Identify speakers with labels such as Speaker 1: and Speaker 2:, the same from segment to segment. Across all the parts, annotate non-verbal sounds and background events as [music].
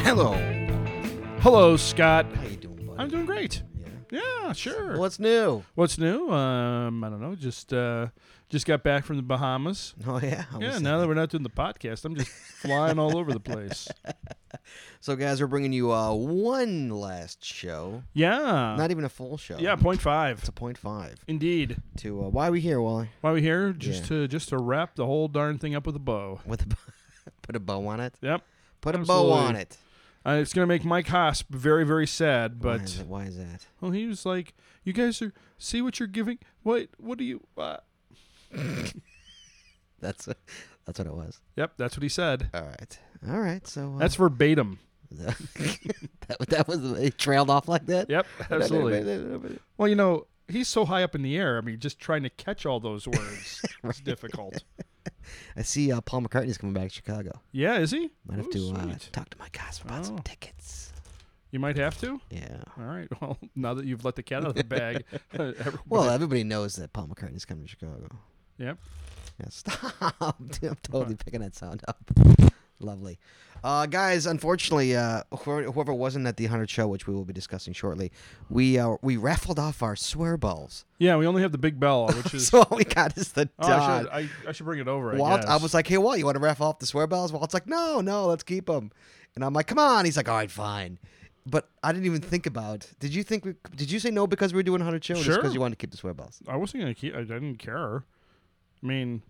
Speaker 1: Hello.
Speaker 2: Hello, Scott.
Speaker 1: How you doing, buddy?
Speaker 2: I'm doing great.
Speaker 1: Yeah.
Speaker 2: Yeah, sure.
Speaker 1: What's new?
Speaker 2: What's new? Um, I don't know. Just uh, just got back from the Bahamas.
Speaker 1: Oh yeah. I
Speaker 2: Yeah,
Speaker 1: was-
Speaker 2: now that we're not doing the podcast, I'm just flying all over the place. [laughs]
Speaker 1: So guys, we're bringing you uh one last show.
Speaker 2: Yeah.
Speaker 1: Not even a full show.
Speaker 2: Uh, yeah, point five.
Speaker 1: It's a point five
Speaker 2: Indeed.
Speaker 1: to uh, why are we here, Wally?
Speaker 2: Why are we here? Just
Speaker 1: Yeah.
Speaker 2: to just to wrap the whole darn thing up with a bow.
Speaker 1: With a b- [laughs] put a bow on it.
Speaker 2: Yep.
Speaker 1: Put a bow
Speaker 2: Absolutely.
Speaker 1: on it.
Speaker 2: Uh, it's gonna make Mike Hosp very, very sad,
Speaker 1: why is,
Speaker 2: but
Speaker 1: it- why is that?
Speaker 2: well, he was like, "You guys are see what you're giving. What? What do you?" Uh? [laughs]
Speaker 1: That's that's what it was.
Speaker 2: Yep, that's what he said.
Speaker 1: All right. All right. So uh,
Speaker 2: That's verbatim.
Speaker 1: [laughs] that, that was it trailed off like that. [laughs]
Speaker 2: Yep, absolutely. Well, you know, he's so high up in the air. I mean, just trying to catch all those words is difficult.
Speaker 1: I see uh, Paul McCartney's coming back to Chicago.
Speaker 2: Yeah, is he?
Speaker 1: Might have
Speaker 2: Ooh,
Speaker 1: to uh,
Speaker 2: sweet.
Speaker 1: talk to my guys about some
Speaker 2: Oh.
Speaker 1: tickets.
Speaker 2: You might have to.
Speaker 1: Yeah.
Speaker 2: All right. [laughs] Well, now that you've let the cat out of the bag, [laughs] everybody-
Speaker 1: Well, uh, everybody knows that Paul McCartney's coming to Chicago.
Speaker 2: yep.
Speaker 1: Yeah, [laughs] stop. Dude, I'm totally picking that sound up. Lovely. Uh, guys, unfortunately, uh, whoever, whoever wasn't at the 100 show, which we will be discussing shortly, we uh, we raffled off our swear balls.
Speaker 2: Yeah, we only have the
Speaker 1: [laughs]
Speaker 2: big bell, which is.
Speaker 1: So all we got is the
Speaker 2: oh, I
Speaker 1: dot.
Speaker 2: should, I, I should bring it over. I
Speaker 1: Walt, I
Speaker 2: guess.
Speaker 1: was like, hey, Walt, you want to raffle off the swear balls? Walt's like, no, no, let's keep them. And I'm like, come on. He's like, all right, fine. But I didn't even think about. Did you think? We, did you say no because we were doing 100 show? Or just
Speaker 2: Sure.
Speaker 1: because you wanted to keep the swear balls.
Speaker 2: I wasn't gonna keep. I didn't care. I mean,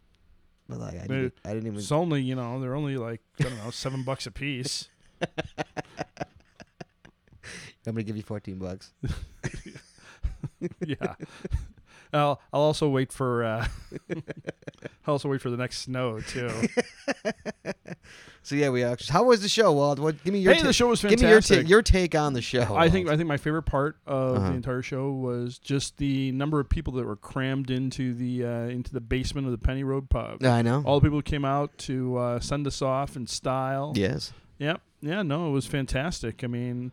Speaker 1: But like, I didn't, I didn't even.
Speaker 2: it's only you know they're only like I don't
Speaker 1: [laughs]
Speaker 2: know seven bucks a piece.
Speaker 1: I'm gonna give you 14 bucks.
Speaker 2: yeah. [laughs] I'll, I'll also wait for uh, [laughs] I'll also wait for the next snow too.
Speaker 1: So yeah, we actually. How was the show, Walt? What? Give me [laughs] your.
Speaker 2: hey,
Speaker 1: ta-
Speaker 2: the show was
Speaker 1: give
Speaker 2: fantastic.
Speaker 1: me your take. Your take on the show.
Speaker 2: I think
Speaker 1: Walt.
Speaker 2: I think my favorite part of
Speaker 1: Oh, Uh-huh.
Speaker 2: the entire show was just the number of people that were crammed into the uh, into the basement of the Penny Road Pub.
Speaker 1: I know.
Speaker 2: All the people who came out to uh, send us off in style.
Speaker 1: yes.
Speaker 2: Yep. Yeah. No, it was fantastic. I mean,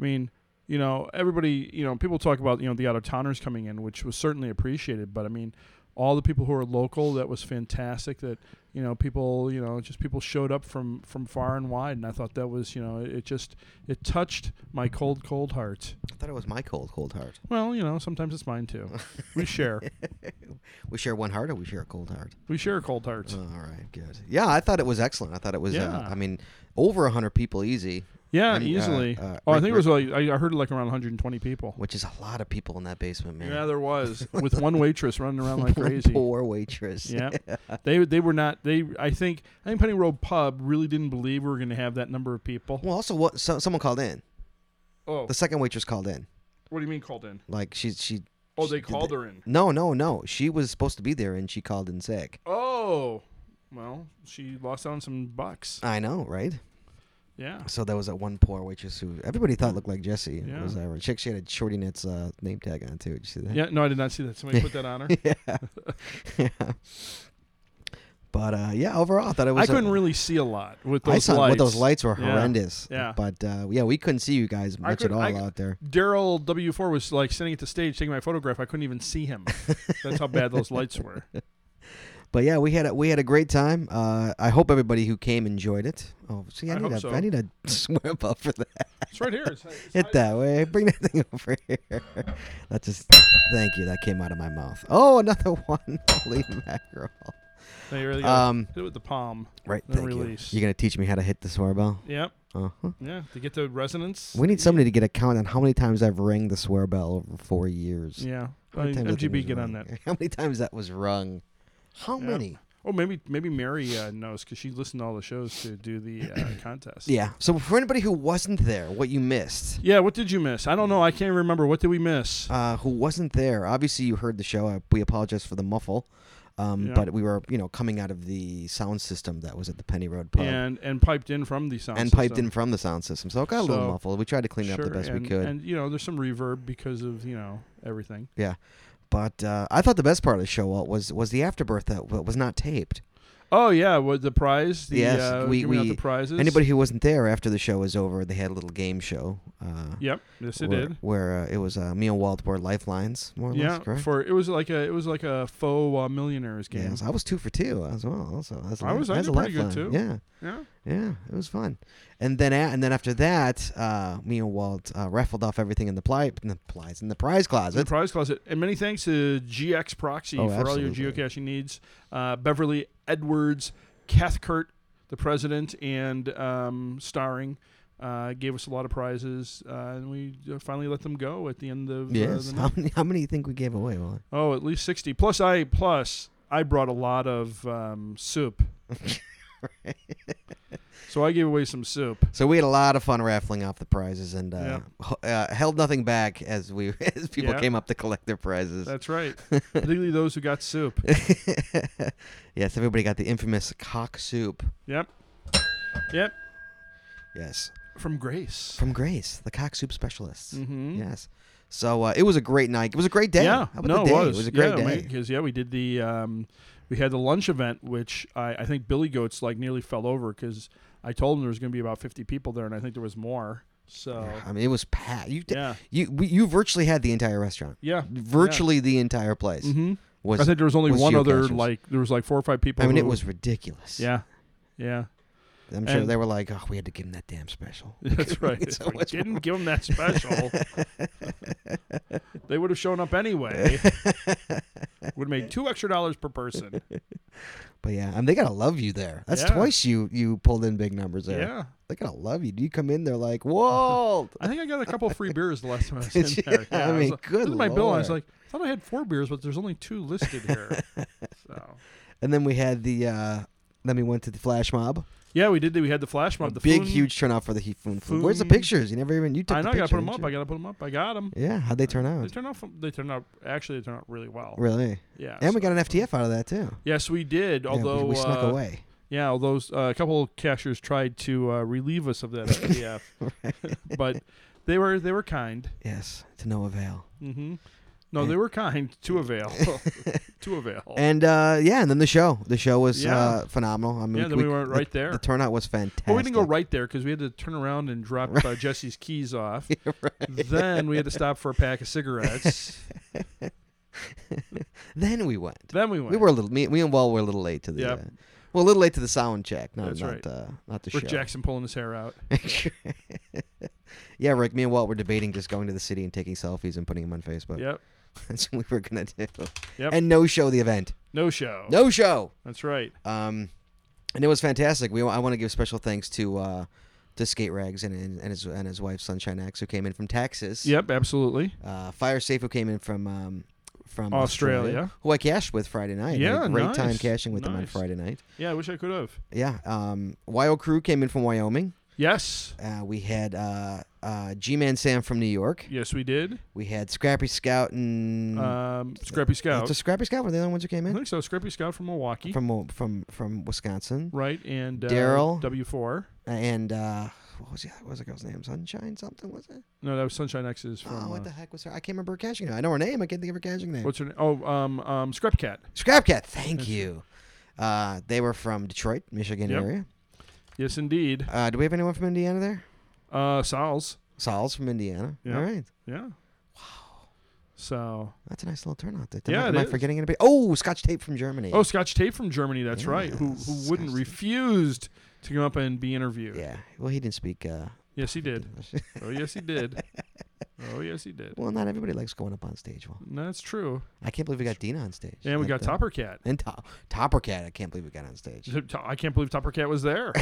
Speaker 2: I mean, you know, everybody, you know, people talk about you know the out of towners coming in, which was certainly appreciated. But I mean, all the people who are local, that was fantastic. That you know, people, you know, just people showed up from from far and wide, and I thought that was, you know, it, it just it touched my cold, cold heart.
Speaker 1: I thought it was my cold, cold heart.
Speaker 2: Well, you know, sometimes it's mine too.
Speaker 1: [laughs]
Speaker 2: We share,
Speaker 1: We share one heart, or we share a cold heart. Oh,
Speaker 2: we share cold hearts.
Speaker 1: All right, good. Yeah, I thought it was excellent. I thought it was.
Speaker 2: Yeah.
Speaker 1: Uh, I mean, over 100 people easy.
Speaker 2: Yeah,
Speaker 1: and, uh,
Speaker 2: easily.
Speaker 1: uh,
Speaker 2: oh, I
Speaker 1: Rick-
Speaker 2: think it was like I I heard like around 120 people.
Speaker 1: which is a lot of people in that basement, man.
Speaker 2: Yeah,
Speaker 1: [laughs]
Speaker 2: there was with one waitress running around like
Speaker 1: One
Speaker 2: crazy.
Speaker 1: Poor waitress.
Speaker 2: Yeah,
Speaker 1: [laughs]
Speaker 2: they they were not. They I think I think Penny Road Pub really didn't believe we were going to have that number of people.
Speaker 1: Well, also, what so, someone called in.
Speaker 2: Oh,
Speaker 1: The second waitress called in.
Speaker 2: what do you mean called in?
Speaker 1: Like she she.
Speaker 2: Oh,
Speaker 1: she
Speaker 2: they
Speaker 1: did
Speaker 2: called
Speaker 1: that.
Speaker 2: her in.
Speaker 1: No, no, no. She was supposed to be there, and she called in sick.
Speaker 2: Oh, well, she lost out on some bucks.
Speaker 1: I know, right?
Speaker 2: Yeah,
Speaker 1: So there was that one poor waitress who everybody thought looked like Jesse. It
Speaker 2: Yeah.
Speaker 1: was that right? Chick, she had a shorty knits uh, name tag on too. Did you see that?
Speaker 2: yeah. No, I did not see that. Somebody put
Speaker 1: [laughs]
Speaker 2: that on her.
Speaker 1: Yeah. but uh, yeah, overall, I thought it was.
Speaker 2: I couldn't
Speaker 1: a,
Speaker 2: really see a lot with those
Speaker 1: I saw
Speaker 2: lights.
Speaker 1: what those lights were
Speaker 2: Yeah.
Speaker 1: horrendous.
Speaker 2: Yeah.
Speaker 1: But uh, yeah, we couldn't see you guys much at
Speaker 2: could-
Speaker 1: all
Speaker 2: I-
Speaker 1: out there.
Speaker 2: Daryl W four was like sitting at the stage taking my photograph. I couldn't even
Speaker 1: [laughs]
Speaker 2: see him. That's how bad those lights were.
Speaker 1: But yeah, we had a, we had a great time. Uh, I hope everybody who came enjoyed it. Oh, see, I,
Speaker 2: I
Speaker 1: need
Speaker 2: hope
Speaker 1: a I
Speaker 2: so.
Speaker 1: need a [laughs] swear bell for that.
Speaker 2: It's right here. It's, it's
Speaker 1: Hit that way. Bring that thing over here. [laughs] That just thank you. That came out of my mouth. Oh, another [laughs] one. Holy mackerel.
Speaker 2: No, you really gotta
Speaker 1: Um,
Speaker 2: hit it with the palm.
Speaker 1: right.
Speaker 2: The
Speaker 1: Thank
Speaker 2: release.
Speaker 1: you. You're gonna teach me how to hit the swear bell.
Speaker 2: Yep.
Speaker 1: Uh-huh.
Speaker 2: Yeah. To get the resonance.
Speaker 1: We need somebody to get a count on how many times I've rang the swear bell over four years.
Speaker 2: Yeah. Uh,
Speaker 1: How many
Speaker 2: I-
Speaker 1: times that thing
Speaker 2: MGB,
Speaker 1: was
Speaker 2: get on
Speaker 1: rung.
Speaker 2: that.
Speaker 1: [laughs] How many times that was rung? How
Speaker 2: Yeah.
Speaker 1: many?
Speaker 2: Oh, maybe maybe Mary uh, knows because she listened to all the shows to do the uh, contest.
Speaker 1: [coughs] Yeah. So for anybody who wasn't there, what you missed.
Speaker 2: Yeah. What did you miss? I don't know. I can't remember. What did we miss?
Speaker 1: uh, who wasn't there. Obviously, you heard the show. I, we apologize for the muffle, um,
Speaker 2: Yeah.
Speaker 1: but we were, you know, coming out of the sound system that was at the Penny Road pub
Speaker 2: and and piped in from the sound.
Speaker 1: and piped in from the sound system, so it got a little
Speaker 2: So-
Speaker 1: muffled. We tried to clean it up the best
Speaker 2: and,
Speaker 1: we could,
Speaker 2: And you know, there's some reverb because of you know everything.
Speaker 1: but uh, I thought the best part of the show Walt, was was the afterbirth that w- was not taped.
Speaker 2: Oh yeah, what the prize? The,
Speaker 1: Yes,
Speaker 2: uh,
Speaker 1: we-
Speaker 2: giving out
Speaker 1: we-
Speaker 2: the prizes.
Speaker 1: Anybody who wasn't there after the show was over, they had a little game show. Uh,
Speaker 2: Yep. Yes, it
Speaker 1: where,
Speaker 2: did.
Speaker 1: Where uh, it was uh, me and Walt were lifelines, more or
Speaker 2: Yeah.
Speaker 1: less. Correct.
Speaker 2: For it was like a it was like a faux uh, millionaires game.
Speaker 1: Yes, I was two for two as well. Also, that's
Speaker 2: I was- I
Speaker 1: that's
Speaker 2: did pretty good,
Speaker 1: lifeline.
Speaker 2: too.
Speaker 1: Yeah.
Speaker 2: Yeah.
Speaker 1: Yeah, it was fun. And then a- and then after that, uh, me and Walt uh, raffled off everything in the pli- in the plies in the prize
Speaker 2: The
Speaker 1: closet.
Speaker 2: prize closet. And many thanks to GX Proxy
Speaker 1: Oh,
Speaker 2: for all your
Speaker 1: absolutely.
Speaker 2: geocaching needs. Uh, Beverly Edwards, Cathcart, the president, and um, starring. Uh, gave us a lot of prizes, uh, and we uh, finally let them go at the end of uh,
Speaker 1: Yes.
Speaker 2: the
Speaker 1: How many, how many do you think we gave away, Walt? [laughs]
Speaker 2: Oh, at least sixty. Plus, I plus I brought a lot of um, soup. so I gave away some soup.
Speaker 1: So we had a lot of fun raffling off the prizes and uh, h- uh, held nothing back as we [laughs] as people
Speaker 2: Yeah.
Speaker 1: came up to collect their prizes.
Speaker 2: That's [laughs] right.
Speaker 1: [laughs]
Speaker 2: Particularly those who got soup.
Speaker 1: yes, everybody got the infamous cock soup.
Speaker 2: Yep. Yep.
Speaker 1: Yes,
Speaker 2: From Grace.
Speaker 1: from Grace, the cock soup specialist.
Speaker 2: Mm-hmm.
Speaker 1: Yes. So uh, it was a great night. It was a great day.
Speaker 2: Yeah.
Speaker 1: How about
Speaker 2: No,
Speaker 1: the
Speaker 2: it
Speaker 1: day?
Speaker 2: was.
Speaker 1: It was a great
Speaker 2: yeah,
Speaker 1: day.
Speaker 2: Because yeah, we did the um, we had the lunch event, which I, I think Billy Goats like nearly fell over because I told him there was going to be about fifty people there, and I think there was more. So
Speaker 1: I mean, it was packed. You did,
Speaker 2: yeah,
Speaker 1: you we- you virtually had the entire restaurant,
Speaker 2: yeah.
Speaker 1: virtually the entire place
Speaker 2: Mm-hmm.
Speaker 1: was.
Speaker 2: I
Speaker 1: I,
Speaker 2: think there was only
Speaker 1: was
Speaker 2: one other
Speaker 1: geocachers.
Speaker 2: like there was like four or five people.
Speaker 1: mean, it
Speaker 2: who-
Speaker 1: was ridiculous.
Speaker 2: yeah, yeah.
Speaker 1: I'm sure
Speaker 2: and-
Speaker 1: they were like, "Oh, we had to give him that damn special."
Speaker 2: [laughs] That's right.
Speaker 1: [laughs] It's
Speaker 2: if we
Speaker 1: always-
Speaker 2: didn't give them that special, they would have shown
Speaker 1: [laughs]
Speaker 2: up anyway. would have made two extra dollars per person.
Speaker 1: But yeah, I mean, they gotta love you there. That's
Speaker 2: Yeah.
Speaker 1: twice you you pulled in big numbers there.
Speaker 2: Yeah,
Speaker 1: They gotta love you. You come in there like, "Whoa!"
Speaker 2: [laughs] I think I got a couple free beers the last time I was
Speaker 1: [laughs]
Speaker 2: in
Speaker 1: Did you?
Speaker 2: there.
Speaker 1: I
Speaker 2: Yeah,
Speaker 1: mean,
Speaker 2: was, like-
Speaker 1: good
Speaker 2: looked at my bill. and I was
Speaker 1: lord.
Speaker 2: like, I thought I had four beers, but there's only two listed
Speaker 1: [laughs]
Speaker 2: here. so
Speaker 1: and then we had the. uh Then we went to the flash mob.
Speaker 2: yeah, we did. We had the flash mob, the
Speaker 1: Big,
Speaker 2: Foon-
Speaker 1: huge turnout for the heat foon. foon. Where's the
Speaker 2: Foon-
Speaker 1: pictures? You never even you took.
Speaker 2: I
Speaker 1: The
Speaker 2: know. I gotta
Speaker 1: picture,
Speaker 2: put them
Speaker 1: didn't you?
Speaker 2: up. I gotta put them up. I got them.
Speaker 1: Yeah, how'd they turn
Speaker 2: They
Speaker 1: out?
Speaker 2: turn out. They turn out. Actually, they turn out really well.
Speaker 1: Really?
Speaker 2: Yeah.
Speaker 1: And we
Speaker 2: so-
Speaker 1: got an FTF out of that too.
Speaker 2: Yes, we did.
Speaker 1: Yeah, we-
Speaker 2: Although
Speaker 1: we snuck
Speaker 2: uh,
Speaker 1: away.
Speaker 2: Yeah, although uh, a couple of cashiers tried to uh, relieve us of that
Speaker 1: [laughs]
Speaker 2: FTF, but they were they were kind.
Speaker 1: Yes, to no avail.
Speaker 2: hmm No, they were kind
Speaker 1: [laughs]
Speaker 2: to avail, to avail.
Speaker 1: And uh, yeah, and then the show. The show was
Speaker 2: Oh. Yeah.
Speaker 1: uh, phenomenal. I mean,
Speaker 2: yeah, then we, weren't
Speaker 1: the-
Speaker 2: right there.
Speaker 1: The turnout was fantastic.
Speaker 2: but we didn't go
Speaker 1: [laughs]
Speaker 2: right there because we had to turn around and drop uh, Jesse's
Speaker 1: [laughs]
Speaker 2: keys off. Then we had to stop for a pack of cigarettes.
Speaker 1: [laughs] Then we went.
Speaker 2: then we went.
Speaker 1: We were a little. Me, me and Wall were a little late to the.
Speaker 2: Yep.
Speaker 1: Uh, well, a little late to the sound check. Not,
Speaker 2: That's
Speaker 1: not,
Speaker 2: right.
Speaker 1: uh, not the
Speaker 2: Rick
Speaker 1: show.
Speaker 2: Jackson pulling his hair out.
Speaker 1: [laughs] yeah, Rick. Me and Walt were debating just going to the city and taking selfies and putting them on Facebook.
Speaker 2: Yep.
Speaker 1: [laughs] That's what we were gonna do.
Speaker 2: Yep. Oh.
Speaker 1: And no show the event.
Speaker 2: No show.
Speaker 1: No show.
Speaker 2: That's right.
Speaker 1: Um, and it was fantastic. We I want to give special thanks to uh, to Skate Rags and, and, and his and his wife Sunshine X who came in from Texas.
Speaker 2: Yep. Absolutely.
Speaker 1: Uh, Fire Safe who came in from um, from
Speaker 2: Australia.
Speaker 1: Australia. who I cashed with Friday night. I had
Speaker 2: Yeah,
Speaker 1: a great time
Speaker 2: nice,
Speaker 1: cashing with them on
Speaker 2: nice.
Speaker 1: Friday night.
Speaker 2: Yeah. I wish I could have.
Speaker 1: Yeah. Um, YO Crew came in from Wyoming.
Speaker 2: Yes.
Speaker 1: Uh, we had uh, uh, G Man Sam from New York.
Speaker 2: Yes, we did.
Speaker 1: We had Scrappy Scout and
Speaker 2: Um, Scrappy Scout.
Speaker 1: So Scrappy Scout were the only ones who came
Speaker 2: I
Speaker 1: in
Speaker 2: think so. Scrappy Scout from Milwaukee,
Speaker 1: from from from Wisconsin.
Speaker 2: right? And uh,
Speaker 1: Daryl.
Speaker 2: W four.
Speaker 1: and uh, what was the what was the girl's name? Sunshine something was it?
Speaker 2: No, that was Sunshine X's from.
Speaker 1: oh,
Speaker 2: uh,
Speaker 1: what the heck was her? I can't remember her cashing name. I know her name. I can't think of her cashing name.
Speaker 2: What's her name? Oh, um, um, Scrapcat.
Speaker 1: Scrapcat. Thank
Speaker 2: That's-
Speaker 1: you. Uh, they were from Detroit, Michigan
Speaker 2: Yep.
Speaker 1: area.
Speaker 2: Yes, indeed.
Speaker 1: Uh, do we have anyone from Indiana there?
Speaker 2: Uh, Sal's.
Speaker 1: Saul's from Indiana.
Speaker 2: Yeah.
Speaker 1: All right.
Speaker 2: Yeah. Wow. So.
Speaker 1: That's a nice little turnout. There.
Speaker 2: Yeah,
Speaker 1: am I, am
Speaker 2: it
Speaker 1: I
Speaker 2: is.
Speaker 1: forgetting anybody? Oh, Scotch Tape from Germany.
Speaker 2: Oh, Scotch Tape from Germany. That's right. Who
Speaker 1: Yes,
Speaker 2: who wouldn't
Speaker 1: Scotch Tape.
Speaker 2: refused to come up and be interviewed?
Speaker 1: yeah. Well, he didn't speak. Uh,
Speaker 2: Yes, he did.
Speaker 1: English.
Speaker 2: Oh, yes, he did. oh, yes, he did.
Speaker 1: [laughs] well, not everybody likes going up on stage. Well,
Speaker 2: No, that's true.
Speaker 1: I can't believe we got Dina on stage.
Speaker 2: And we got
Speaker 1: That, uh,
Speaker 2: Topper Cat.
Speaker 1: and Top Topper Cat. I can't believe we got on stage.
Speaker 2: I can't believe Topper Cat
Speaker 1: [laughs]
Speaker 2: was there.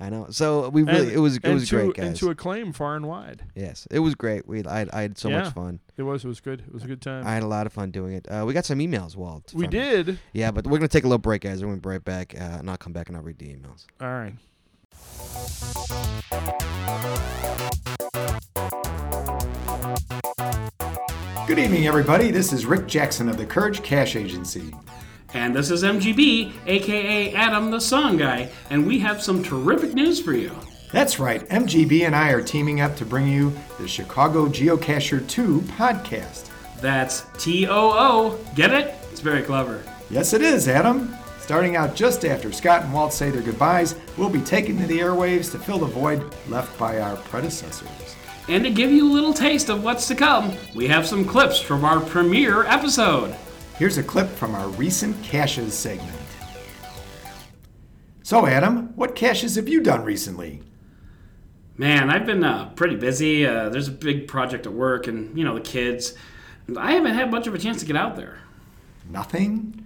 Speaker 1: I know. So we really
Speaker 2: And-
Speaker 1: it was it
Speaker 2: and
Speaker 1: was
Speaker 2: to,
Speaker 1: great, guys.
Speaker 2: And to acclaim far and wide.
Speaker 1: Yes, it was great. We I, I had so
Speaker 2: Yeah.
Speaker 1: much fun.
Speaker 2: It was. It was good. It was a good time.
Speaker 1: I had a lot of fun doing it. Uh, we got some emails, Walt.
Speaker 2: we
Speaker 1: from-
Speaker 2: did.
Speaker 1: Yeah, but we're gonna take a little break, guys. We're gonna be right back, uh, and I'll come back and I'll read the emails.
Speaker 2: All right.
Speaker 3: Good evening, everybody. This is Rick Jackson of the Courage Cash Agency.
Speaker 4: And this is MGB, aka Adam the Song Guy, and we have some terrific news for you.
Speaker 3: That's right, MGB and I are teaming up to bring you the Chicago Geocacher 2 podcast.
Speaker 4: That's T O O. Get it? It's very clever.
Speaker 3: Yes, it is, Adam. Starting out just after Scott and Walt say their goodbyes, we'll be taken to the airwaves to fill the void left by our predecessors.
Speaker 4: And to give you a little taste of what's to come, we have some clips from our premiere episode.
Speaker 3: Here's a clip from our recent caches segment. So, Adam, what caches have you done recently?
Speaker 4: Man, I've been uh, pretty busy. Uh, there's a big project at work, and you know the kids. I haven't had much of a chance to get out there.
Speaker 3: Nothing?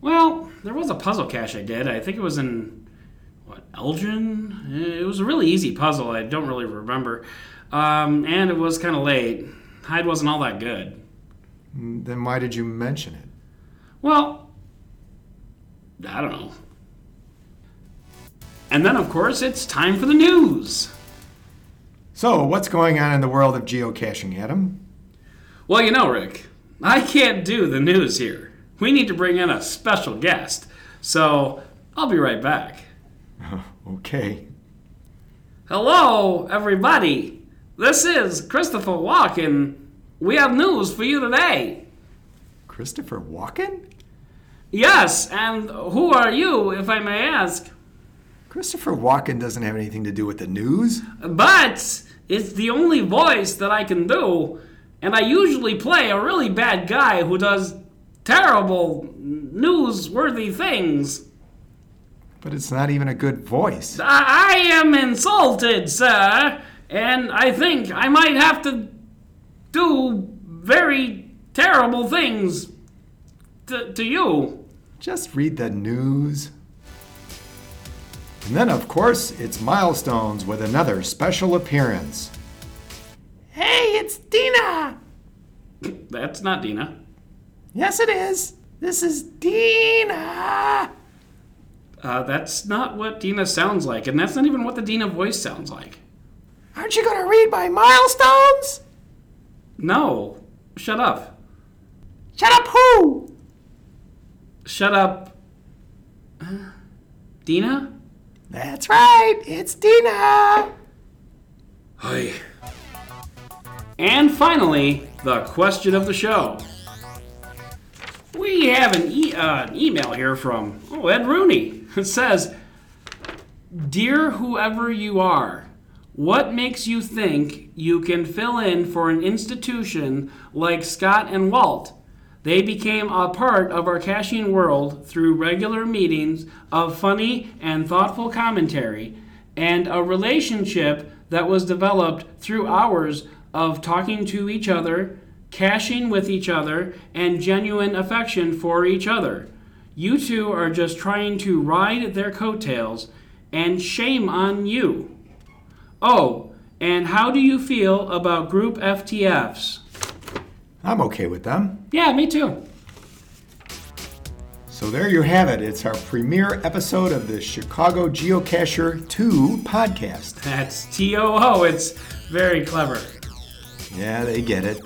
Speaker 4: Well, there was a puzzle cache I did. I think it was in what Elgin. Eh, It was a really easy puzzle. I don't really remember, um, and it was kind of late. Hyde wasn't all that good.
Speaker 3: Mm, Then why did you mention it?
Speaker 4: Well, I don't know. And then, of course, it's time for the news.
Speaker 3: So, what's going on in the world of geocaching, Adam? [laughs]
Speaker 4: Well, you know, Rick, I can't do the news here. We need to bring in a special guest. So I'll be right back.
Speaker 3: Okay.
Speaker 4: Hello, everybody. This is Christopher Walken. We have news for you today.
Speaker 3: Christopher Walken?
Speaker 4: Yes, and who are you, if I may ask?
Speaker 3: Christopher Walken doesn't have anything to do with the news.
Speaker 4: But it's the only voice that I can do, and I usually play a really bad guy who does terrible, newsworthy things.
Speaker 3: But it's not even a good voice.
Speaker 4: I I am insulted, sir, and I think I might have to do very terrible things to, to you.
Speaker 3: Just read the news. And then, of course, it's Milestones with another special appearance. Hey, it's Dina!
Speaker 4: That's not Dina.
Speaker 3: Yes, it is. This is Dina!
Speaker 4: Uh, that's not what Dina sounds like, and that's not even what the Dina voice sounds like.
Speaker 3: Aren't you gonna read my milestones?
Speaker 4: No. Shut up.
Speaker 3: Shut up, who?
Speaker 4: Shut up. Uh, Dina?
Speaker 3: That's right, it's Dina!
Speaker 4: Hi. And finally, the question of the show. We have an, e- uh, an email here from oh, Ed Rooney. [laughs] It says, Dear whoever you are, what makes you think you can fill in for an institution like Scott and Walt? They became a part of our caching world through regular meetings of funny and thoughtful commentary and a relationship that was developed through hours of talking to each other, caching with each other, and genuine affection for each other. You two are just trying to ride their coattails, and shame on you. Oh, and how do you feel about group FTFs?
Speaker 3: I'm okay with them.
Speaker 4: Yeah, me too. [laughs]
Speaker 3: So there you have it. It's our premiere episode of the Chicago Geocacher 2 podcast.
Speaker 4: That's T O O. It's very clever.
Speaker 3: Yeah, they get it.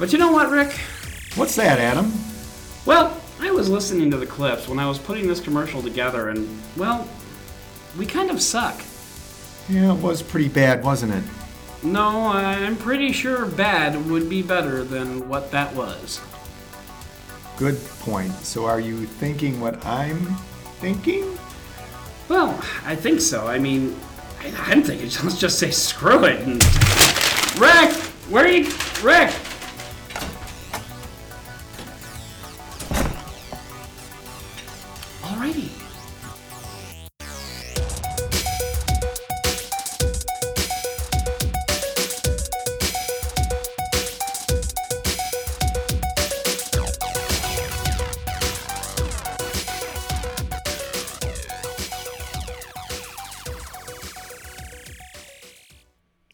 Speaker 4: But you know what, Rick?
Speaker 3: What's that, Adam?
Speaker 4: Well, I was listening to the clips when I was putting this commercial together, and, well, we kind of suck.
Speaker 3: Yeah, it was pretty bad, wasn't it?
Speaker 4: No, I'm pretty sure bad would be better than what that was.
Speaker 3: Good point. So are you thinking what I'm thinking?
Speaker 4: Well, I think so. I mean, I, I'm thinking [laughs] let's just say screw it. And... Rick, where are you? Rick, alrighty.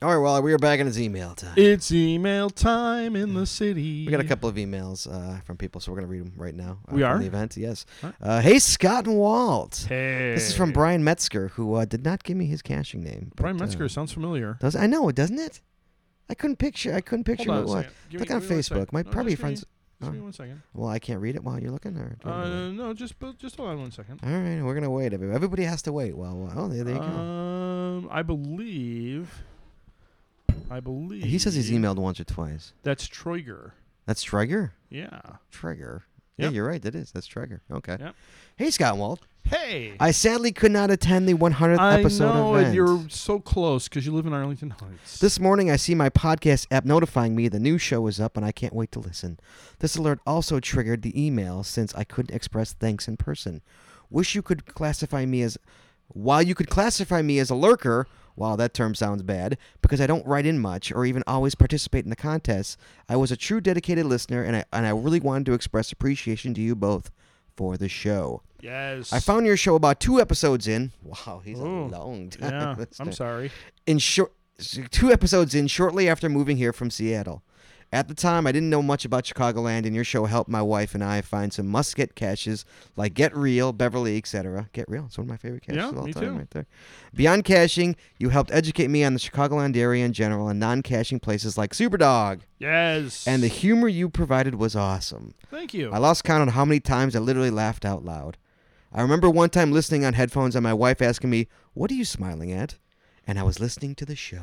Speaker 1: All right, well, we are back in his email time.
Speaker 2: It's email time in the city.
Speaker 1: We got a couple of emails uh, from people, so we're going to read them right now. uh,
Speaker 2: We
Speaker 1: from
Speaker 2: are?
Speaker 1: the event, yes. Uh, hey, Scott and Walt.
Speaker 2: Hey.
Speaker 1: This is from Brian Metzger, who uh, did not give me his caching name. but,
Speaker 2: Brian Metzger
Speaker 1: uh,
Speaker 2: sounds familiar.
Speaker 1: does I know, doesn't it? I couldn't picture. I couldn't picture
Speaker 2: Hold on a
Speaker 1: what it was.
Speaker 2: second. Give
Speaker 1: Look
Speaker 2: me-
Speaker 1: on
Speaker 2: give me one
Speaker 1: Facebook.
Speaker 2: second.
Speaker 1: My
Speaker 2: No,
Speaker 1: probably
Speaker 2: just give me-
Speaker 1: friends.
Speaker 2: Just
Speaker 1: Oh.
Speaker 2: give me one second.
Speaker 1: Well, I can't read it while you're looking. Or do you want me to
Speaker 2: Uh, no, just bu- just hold on one second.
Speaker 1: wait? all right, we're gonna wait. Everybody Everybody has to wait. Well, oh, there, there you go.
Speaker 2: Um, I believe. I believe
Speaker 1: He says he's emailed once or twice.
Speaker 2: That's Troiger.
Speaker 1: That's Traeger.
Speaker 2: Yeah.
Speaker 1: Traeger. Yeah,
Speaker 2: Yep.
Speaker 1: you're right. That is. That's Traeger. Okay.
Speaker 2: Yep.
Speaker 1: Hey, Scott and Walt.
Speaker 2: Hey.
Speaker 1: I sadly could not attend the 100th
Speaker 2: I
Speaker 1: episode
Speaker 2: know
Speaker 1: event.
Speaker 2: and you're so close because you live in Arlington Heights.
Speaker 1: This morning, I see my podcast app notifying me the new show is up, and I can't wait to listen. This alert also triggered the email since I couldn't express thanks in person. Wish you could classify me as. While you could classify me as a lurker, while that term sounds bad, because I don't write in much or even always participate in the contests, I was a true dedicated listener and I, and I really wanted to express appreciation to you both for the show.
Speaker 2: Yes.
Speaker 1: I found your show about two episodes in. Wow, he's
Speaker 2: Ooh.
Speaker 1: a long time.
Speaker 2: Yeah,
Speaker 1: [laughs] listener
Speaker 2: I'm sorry.
Speaker 1: in short two episodes in shortly after moving here from Seattle. At the time, I didn't know much about Chicagoland, and your show helped my wife and I find some must-get caches like Get Real, Beverly, etc. Get Real, it's one of my favorite caches
Speaker 2: Yeah,
Speaker 1: of all
Speaker 2: me
Speaker 1: time,
Speaker 2: too.
Speaker 1: right there. Beyond caching, you helped educate me on the Chicagoland area in general and non-caching places like Superdog,
Speaker 2: Yes.
Speaker 1: and the humor you provided was awesome.
Speaker 2: thank you.
Speaker 1: I lost count on how many times I literally laughed out loud. I remember one time listening on headphones and my wife asking me, What are you smiling at? And I was listening to the show.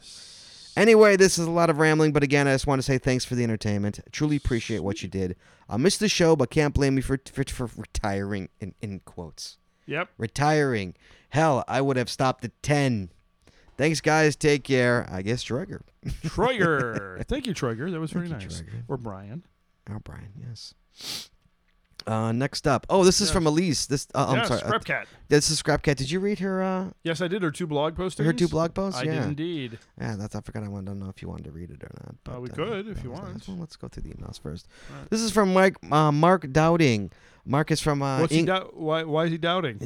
Speaker 2: yes.
Speaker 1: Anyway, this is a lot of rambling, but again, I just want to say thanks for the entertainment. Truly appreciate what you did. I missed the show, but can't blame you for, for, for retiring, in, in quotes.
Speaker 2: Yep.
Speaker 1: Retiring. Hell, I would have stopped at 10. Thanks, guys. Take care. I guess Dreger.
Speaker 2: Troyer. [laughs] thank you, Troyer. That was very
Speaker 1: Thank you,
Speaker 2: nice.
Speaker 1: Troyer.
Speaker 2: Or Brian.
Speaker 1: Oh, Brian, yes. Uh, next up. Oh, this is
Speaker 2: Yes.
Speaker 1: from Elise. This uh, I'm
Speaker 2: yes,
Speaker 1: sorry. uh,
Speaker 2: Scrapcat.
Speaker 1: This is Scrapcat. Did you read her uh
Speaker 2: Yes, I did her two blog postings.
Speaker 1: her two blog posts?
Speaker 2: I
Speaker 1: yeah.
Speaker 2: did indeed.
Speaker 1: Yeah, that's I forgot I wanted to know if you wanted to read it or not. But,
Speaker 2: Uh,
Speaker 1: uh,
Speaker 2: we could if
Speaker 1: that
Speaker 2: you
Speaker 1: was the
Speaker 2: want.
Speaker 1: last one. let's go through the emails first.
Speaker 2: Alright.
Speaker 1: This is from Mike uh, Mark Dowding. Mark is from uh
Speaker 2: What's
Speaker 1: [laughs]
Speaker 2: he
Speaker 1: Eng-
Speaker 2: dou- why, why is he
Speaker 1: [laughs]
Speaker 2: doubting?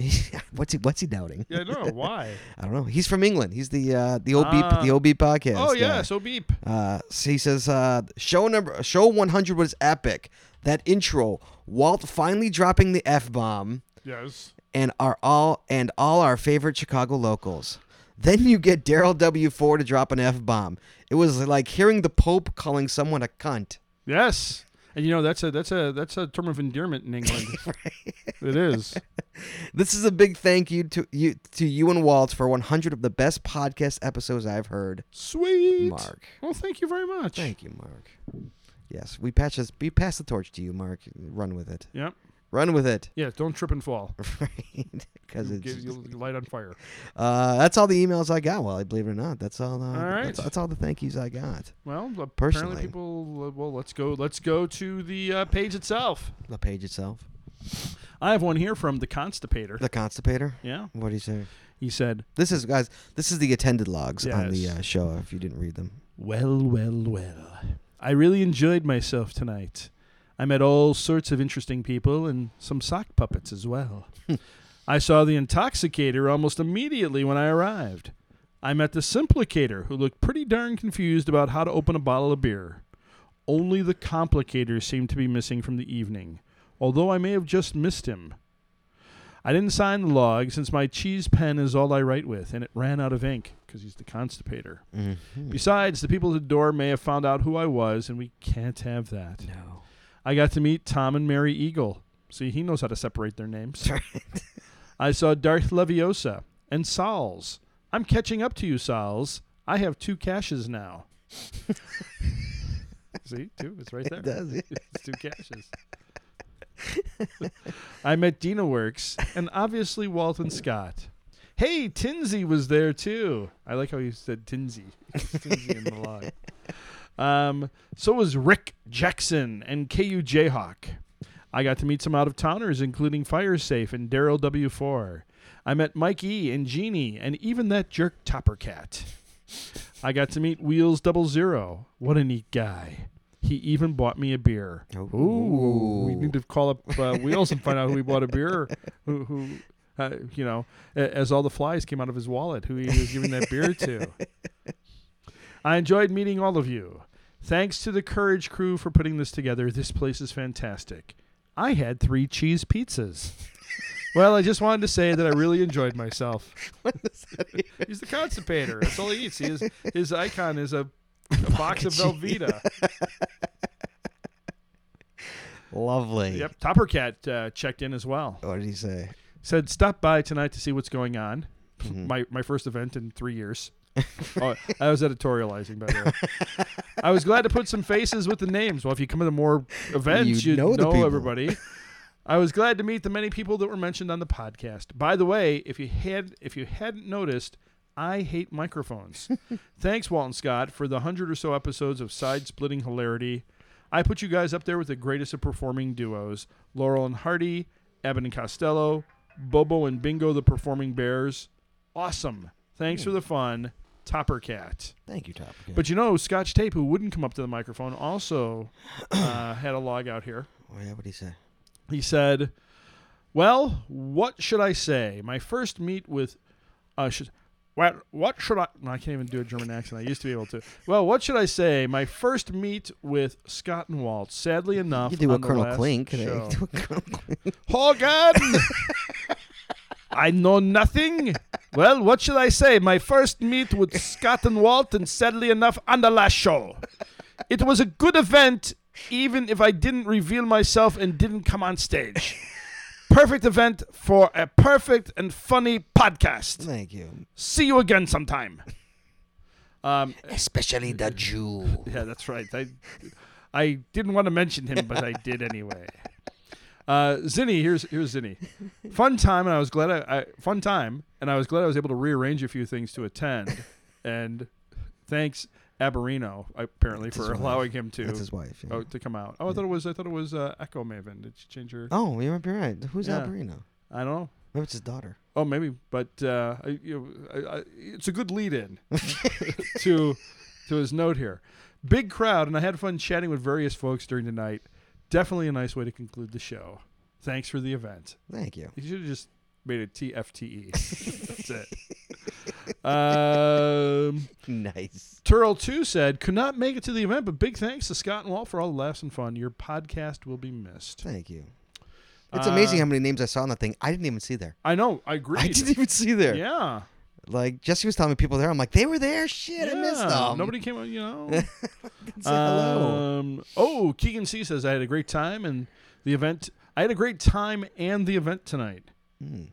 Speaker 1: what's he what's he doubting?
Speaker 2: Yeah, no. Why?
Speaker 1: I don't know. He's from England. He's the uh the OB
Speaker 2: Ah.
Speaker 1: the OB podcast.
Speaker 2: oh, yeah.
Speaker 1: guy.
Speaker 2: So beep.
Speaker 1: Uh, so he says, uh, show number, show 100 was epic. That intro, Walt finally dropping the f bomb,
Speaker 2: Yes.
Speaker 1: and our all and all our favorite Chicago locals. Then you get Daryl W. Ford to drop an f bomb. It was like hearing the Pope calling someone a cunt.
Speaker 2: Yes. And you know that's a that's a that's a term of endearment
Speaker 1: [laughs]
Speaker 2: in England. It is.
Speaker 1: This is a big thank you to you to you and Walt for 100 of the best podcast episodes I've heard.
Speaker 2: Sweet.
Speaker 1: Mark.
Speaker 2: Well, thank you very much.
Speaker 1: Thank you, Mark. Yes, we pass this, we pass the torch to you, Mark. Run with it.
Speaker 2: Yep.
Speaker 1: Run with it. [laughs]
Speaker 2: Yeah. Don't trip and fall.
Speaker 1: Right? Because
Speaker 2: You'll,
Speaker 1: it's
Speaker 2: get, you'll light on fire.
Speaker 1: Uh, that's all the emails I got. Well, I believe it or not, that's all. Uh,
Speaker 2: right.
Speaker 1: that's, that's all the thank yous I got.
Speaker 2: Well, apparently
Speaker 1: Personally.
Speaker 2: people. Well, let's go. Let's go to the uh, page itself.
Speaker 1: The page itself,
Speaker 2: I have one here from the Constipator.
Speaker 1: the constipator.
Speaker 2: yeah,
Speaker 1: What do you say?
Speaker 2: he said,
Speaker 1: This is guys. This is the attended logs on the
Speaker 2: Yes.
Speaker 1: uh, show. If you didn't read them,
Speaker 2: "Well, well, well. I really enjoyed myself tonight. I met all sorts of interesting people and some sock puppets as well. I saw the intoxicator almost immediately when I arrived. I met the simplicator, who looked pretty darn confused about how to open a bottle of beer. Only the complicator seemed to be missing from the evening, although I may have just missed him. I didn't sign the log since my cheese pen is all I write with, and it ran out of ink because he's the constipator.
Speaker 1: Mm-hmm.
Speaker 2: Besides, the people at the door may have found out who I was, and we can't have that.
Speaker 1: no.
Speaker 2: I got to meet Tom and Mary Eagle. See, he knows how to separate their names. I saw Darth Leviosa and Sols. I'm catching up to you, Sols. I have two caches now. See, two. It's right
Speaker 1: [laughs]
Speaker 2: there.
Speaker 1: It does. yeah.
Speaker 2: [laughs] It's two caches. I met Dina Works and obviously Walton Scott. Hey, Tinsy was there too. I like how you said Tinsy. It's Tinsy in the log. Um, so was Rick Jackson and KU Jayhawk. I got to meet some out of towners, including Firesafe and Daryl W4. I met Mike E and Jeannie and even that jerk Topper Cat. I got to meet Wheels Double Zero. What a neat guy. He even bought me a beer. Ooh, we need to call up uh, Wheels and find out who he bought a beer. Who, who uh, you know, a- as all the flies came out of his wallet, who he was giving that beer to. I enjoyed meeting all of you. Thanks to the Courage crew for putting this together. This place is fantastic. I had three cheese pizzas. well, I just wanted to say that I really enjoyed myself. [laughs] He's the constipator. That's all he eats. He is, his icon is a, a box of Velveeta.
Speaker 1: [laughs] Lovely.
Speaker 2: Yep. Topper Cat uh, checked in as well.
Speaker 1: What did he say?
Speaker 2: Said, stop by tonight to see what's going on.
Speaker 1: Mm-hmm.
Speaker 2: My, my first event in three years.
Speaker 1: [laughs]
Speaker 2: oh, I was editorializing, by the way. I was glad to put some faces with the names. Well, if you come to more events,
Speaker 1: You
Speaker 2: you,
Speaker 1: know
Speaker 2: know,
Speaker 1: the people.
Speaker 2: everybody. I was glad to meet the many people that were mentioned on the podcast. By the way, if you had if you hadn't noticed, I hate microphones. Thanks, Walton Scott, for the hundred or so episodes of side splitting hilarity. I put you guys up there with the greatest of performing duos, Laurel and Hardy Abbott and Costello, Bobo and Bingo the Performing Bears. Awesome. Thanks for the fun, Topper Cat.
Speaker 1: Thank you, Top.
Speaker 2: But you know, Scotch Tape, who wouldn't come up to the microphone, also uh, had a log out here.
Speaker 1: oh, yeah, what he say?
Speaker 2: He said, "Well, what should I say? My first meet with, uh, should, what, what should I? No, I can't even do a German accent. I used to be able to. Well, what should I say? My first meet with Scott and Walt. Sadly enough,
Speaker 1: You do a
Speaker 2: on the
Speaker 1: Colonel eh?
Speaker 2: last
Speaker 1: Clink. [laughs]
Speaker 2: show-
Speaker 1: Do a Colonel Clink.
Speaker 2: Hogan, [laughs] I know nothing. Well, what should I say? My first meet with Scott and Walt, and sadly enough, on the last show. It was a good event, even if I didn't reveal myself and didn't come on stage. Perfect event for a perfect and funny podcast.
Speaker 1: Thank you.
Speaker 2: See you again sometime. Um,
Speaker 1: Especially
Speaker 2: [laughs]
Speaker 1: the Jew.
Speaker 2: yeah, that's right. I I didn't want to mention him, but I did anyway. Uh, Zinni, here's here's Zinni. Fun time, and I was glad I, I fun time, and I was glad I was able to rearrange a few things to attend. And thanks Aberino apparently
Speaker 1: his
Speaker 2: for
Speaker 1: wife.
Speaker 2: allowing him to
Speaker 1: That's his wife. yeah.
Speaker 2: oh, to come out. Oh, I thought it was I thought it was uh, Echo Maven. Did she change her?
Speaker 1: Oh, you might be right. Who's
Speaker 2: Yeah.
Speaker 1: Alberino?
Speaker 2: I don't know.
Speaker 1: Maybe it's his daughter.
Speaker 2: Oh, maybe, but uh, I, you know, I, I, it's a
Speaker 1: [laughs]
Speaker 2: good lead-in to to his note here. Big crowd, and I had fun chatting with various folks during the night. Definitely a nice way to conclude the show. Thanks for the event.
Speaker 1: Thank
Speaker 2: [laughs]
Speaker 1: you.
Speaker 2: You should have just made it
Speaker 1: [laughs]
Speaker 2: TFTE. E. That's it. Um,
Speaker 1: Nice.
Speaker 2: Turl two said, "Could not make it to the event, but big thanks to Scott and Walt for all the laughs and fun. Your podcast will be missed."
Speaker 1: Thank you. It's
Speaker 2: Uh,
Speaker 1: amazing how many names I saw on that thing. I didn't even see there.
Speaker 2: I know. I agree.
Speaker 1: I didn't even see there.
Speaker 2: Yeah.
Speaker 1: Like Jesse was telling me people there. I'm like, they were there. Shit, I missed
Speaker 2: Yeah,
Speaker 1: them. Uh,
Speaker 2: Nobody came. out, You know.
Speaker 1: Say hello.
Speaker 2: Um, oh, Keegan C says I had a great time and the event. I had a great time and the event tonight.
Speaker 1: hmm,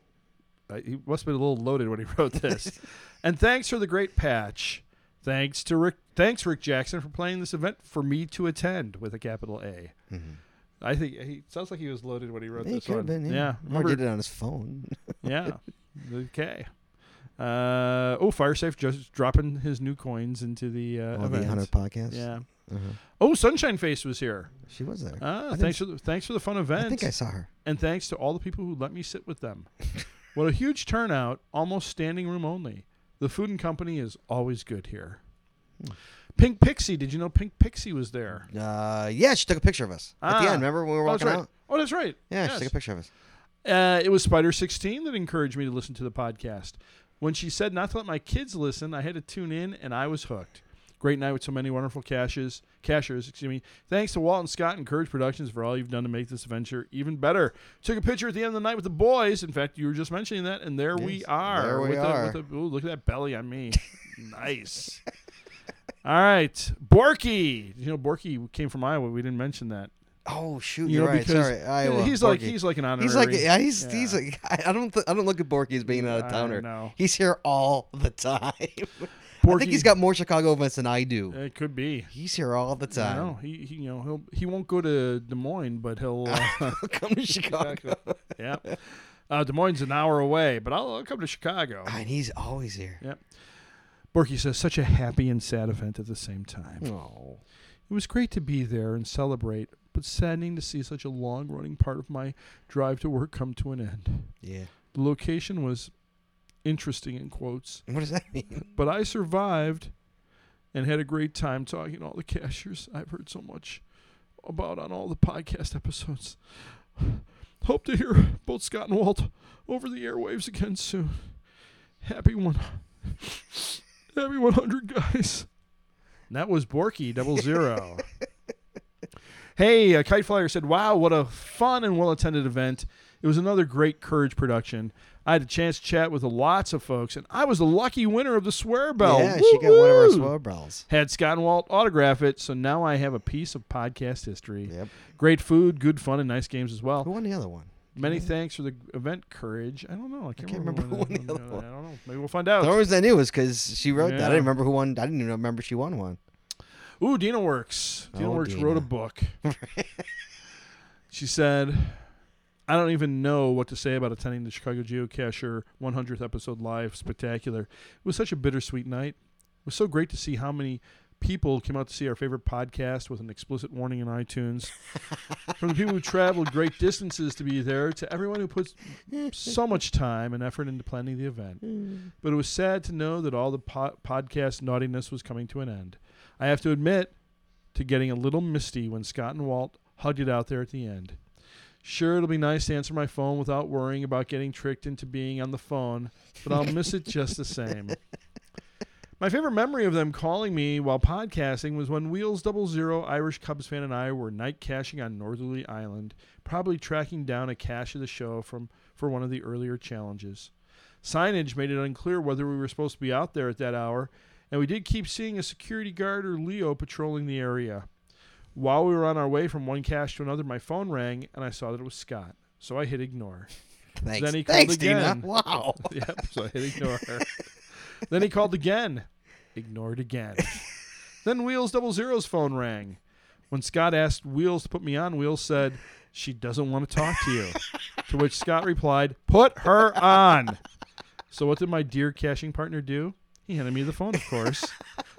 Speaker 2: Uh, he must have been a little loaded when he [laughs] wrote
Speaker 1: [laughs]
Speaker 2: this. and thanks for the great patch. Thanks to Rick. Thanks Rick Jackson for playing this event for me to attend with a capital A.
Speaker 1: hmm.
Speaker 2: I think he sounds like he was loaded when he wrote
Speaker 1: He
Speaker 2: this
Speaker 1: could
Speaker 2: one.
Speaker 1: have been. Yeah. Or
Speaker 2: remember-
Speaker 1: did it on his
Speaker 2: [laughs]
Speaker 1: phone.
Speaker 2: yeah. Okay. Uh, oh, Firesafe just dropping his new coins into the uh,
Speaker 1: on the
Speaker 2: event.
Speaker 1: 100 podcast.
Speaker 2: Yeah.
Speaker 1: Uh-huh.
Speaker 2: Oh, Sunshine Face was here.
Speaker 1: She was there.
Speaker 2: Ah,
Speaker 1: I think
Speaker 2: thanks for the, thanks for the fun event,
Speaker 1: I think I saw her.
Speaker 2: and thanks to all the people who let me sit
Speaker 1: [laughs]
Speaker 2: with them. what a huge turnout! Almost standing room only. The food and company is always good here.
Speaker 1: Hmm.
Speaker 2: Pink Pixie, did you know Pink Pixie was there?
Speaker 1: Uh, yeah, she took a picture of us at the
Speaker 2: Ah.
Speaker 1: end. Remember when we were
Speaker 2: Oh, that's
Speaker 1: walking
Speaker 2: right.
Speaker 1: out?
Speaker 2: Oh, that's right.
Speaker 1: Yeah,
Speaker 2: Yes.
Speaker 1: she took a picture of us.
Speaker 2: Uh, it was Spider 16 that encouraged me to listen to the podcast. When she said not to let my kids listen, I had to tune in and I was hooked. Great night with so many wonderful caches, cashers, excuse me. Thanks to Walt and Scott and Courage Productions for all you've done to make this adventure even better. Took a picture at the end of the night with the boys. In fact, you were just mentioning that, and there we
Speaker 1: Yes,
Speaker 2: are.
Speaker 1: there we
Speaker 2: with the-
Speaker 1: are.
Speaker 2: with the- ooh, look at that belly on me. nice. [laughs] All right. Borky. You know, Borky came from Iowa. We didn't mention that.
Speaker 1: Oh shoot,
Speaker 2: You
Speaker 1: you're
Speaker 2: know,
Speaker 1: right.
Speaker 2: because
Speaker 1: Sorry, Iowa.
Speaker 2: he's like
Speaker 1: Borky.
Speaker 2: he's like an honorary.
Speaker 1: He's like yeah, he's
Speaker 2: yeah.
Speaker 1: he's like I I don't th- I don't look at Borky as being out
Speaker 2: I
Speaker 1: of towner.
Speaker 2: know.
Speaker 1: He's here all the [laughs] time. I think he's
Speaker 2: Borky-
Speaker 1: got more Chicago events than I do.
Speaker 2: It could be.
Speaker 1: He's here all the
Speaker 2: I
Speaker 1: time.
Speaker 2: know he, he you know he'll he won't go to Des Moines, but he'll uh,
Speaker 1: [laughs]
Speaker 2: [laughs]
Speaker 1: Come to Chicago.
Speaker 2: yeah. Uh, Des Moines is an hour away, but I'll, I'll come to Chicago.
Speaker 1: And he's always here.
Speaker 2: Yep. Borky says such a happy and sad event at the same time.
Speaker 1: Oh.
Speaker 2: It was great to be there and celebrate, but saddening to see such a long running part of my drive to work come to an end.
Speaker 1: Yeah.
Speaker 2: The location was interesting in quotes,
Speaker 1: What does that mean?
Speaker 2: but I survived and had a great time talking to all the cashiers I've heard so much about on all the podcast episodes. [sighs] Hope to hear both Scott and Walt over the airwaves again soon. Happy one [laughs] Happy one hundred guys. And that was Borky [laughs] double zero. hey, a kite flyer said, Wow, what a fun and well attended event. It was another great courage production. I had a chance to chat with lots of folks, and I was the lucky winner of the swear bell.
Speaker 1: yeah, she got one of our
Speaker 2: Woo-hoo!
Speaker 1: swell brawls.
Speaker 2: Had Scott and Walt autograph it, so now I have a piece of podcast history.
Speaker 1: Yep.
Speaker 2: Great food, good fun, and nice games as
Speaker 1: Who
Speaker 2: well.
Speaker 1: won the other one?
Speaker 2: Many thanks for the event courage. I don't know. I can't,
Speaker 1: can't remember
Speaker 2: when
Speaker 1: who won the other
Speaker 2: I
Speaker 1: one.
Speaker 2: don't know. Maybe we'll find out.
Speaker 1: The only reason I knew was because she wrote that. I
Speaker 2: Oh, Yeah.
Speaker 1: didn't remember who won. I didn't even remember she won one.
Speaker 2: Ooh, Dina Works. Dina
Speaker 1: Oh,
Speaker 2: Works wrote a
Speaker 1: Dina.
Speaker 2: book. [laughs] she said, I don't even know what to say about attending the Chicago Geocacher 100th episode live spectacular. It was such a bittersweet night. It was so great to see how many people came out to see our favorite podcast with an explicit warning
Speaker 1: [laughs]
Speaker 2: in iTunes. From the people who traveled great distances to be there to everyone who puts so much time and effort into planning the event.
Speaker 1: Hmm.
Speaker 2: But it was sad to know that all the po- podcast naughtiness was coming to an end. I have to admit to getting a little misty when Scott and Walt hugged it out there at the end. Sure, it'll be nice to answer my phone without worrying about getting tricked into being on the phone, but I'll miss it just the same. My favorite memory of them calling me while podcasting was when Wheels Double Zero Irish Cubs fan and I were night caching on Northerly Island, probably tracking down a cache of the show from for one of the earlier challenges. Signage made it unclear whether we were supposed to be out there at that hour, and we did keep seeing a security guard or Leo patrolling the area. While we were on our way from one cache to another, my phone rang and I saw that it was Scott, so I hit ignore.
Speaker 1: Thanks.
Speaker 2: Then he called
Speaker 1: Thanks, Dina.
Speaker 2: again. [laughs]
Speaker 1: Wow.
Speaker 2: Yep, so I hit ignore. then he called again, ignored again. then Wheels Double Zero's phone rang. When Scott asked Wheels to put me on, Wheels said, She doesn't want to talk to you. to which Scott replied, Put her on. So what did my dear caching partner do? He handed me the phone, of course.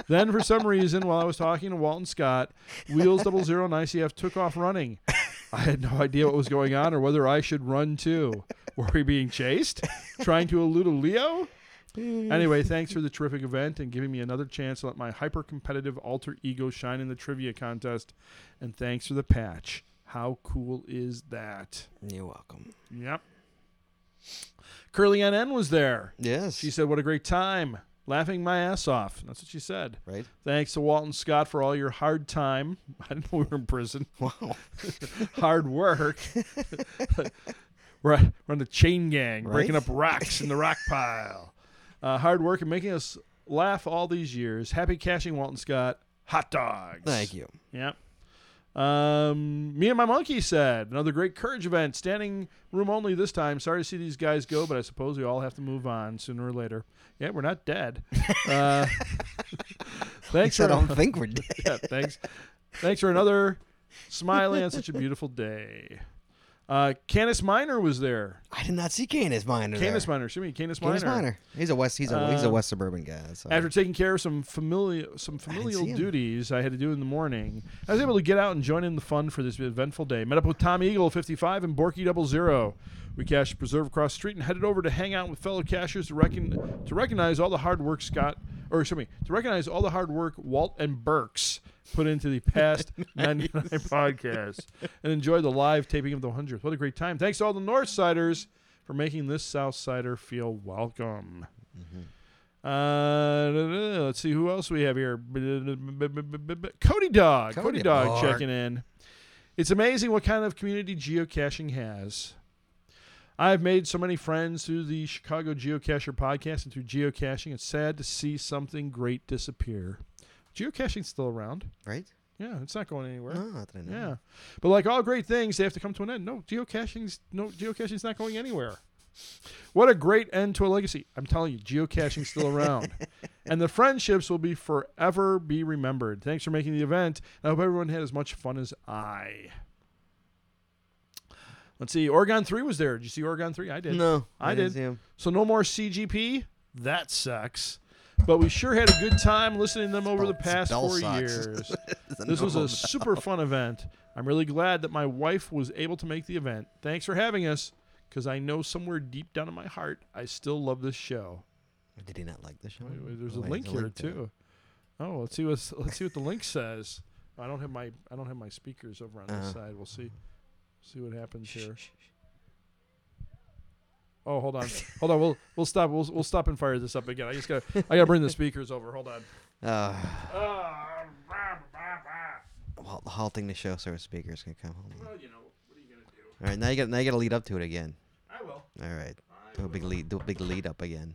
Speaker 2: then, for some reason, while I was talking to Walton Scott, Wheels Double Zero and ICF took off running. I had no idea what was going on or whether I should run too. Were we being chased? Trying to elude a Leo? Anyway, thanks for the terrific event and giving me another chance to let my hyper competitive alter ego shine in the trivia contest. And thanks for the patch. How cool is that?
Speaker 1: You're welcome.
Speaker 2: Yep. Curly NN was there.
Speaker 1: Yes.
Speaker 2: She said, What a great time. Laughing my ass off. That's what she said.
Speaker 1: right. [laughs]
Speaker 2: Thanks to Walton Scott for all your hard time. [laughs] I didn't know we were in prison.
Speaker 1: Wow. [laughs]
Speaker 2: hard work. we're, we're on the chain gang, breaking
Speaker 1: Right?
Speaker 2: up rocks in
Speaker 1: [laughs]
Speaker 2: the rock pile. Uh, hard work and making us laugh all these years. Happy cashing, Walton Scott. Hot dogs.
Speaker 1: Thank you.
Speaker 2: Yep. Um, me and my monkey said another great courage event, standing room only this time. Sorry to see these guys go, but I suppose we all have to move on sooner or later. Yeah, we're
Speaker 1: [laughs]
Speaker 2: not dead. Uh, [laughs] thanks
Speaker 1: I
Speaker 2: for
Speaker 1: don't think we're dead. [laughs]
Speaker 2: yeah, thanks. Thanks for another smiley on such a beautiful day. Uh, Canis Minor was there.
Speaker 1: I did not see Canis Minor.
Speaker 2: Canis
Speaker 1: there.
Speaker 2: Minor, excuse me, Canis Minor.
Speaker 1: Canis Minor. He's a west. He's a he's a
Speaker 2: Uh,
Speaker 1: west suburban guy. That's all.
Speaker 2: After taking care of some familial some familial
Speaker 1: see him.
Speaker 2: duties I had to do in the morning, I was able to get out and join in the fun for this eventful day. Met up with Tom Eagle, 55, and Borky Double Zero. We cashed Preserve across the street and headed over to hang out with fellow cashers to recon- to recognize all the hard work Scott or excuse me to recognize all the hard work Walt and Burks put into the
Speaker 1: [laughs]
Speaker 2: past [laughs] 99 podcasts and enjoy the live taping of the 100th. What a great time! Thanks to all the North Siders for making this South Sider feel welcome. Uh, let's see who else we have here. Cody Dog. Cody,
Speaker 1: Cody
Speaker 2: Dog
Speaker 1: Dog.
Speaker 2: checking in. It's amazing what kind of community geocaching has. I've made so many friends through the Chicago Geocacher podcast and through geocaching. It's sad to see something great disappear. Geocaching's still around.
Speaker 1: right.
Speaker 2: Yeah, it's not going anywhere.
Speaker 1: No, I didn't know.
Speaker 2: Yeah, but like all great things, they have to come to an end. No, geocaching's no geocaching's not going anywhere. What a great end to a legacy! I'm telling you, geocaching's still around, and the friendships will be forever be remembered. Thanks for making the event. I hope everyone had as much fun as I. Let's see. Oregon three was there. Did you see Oregon three? I did.
Speaker 1: No,
Speaker 2: I
Speaker 1: didn't
Speaker 2: did.
Speaker 1: see him.
Speaker 2: So no more CGP. That sucks. But we sure had a good time listening to them over the
Speaker 1: Spell-
Speaker 2: past
Speaker 1: spell
Speaker 2: four
Speaker 1: sucks.
Speaker 2: years.
Speaker 1: [laughs]
Speaker 2: This was a super fun event. I'm really glad that my wife was able to make the event. Thanks for having us, because I know somewhere deep down in my heart, I still love this show.
Speaker 1: Did he not like the show?
Speaker 2: Wait, wait, there's a
Speaker 1: Wait,
Speaker 2: link here
Speaker 1: to it.
Speaker 2: too. Oh, let's see what let's see what the link says. I don't have my I don't have my speakers over on
Speaker 1: Uh-huh.
Speaker 2: this side. We'll see see what happens here. Oh,
Speaker 1: [laughs]
Speaker 2: hold on, hold on. We'll we'll stop. We'll we'll stop and fire this up again. I just gotta I gotta bring the speakers over. Hold on.
Speaker 1: [sighs] Ah. Well, halting the show so our speakers can come home.
Speaker 2: Well, you know what are you gonna do?
Speaker 1: All right, now you got now you got to lead up to it again.
Speaker 2: I will.
Speaker 1: All right, do a big lead, do a big lead up again.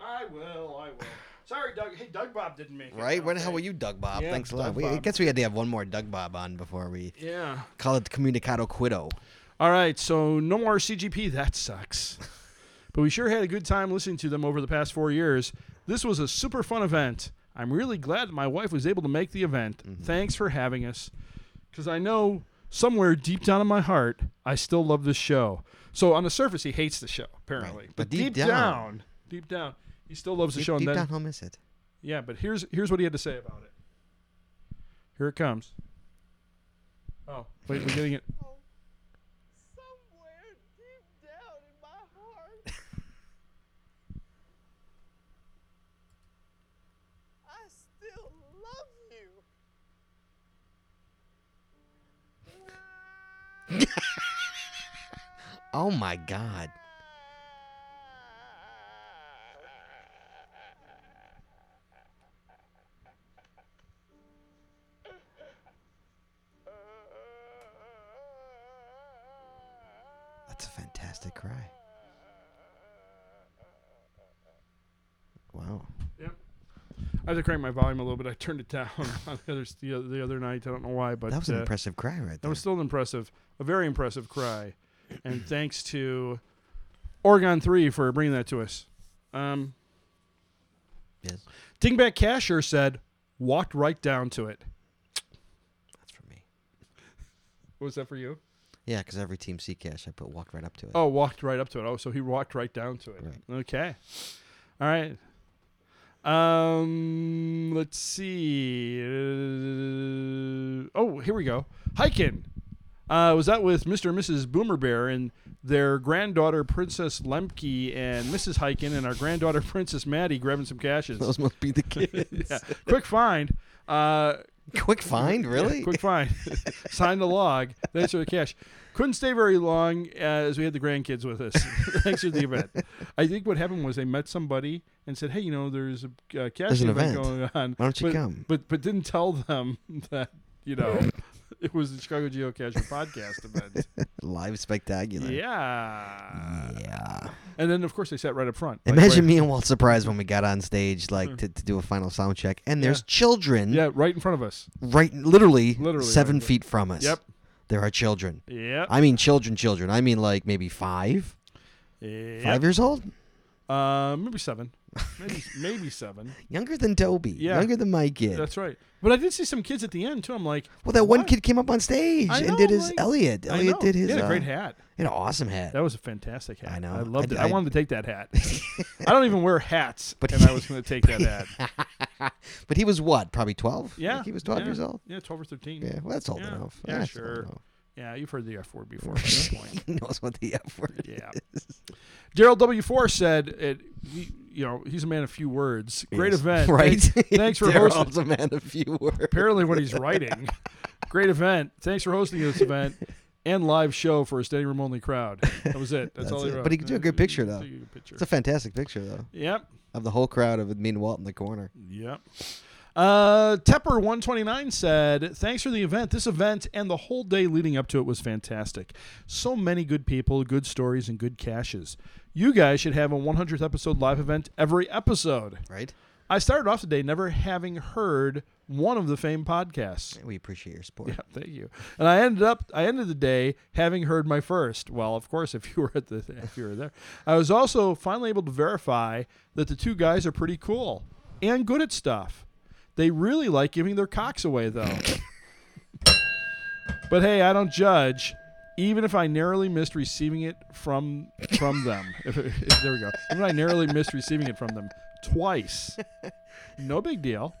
Speaker 2: I will. I will. Sorry, Doug. Hey, Doug Bob didn't make it.
Speaker 1: Right? Where the
Speaker 2: Okay.
Speaker 1: hell were you, Doug Bob?
Speaker 2: Yeah,
Speaker 1: Thanks a lot.
Speaker 2: Doug
Speaker 1: We, I
Speaker 2: Bob.
Speaker 1: guess we had to have one more Doug Bob on before we
Speaker 2: Yeah.
Speaker 1: call it Comunicado Quiddo.
Speaker 2: All right, so no more CGP.
Speaker 1: [laughs]
Speaker 2: That sucks. but we sure had a good time listening to them over the past four years. This was a super fun event. I'm really glad that my wife was able to make the event.
Speaker 1: Mm-hmm.
Speaker 2: Thanks for having us. Because I know somewhere deep down in my heart, I still love this show. So on the surface, he hates the show, apparently.
Speaker 1: Right,
Speaker 2: But, deep, down, deep down, he still loves the
Speaker 1: Deep,
Speaker 2: show.
Speaker 1: deep
Speaker 2: and then,
Speaker 1: down, he'll miss it.
Speaker 2: Yeah, but here's here's what he had to say about it. Here it comes. Oh, wait, we're getting it.
Speaker 5: somewhere deep down in my heart, I still love you. [laughs]
Speaker 1: Oh my god. That's a fantastic cry. Wow.
Speaker 2: Yep. I had to crank my volume a little bit. I turned it down [laughs] on the other the other, the other night. I don't know why, but
Speaker 1: That was an
Speaker 2: uh,
Speaker 1: impressive cry right
Speaker 2: That
Speaker 1: there.
Speaker 2: was still an impressive, a very impressive cry, and thanks to Oregon Three for bringing that to us. Um,
Speaker 1: Yes.
Speaker 2: Dingbat Casher said, "Walked right down to it."
Speaker 1: That's for me.
Speaker 2: What was that for you?
Speaker 1: Yeah, because every team C cash I put walked right up to it.
Speaker 2: Oh, walked right up to it. Oh, so he walked right down to it.
Speaker 1: Right.
Speaker 2: Okay. All right. Um, let's see. Uh, oh, here we go. Hiking. Uh, was that with Mr. and Mrs. Boomer Bear and their granddaughter Princess Lemke and Mrs. Hiken and our granddaughter [laughs] Princess Maddie grabbing some caches?
Speaker 1: Those must
Speaker 2: [laughs]
Speaker 1: be the kids.
Speaker 2: yeah. Quick find. Uh,
Speaker 1: Quick find, really?
Speaker 2: Quick
Speaker 1: [laughs]
Speaker 2: find. Sign the log. Thanks for the cash. Couldn't stay very long uh, as we had the grandkids
Speaker 1: [laughs]
Speaker 2: with us. [laughs] Thanks for the event. I think what happened was they met somebody and said, "Hey, you know, there's a uh, cash
Speaker 1: There's an
Speaker 2: event,
Speaker 1: event.
Speaker 2: going on.
Speaker 1: Why don't you
Speaker 2: but,
Speaker 1: come?"
Speaker 2: But but didn't tell them [laughs] that you know [laughs] it was the Chicago Geocacher
Speaker 1: [laughs]
Speaker 2: podcast event.
Speaker 1: Live spectacular.
Speaker 2: yeah.
Speaker 1: Yeah.
Speaker 2: And then of course they sat right up front. like,
Speaker 1: Imagine
Speaker 2: right-
Speaker 1: me and Walt surprised when we got on stage, like to, to do a final sound check, and there's
Speaker 2: Hmm. Yeah.
Speaker 1: children
Speaker 2: Yeah, right in front of us.
Speaker 1: right, literally,
Speaker 2: Literally
Speaker 1: seven
Speaker 2: right there.
Speaker 1: feet from us.
Speaker 2: Yep.
Speaker 1: There are children.
Speaker 2: Yep.
Speaker 1: I mean, children, children. I mean, like maybe five,
Speaker 2: yep.
Speaker 1: five years old,
Speaker 2: Uh, maybe seven. Maybe maybe seven.
Speaker 1: younger than Toby,
Speaker 2: Yeah.
Speaker 1: younger than my kid.
Speaker 2: That's right. But I did see some kids at the end too. I'm like,
Speaker 1: well, that one
Speaker 2: what?
Speaker 1: kid came up on stage
Speaker 2: I
Speaker 1: and
Speaker 2: know,
Speaker 1: did his
Speaker 2: like-
Speaker 1: Elliot.
Speaker 2: I
Speaker 1: Elliot
Speaker 2: know.
Speaker 1: did his.
Speaker 2: He had a great
Speaker 1: uh,
Speaker 2: hat.
Speaker 1: He had an awesome hat.
Speaker 2: That was a fantastic hat.
Speaker 1: I know.
Speaker 2: I loved
Speaker 1: I-
Speaker 2: it. I,
Speaker 1: I-
Speaker 2: wanted to take
Speaker 1: [laughs]
Speaker 2: that hat. I don't even wear hats,
Speaker 1: But-
Speaker 2: and I
Speaker 1: [laughs]
Speaker 2: was going to take that hat.
Speaker 1: but he was what? Probably twelve.
Speaker 2: Yeah,
Speaker 1: Like, he was twelve
Speaker 2: yeah.
Speaker 1: years old.
Speaker 2: Yeah, twelve or thirteen.
Speaker 1: Yeah, well, that's old
Speaker 2: Yeah.
Speaker 1: enough.
Speaker 2: Yeah,
Speaker 1: That's old
Speaker 2: sure.
Speaker 1: enough.
Speaker 2: Yeah, you've heard the F word before at this
Speaker 1: [laughs]
Speaker 2: point.
Speaker 1: He knows what the F word
Speaker 2: Yeah.
Speaker 1: is.
Speaker 2: Gerald W. Four said, it, he, "You know, he's a man of few words. Great
Speaker 1: Yes. [laughs]
Speaker 2: event,
Speaker 1: right?
Speaker 2: Thanks, thanks for
Speaker 1: Daryl's
Speaker 2: hosting.
Speaker 1: a man of few words.
Speaker 2: Apparently, what he's writing. Great event. Thanks for hosting this event." And live show for a standing room only crowd. That was it. That's,
Speaker 1: That's
Speaker 2: all he
Speaker 1: it.
Speaker 2: wrote.
Speaker 1: But he could do a good picture, though.
Speaker 2: Take a good picture.
Speaker 1: It's a fantastic picture though
Speaker 2: Yep.
Speaker 1: of the whole crowd of me and Walt in the corner.
Speaker 2: Yep. Uh, Tepper129 said, Thanks for the event. This event and the whole day leading up to it was fantastic. So many good people, good stories, and good caches. You guys should have a 100th episode live event every episode.
Speaker 1: Right?
Speaker 2: I started off today never having heard one of the fame podcasts.
Speaker 1: We appreciate your support.
Speaker 2: [laughs] Yeah, thank you. And I ended up I ended the day having heard my first. Well, of course, [laughs] if you were at the if you were there. I was also finally able to verify that the two guys are pretty cool and good at stuff. They really like giving their cocks away though. [laughs] but hey, I don't judge. Even if I narrowly missed receiving it from from them, [laughs] if, if- there we go. Even if I narrowly missed receiving it from them twice, no big deal.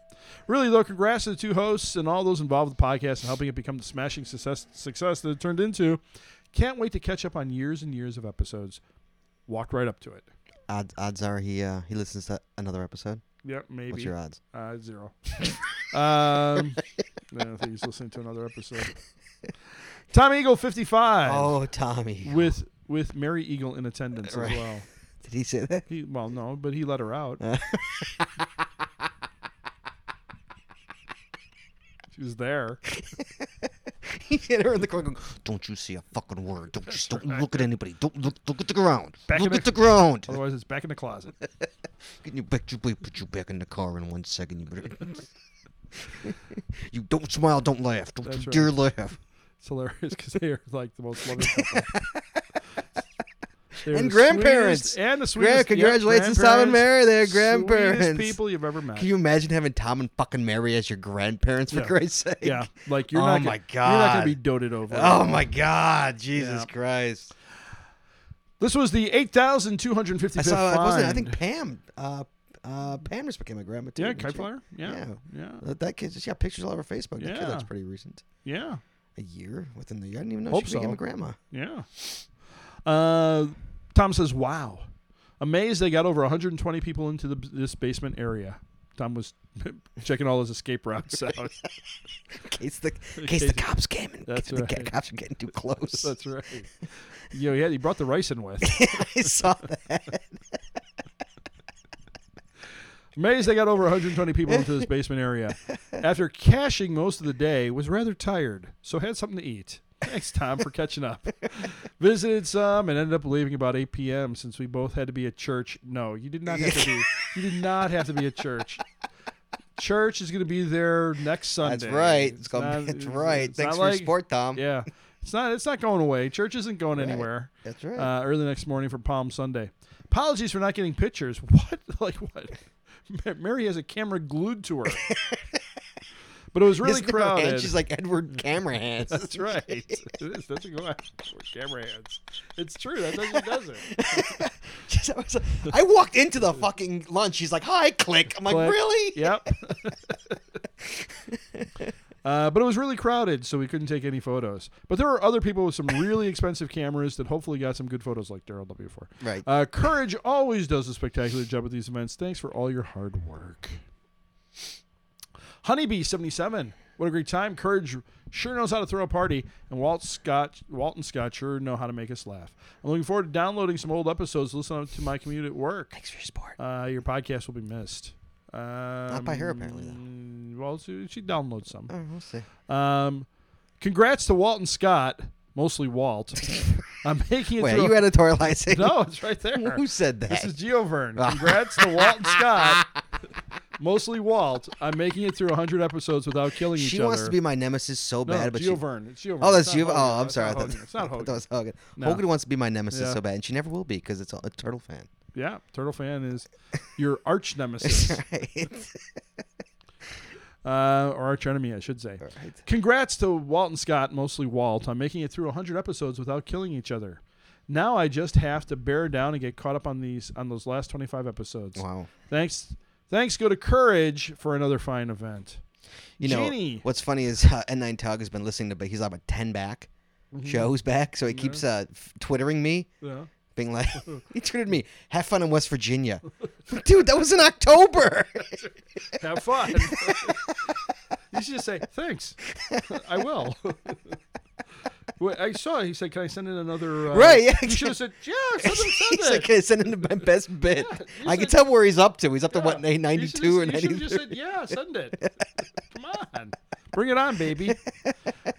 Speaker 2: Really, though, congrats to the two hosts and all those involved with the podcast and helping it become the smashing success, success that it turned into. Can't wait to catch up on years and years of episodes. Walked right up to it.
Speaker 1: Odds, odds are he uh, he listens to another episode.
Speaker 2: Yep, maybe.
Speaker 1: What's your odds?
Speaker 2: Uh, [laughs] zero. [laughs] um, I don't think he's listening to another episode.
Speaker 1: [laughs]
Speaker 2: Tom Eagle, 55,
Speaker 1: Oh, Tommy.
Speaker 2: with with Mary Eagle in attendance
Speaker 1: [laughs] Right.
Speaker 2: as well.
Speaker 1: [laughs] Did he say that? [laughs]
Speaker 2: He, well, no, but he let her out.
Speaker 1: Uh.
Speaker 2: she was there.
Speaker 1: he hit her in the corner. Going, don't you say a fucking word. Don't just don't look at anybody. Don't look look at the ground.
Speaker 2: Back
Speaker 1: look
Speaker 2: in
Speaker 1: at
Speaker 2: the- Oh,
Speaker 1: the ground.
Speaker 2: Otherwise, it's back in the closet.
Speaker 1: Can you back you please put you back in the car in one second? You better. [laughs] you don't smile. Don't laugh. Don't
Speaker 2: That's
Speaker 1: you
Speaker 2: right.
Speaker 1: dare laugh.
Speaker 2: It's hilarious because they are like the most loving couple. They're
Speaker 1: [laughs] And
Speaker 2: the
Speaker 1: grandparents.
Speaker 2: sweetest- and the
Speaker 1: Gra-
Speaker 2: sweetest. yep,
Speaker 1: congratulations, Tom and
Speaker 2: grandparents.
Speaker 1: Mary. They're
Speaker 2: Sweetest
Speaker 1: grandparents.
Speaker 2: people you've ever met.
Speaker 1: Can you imagine having Tom and fucking Mary as your grandparents for
Speaker 2: Yeah.
Speaker 1: Christ's sake?
Speaker 2: [laughs] yeah, like you're
Speaker 1: Oh
Speaker 2: not.
Speaker 1: my
Speaker 2: gonna, You're not gonna
Speaker 1: God.
Speaker 2: be doted over.
Speaker 1: Oh my God, Jesus
Speaker 2: Yeah.
Speaker 1: Christ!
Speaker 2: This was the eight thousand two hundred fifty
Speaker 1: I
Speaker 2: fifth
Speaker 1: saw.
Speaker 2: find.
Speaker 1: It wasn't. I think Pam. Uh, Uh, Pammers became a grandma too.
Speaker 2: Yeah,
Speaker 1: didn't she?
Speaker 2: Kite Yeah.
Speaker 1: Yeah.
Speaker 2: Yeah.
Speaker 1: Uh, That kid, she got pictures all over Facebook. That kid
Speaker 2: Yeah.
Speaker 1: looks pretty recent.
Speaker 2: Yeah.
Speaker 1: A year within the year. I didn't even know
Speaker 2: Hope
Speaker 1: she became
Speaker 2: so.
Speaker 1: a grandma.
Speaker 2: Yeah. Uh, Tom says, "Wow, amazed they got over 120 people into the, this basement area." Tom was [laughs] checking all his escape routes
Speaker 1: [laughs]
Speaker 2: out.
Speaker 1: In case
Speaker 2: [laughs]
Speaker 1: the, in
Speaker 2: In
Speaker 1: case the
Speaker 2: case-
Speaker 1: cops came and [laughs]
Speaker 2: That's
Speaker 1: the
Speaker 2: right.
Speaker 1: cops were getting
Speaker 2: [laughs]
Speaker 1: too [laughs] close.
Speaker 2: That's right. Yo, yeah, he brought the rice in with.
Speaker 1: I saw that.
Speaker 2: Amazed they got over 120 people into this
Speaker 1: [laughs]
Speaker 2: basement area. After caching most of the day, was rather tired, so had something to eat. Thanks, Tom, for catching
Speaker 1: [laughs]
Speaker 2: up. Visited some and ended up leaving about 8 p.m. since we both had to be at church. No, you did not have to
Speaker 1: [laughs]
Speaker 2: be. You did not have to be at church. Church is going to be there next Sunday.
Speaker 1: That's right. It's
Speaker 2: not-
Speaker 1: gonna be, [laughs] that's
Speaker 2: it's-
Speaker 1: right.
Speaker 2: it's
Speaker 1: Thanks
Speaker 2: not
Speaker 1: for your
Speaker 2: like-
Speaker 1: support, Tom.
Speaker 2: Yeah, it's not. It's not going away. Church isn't going anywhere
Speaker 1: That's Um, right.
Speaker 2: uh, early next morning for Palm Sunday. Apologies for not getting pictures. [laughs] What? Like what? Ma- Mary has a camera glued
Speaker 1: [laughs]
Speaker 2: to her. but it was really
Speaker 1: Isn't there a hand?
Speaker 2: crowded.
Speaker 1: She's like Edward
Speaker 2: [laughs]
Speaker 1: Camera hands.
Speaker 2: that's right. It is. That's what [laughs] goes for camera hands. It's true. That's how she does it.
Speaker 1: [laughs] [laughs] She's- I was like- I walked into the fucking lunch. She's like, "Hi, click." I'm like,
Speaker 2: Click.
Speaker 1: "Really?"
Speaker 2: Yep. [laughs] Uh, but it was really crowded, so we couldn't take any photos. But there were other people with some really expensive cameras that hopefully got some good photos, like Daryl W. Four.
Speaker 1: Right.
Speaker 2: Uh, Courage always does a spectacular job at these events. Thanks for all your hard work. Honeybee seventy seven. What a great time! Courage sure knows how to throw a party, and Walt Scott, Walt and Scott sure know how to make us laugh. I'm looking forward to downloading some old episodes. to Listen to my commute at work.
Speaker 1: Thanks for your support.
Speaker 2: Uh, your podcast will be missed. Um, Not
Speaker 1: by her, apparently,
Speaker 2: Well, she, she downloads some.
Speaker 1: Oh, we'll see.
Speaker 2: Um, congrats to Walt and Scott,
Speaker 1: [laughs]
Speaker 2: mostly Walt. I'm making it.
Speaker 1: Wait,
Speaker 2: through
Speaker 1: are you
Speaker 2: a-
Speaker 1: editorializing?
Speaker 2: [laughs]
Speaker 1: [laughs]
Speaker 2: no, it's right there.
Speaker 1: Who said that?
Speaker 2: This is Geovern.
Speaker 1: [laughs]
Speaker 2: Congrats to Walt and Scott. Mostly Walt. I'm making it through 100 episodes without killing each
Speaker 1: she
Speaker 2: other.
Speaker 1: wants to be my nemesis so
Speaker 2: no,
Speaker 1: bad, but she.
Speaker 2: Geovern. It's Geovern.
Speaker 1: Oh, that's
Speaker 2: It's not
Speaker 1: you. Oh,
Speaker 2: Hogan.
Speaker 1: I'm
Speaker 2: It's
Speaker 1: sorry. I
Speaker 2: not
Speaker 1: thought,
Speaker 2: Hogan. It's
Speaker 1: [laughs]
Speaker 2: not
Speaker 1: I thought that
Speaker 2: Hogan.
Speaker 1: was Hogan.
Speaker 2: No.
Speaker 1: Hogan wants to be my nemesis
Speaker 2: Yeah.
Speaker 1: so bad, and she never will be because it's a, a turtle fan. [laughs]
Speaker 2: [laughs] Yeah, Turtle Fan is your arch
Speaker 1: [laughs]
Speaker 2: nemesis.
Speaker 1: Right.
Speaker 2: uh, or arch enemy, I should say.
Speaker 1: Right.
Speaker 2: Congrats to Walt and Scott, mostly Walt, on making it through 100 episodes without killing each other. Now I just have to bear down and get caught up on these on those last 25 episodes.
Speaker 1: Wow.
Speaker 2: Thanks, thanks. Go to Courage for another fine event.
Speaker 1: You know
Speaker 2: Genie.
Speaker 1: what's funny is uh, N9 Tug has been listening to, but he's on a ten back
Speaker 2: Mm-hmm.
Speaker 1: shows back, so he keeps uh, f- twittering
Speaker 2: [laughs]
Speaker 1: me, [laughs]
Speaker 2: Yeah.
Speaker 1: being like, he tweeted me, "Have fun in West Virginia, [laughs] dude." That was in
Speaker 2: [laughs]
Speaker 1: October.
Speaker 2: Have fun. [laughs] you should just say thanks. I will. [laughs] Well, I saw. it. He said, "Can I send in another?" Uh,
Speaker 1: Right, yeah.
Speaker 2: You should have said, "Yeah, send them, send
Speaker 1: [laughs] he's
Speaker 2: it."
Speaker 1: like, "Hey, send him my
Speaker 2: [laughs]
Speaker 1: best bit.
Speaker 2: you
Speaker 1: I can
Speaker 2: should-
Speaker 1: tell where he's up to. He's up to what
Speaker 2: Yeah. You
Speaker 1: what,
Speaker 2: should
Speaker 1: ninety
Speaker 2: just-
Speaker 1: two or
Speaker 2: You should
Speaker 1: ninety
Speaker 2: have just said,
Speaker 1: three.
Speaker 2: yeah,
Speaker 1: [laughs]
Speaker 2: send it. Come on. Bring it on, baby.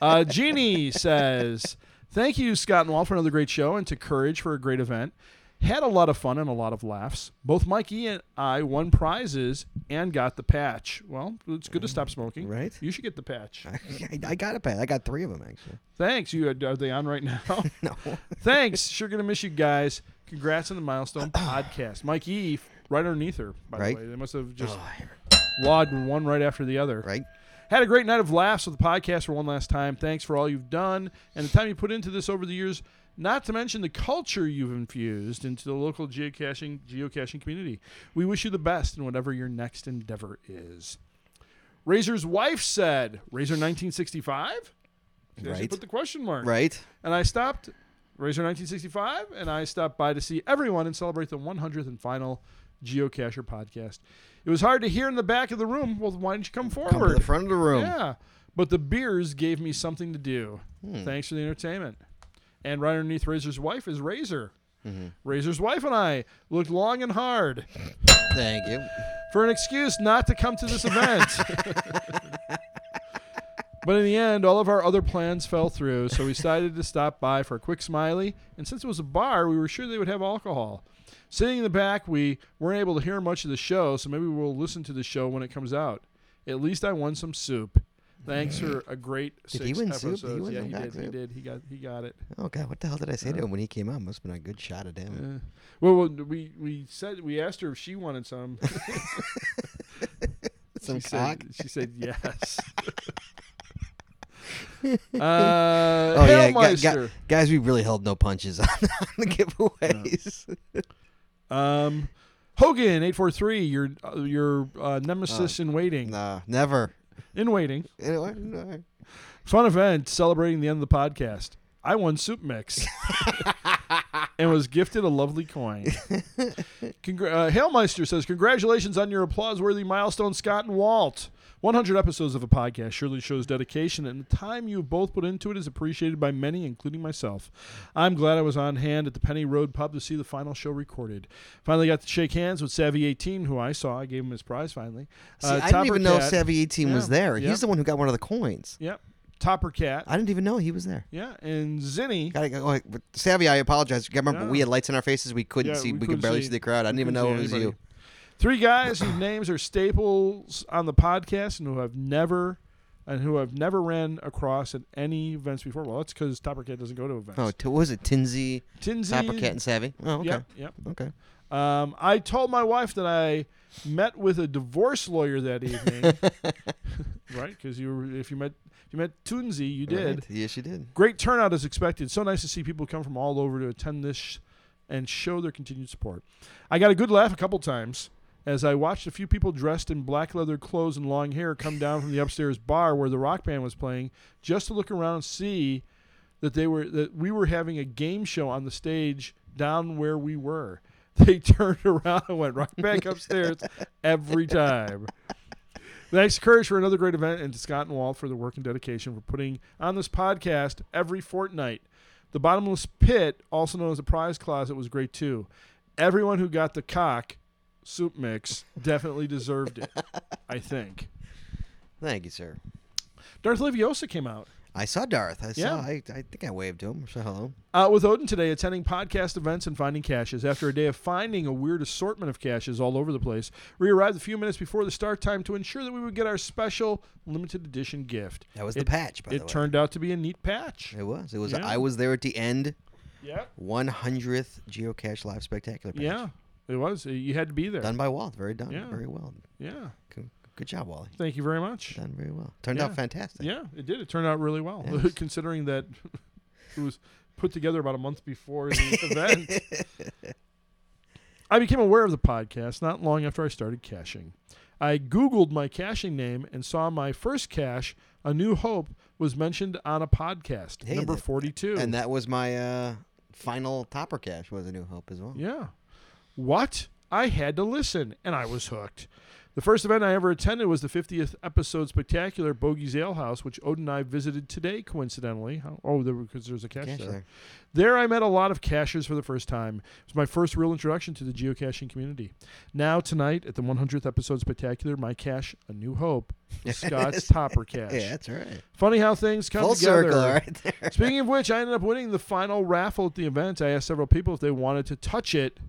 Speaker 2: Uh, Jeannie says, thank you, Scott and Walt, for another great show and to Courage for a great event. Had a lot of fun and a lot of laughs. Both Mikey and I won prizes and got the patch. Well, it's good to stop smoking.
Speaker 1: Right.
Speaker 2: You should get the patch.
Speaker 1: [laughs] I, I got it, Pat. I got three of them actually.
Speaker 2: Thanks. You are they on right now?
Speaker 1: [laughs] No,
Speaker 2: Thanks. Sure gonna miss you guys. Congrats on
Speaker 1: [clears throat]
Speaker 2: the milestone podcast. Mike E right underneath her, by
Speaker 1: Right.
Speaker 2: the way. They must have just
Speaker 1: Oh, here-
Speaker 2: laud one right after the other.
Speaker 1: right?
Speaker 2: Had a great night of laughs with the podcast for one last time. Thanks for all you've done and the time you put into this over the years, not to mention the culture you've infused into the local geocaching geocaching community. We wish you the best in whatever your next endeavor is. Razor's wife said, Razor 1965? She actually
Speaker 1: Right.
Speaker 2: Put the question mark.
Speaker 1: Right?
Speaker 2: And I stopped Razor 1965, and I stopped by to see everyone and celebrate the 100th and final Geocacher podcast. It was hard to hear in the back of the room. Well, why didn't you come forward?
Speaker 1: Come to the front of the room.
Speaker 2: Yeah, but the beers gave me something to do. Thanks for the entertainment. And right underneath Razor's wife is Razor. Razor's wife and I looked long and hard
Speaker 1: Thank you.
Speaker 2: for an excuse not to come to this
Speaker 1: [laughs]
Speaker 2: event. but in the end, all of our other plans fell through, so we decided to stop by for a quick smiley. And since it was a bar, we were sure they would have alcohol. Sitting in the back, we weren't able to hear much of the show, so maybe we'll listen to the show when it comes out. At least I won some soup. Thanks for a great six
Speaker 1: he win soup?
Speaker 2: episodes.
Speaker 1: Did he win
Speaker 2: yeah,
Speaker 1: some
Speaker 2: he
Speaker 1: back
Speaker 2: did. He
Speaker 1: soup?
Speaker 2: did. He got. He got it.
Speaker 1: Oh god, what the hell did I say to him when he came on? Must have been a good shot at him.
Speaker 2: Uh, well, well, we we said we asked her if she wanted some.
Speaker 1: [laughs] Some
Speaker 2: she
Speaker 1: cock.
Speaker 2: Said,
Speaker 1: [laughs]
Speaker 2: she said yes. uh,
Speaker 1: Oh yeah, gu- gu-
Speaker 2: Hellmeister.
Speaker 1: [laughs] guys, we really held no punches on, on the giveaways.
Speaker 2: um, Hogan eight four three, your uh, your uh, nemesis in waiting,
Speaker 1: Nah, never.
Speaker 2: in waiting.
Speaker 1: Anyway,
Speaker 2: Uh,
Speaker 1: no.
Speaker 2: Fun event celebrating the end of the podcast. I won
Speaker 1: [laughs]
Speaker 2: Soup Mix and was gifted a lovely coin. Congra- uh, Hailmeister says, Congratulations on your applause worthy milestone, Scott and Walt. 100 episodes of a podcast surely shows dedication, and the time you have both put into it is appreciated by many, including myself. I'm glad I was on hand at the Penny Road Pub to see the final show recorded. Finally got to shake hands with Savvy18, who I saw. I gave him his prize finally. Uh,
Speaker 1: See, I didn't even know
Speaker 2: Cat-
Speaker 1: Savvy 18 was
Speaker 2: Yeah,
Speaker 1: there.
Speaker 2: yeah.
Speaker 1: He's the one who got one of the coins.
Speaker 2: Yep. Topper Cat.
Speaker 1: I didn't even know he was there.
Speaker 2: Yeah, and Zinni.
Speaker 1: Gotta go. Like, but Savvy, I apologize. Remember,
Speaker 2: Yeah.
Speaker 1: we had lights in our faces. We couldn't
Speaker 2: Yeah,
Speaker 1: see.
Speaker 2: we
Speaker 1: We,
Speaker 2: couldn't
Speaker 1: could barely
Speaker 2: see-
Speaker 1: see, the crowd. I didn't even
Speaker 2: couldn't
Speaker 1: know it
Speaker 2: see
Speaker 1: was
Speaker 2: anybody.
Speaker 1: you.
Speaker 2: Three guys whose names are staples on the podcast and who have never and who have never ran across at any events before. Well, that's because Topper Cat doesn't go to events.
Speaker 1: Oh, t- what was it? Tinsy,
Speaker 2: Tinsy.
Speaker 1: Topper Cat, and Savvy. Oh, okay.
Speaker 2: Yep, yep. [laughs]
Speaker 1: Okay.
Speaker 2: Um, I told my wife that I met with a divorce lawyer that evening,
Speaker 1: [laughs]
Speaker 2: right? Because you, were, if you met, if you met Toonsy, you did.
Speaker 1: Right. Yes, you did.
Speaker 2: Great turnout as expected. So nice to see people come from all over to attend this sh- and show their continued support. I got a good laugh a couple times as I watched a few people dressed in black leather clothes and long hair come down from the upstairs bar where the rock band was playing just to look around and see that they were that we were having a game show on the stage down where we were. [laughs] They turned around and went right back upstairs every time. Thanks to Courage for another great event and to Scott and Walt for their work and dedication for putting on this podcast every fortnight. The Bottomless Pit, also known as the Prize Closet, was great too. Everyone who got the cock
Speaker 1: [laughs]
Speaker 2: soup mix definitely deserved it, I think.
Speaker 1: Thank you, sir.
Speaker 2: Darth Leviosa came out.
Speaker 1: I saw Darth. I saw.
Speaker 2: Yeah.
Speaker 1: I, I think I waved to him. So hello.
Speaker 2: Out uh, with Odin today, attending podcast events and finding caches. After a day of finding a weird assortment of caches all over the place, we arrived a few minutes before the start time to ensure that we would get our special limited edition gift.
Speaker 1: That was the patch, by
Speaker 2: it
Speaker 1: the way.
Speaker 2: turned out to be a neat patch.
Speaker 1: It was. It was.
Speaker 2: Yeah.
Speaker 1: I was there at the end.
Speaker 2: Yeah.
Speaker 1: 100th Geocache Live Spectacular. Patch.
Speaker 2: Yeah, it was. You had to be there.
Speaker 1: Done by Walt. Very done.
Speaker 2: Yeah.
Speaker 1: Very well.
Speaker 2: Yeah.
Speaker 1: Good, good job, Wally.
Speaker 2: Thank you very much.
Speaker 1: Done very well. Turned
Speaker 2: Yeah.
Speaker 1: out fantastic.
Speaker 2: Yeah, it did. It turned out really well,
Speaker 1: Yes.
Speaker 2: [laughs] considering that it was put together about a month
Speaker 1: [laughs]
Speaker 2: before the event. I became aware of the podcast not long after I started caching. I Googled my caching name and saw my first cache, A New Hope, was mentioned on a podcast,
Speaker 1: Hey,
Speaker 2: number
Speaker 1: that-
Speaker 2: 42.
Speaker 1: And that was my uh, final topper cache. Was a new hope as well.
Speaker 2: Yeah. What? I had to listen, and I was hooked. The first event I ever attended was the 50th episode spectacular Bogey's Ale House, which Odin and I visited today, coincidentally. How- Oh, there because there's a cache,
Speaker 1: Cache
Speaker 2: there.
Speaker 1: there.
Speaker 2: There, I met a lot of cachers for the first time. It was my first real introduction to the geocaching community. Now, tonight, at the 100th episode spectacular, my cache, A
Speaker 1: [laughs]
Speaker 2: New Hope, was Scott's Topper Cache.
Speaker 1: Yeah, that's right.
Speaker 2: Funny how things come
Speaker 1: Full
Speaker 2: together.
Speaker 1: circle, right there.
Speaker 2: Speaking of which, I ended up winning the final raffle at the event. I asked several people if they wanted to touch it,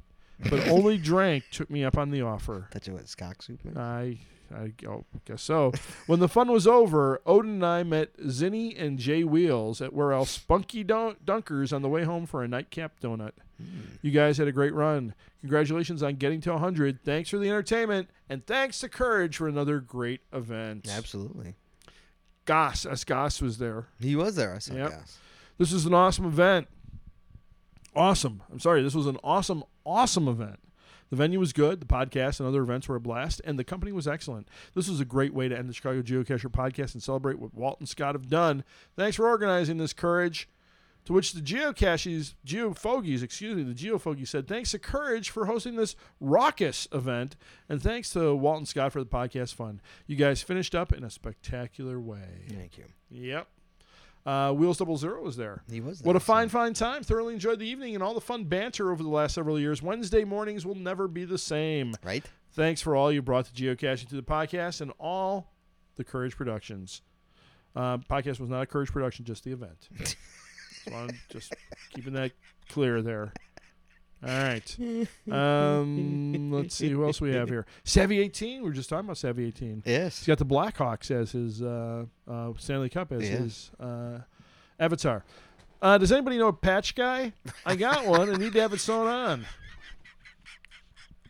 Speaker 2: but only Drank took me up on the offer.
Speaker 1: That's what Scock soup. man?
Speaker 2: I, I oh, guess so. When the fun was over, Odin and I met Zinni and Jay Wheels at where else Spunky Dun- Dunkers on the way home for a nightcap donut. You guys had a great run. Congratulations on getting to 100. Thanks for the entertainment, and thanks to Courage for another great event.
Speaker 1: Absolutely.
Speaker 2: Goss, S. Goss was there.
Speaker 1: He was there. I saw.
Speaker 2: Yep.
Speaker 1: Gus.
Speaker 2: This is an awesome event. Awesome. I'm sorry. This was an awesome, awesome event. The venue was good. The podcast and other events were a blast, and the company was excellent. This was a great way to end the Chicago Geocacher podcast and celebrate what Walt and Scott have done. Thanks for organizing this, Courage. To which the geocaches, geofogies, excuse me, the geofogies said, thanks to Courage for hosting this raucous event, and thanks to Walt and Scott for the podcast fun. You guys finished up in a spectacular way.
Speaker 1: Thank you.
Speaker 2: Yep. Uh, Wheels Double Zero was there.
Speaker 1: He was. There,
Speaker 2: What a
Speaker 1: so-
Speaker 2: fine, fine time. Thoroughly enjoyed the evening and all the fun banter over the last several years. Wednesday mornings will never be the same.
Speaker 1: Right.
Speaker 2: Thanks for all you brought to geocaching to the podcast and all the Courage Productions. Uh, podcast was not a Courage production, just the event. just, wanted- just keeping that clear there. All right. Um, let's see who else we have here. Savvy 18. We were just talking about Savvy 18. He's
Speaker 1: Yes. [laughs]
Speaker 2: got the Blackhawks as his uh, uh, Stanley Cup as
Speaker 1: Yeah.
Speaker 2: his uh, avatar. Uh, does anybody know a patch guy?
Speaker 1: [laughs]
Speaker 2: I got one and need to have it sewn on.
Speaker 1: [laughs]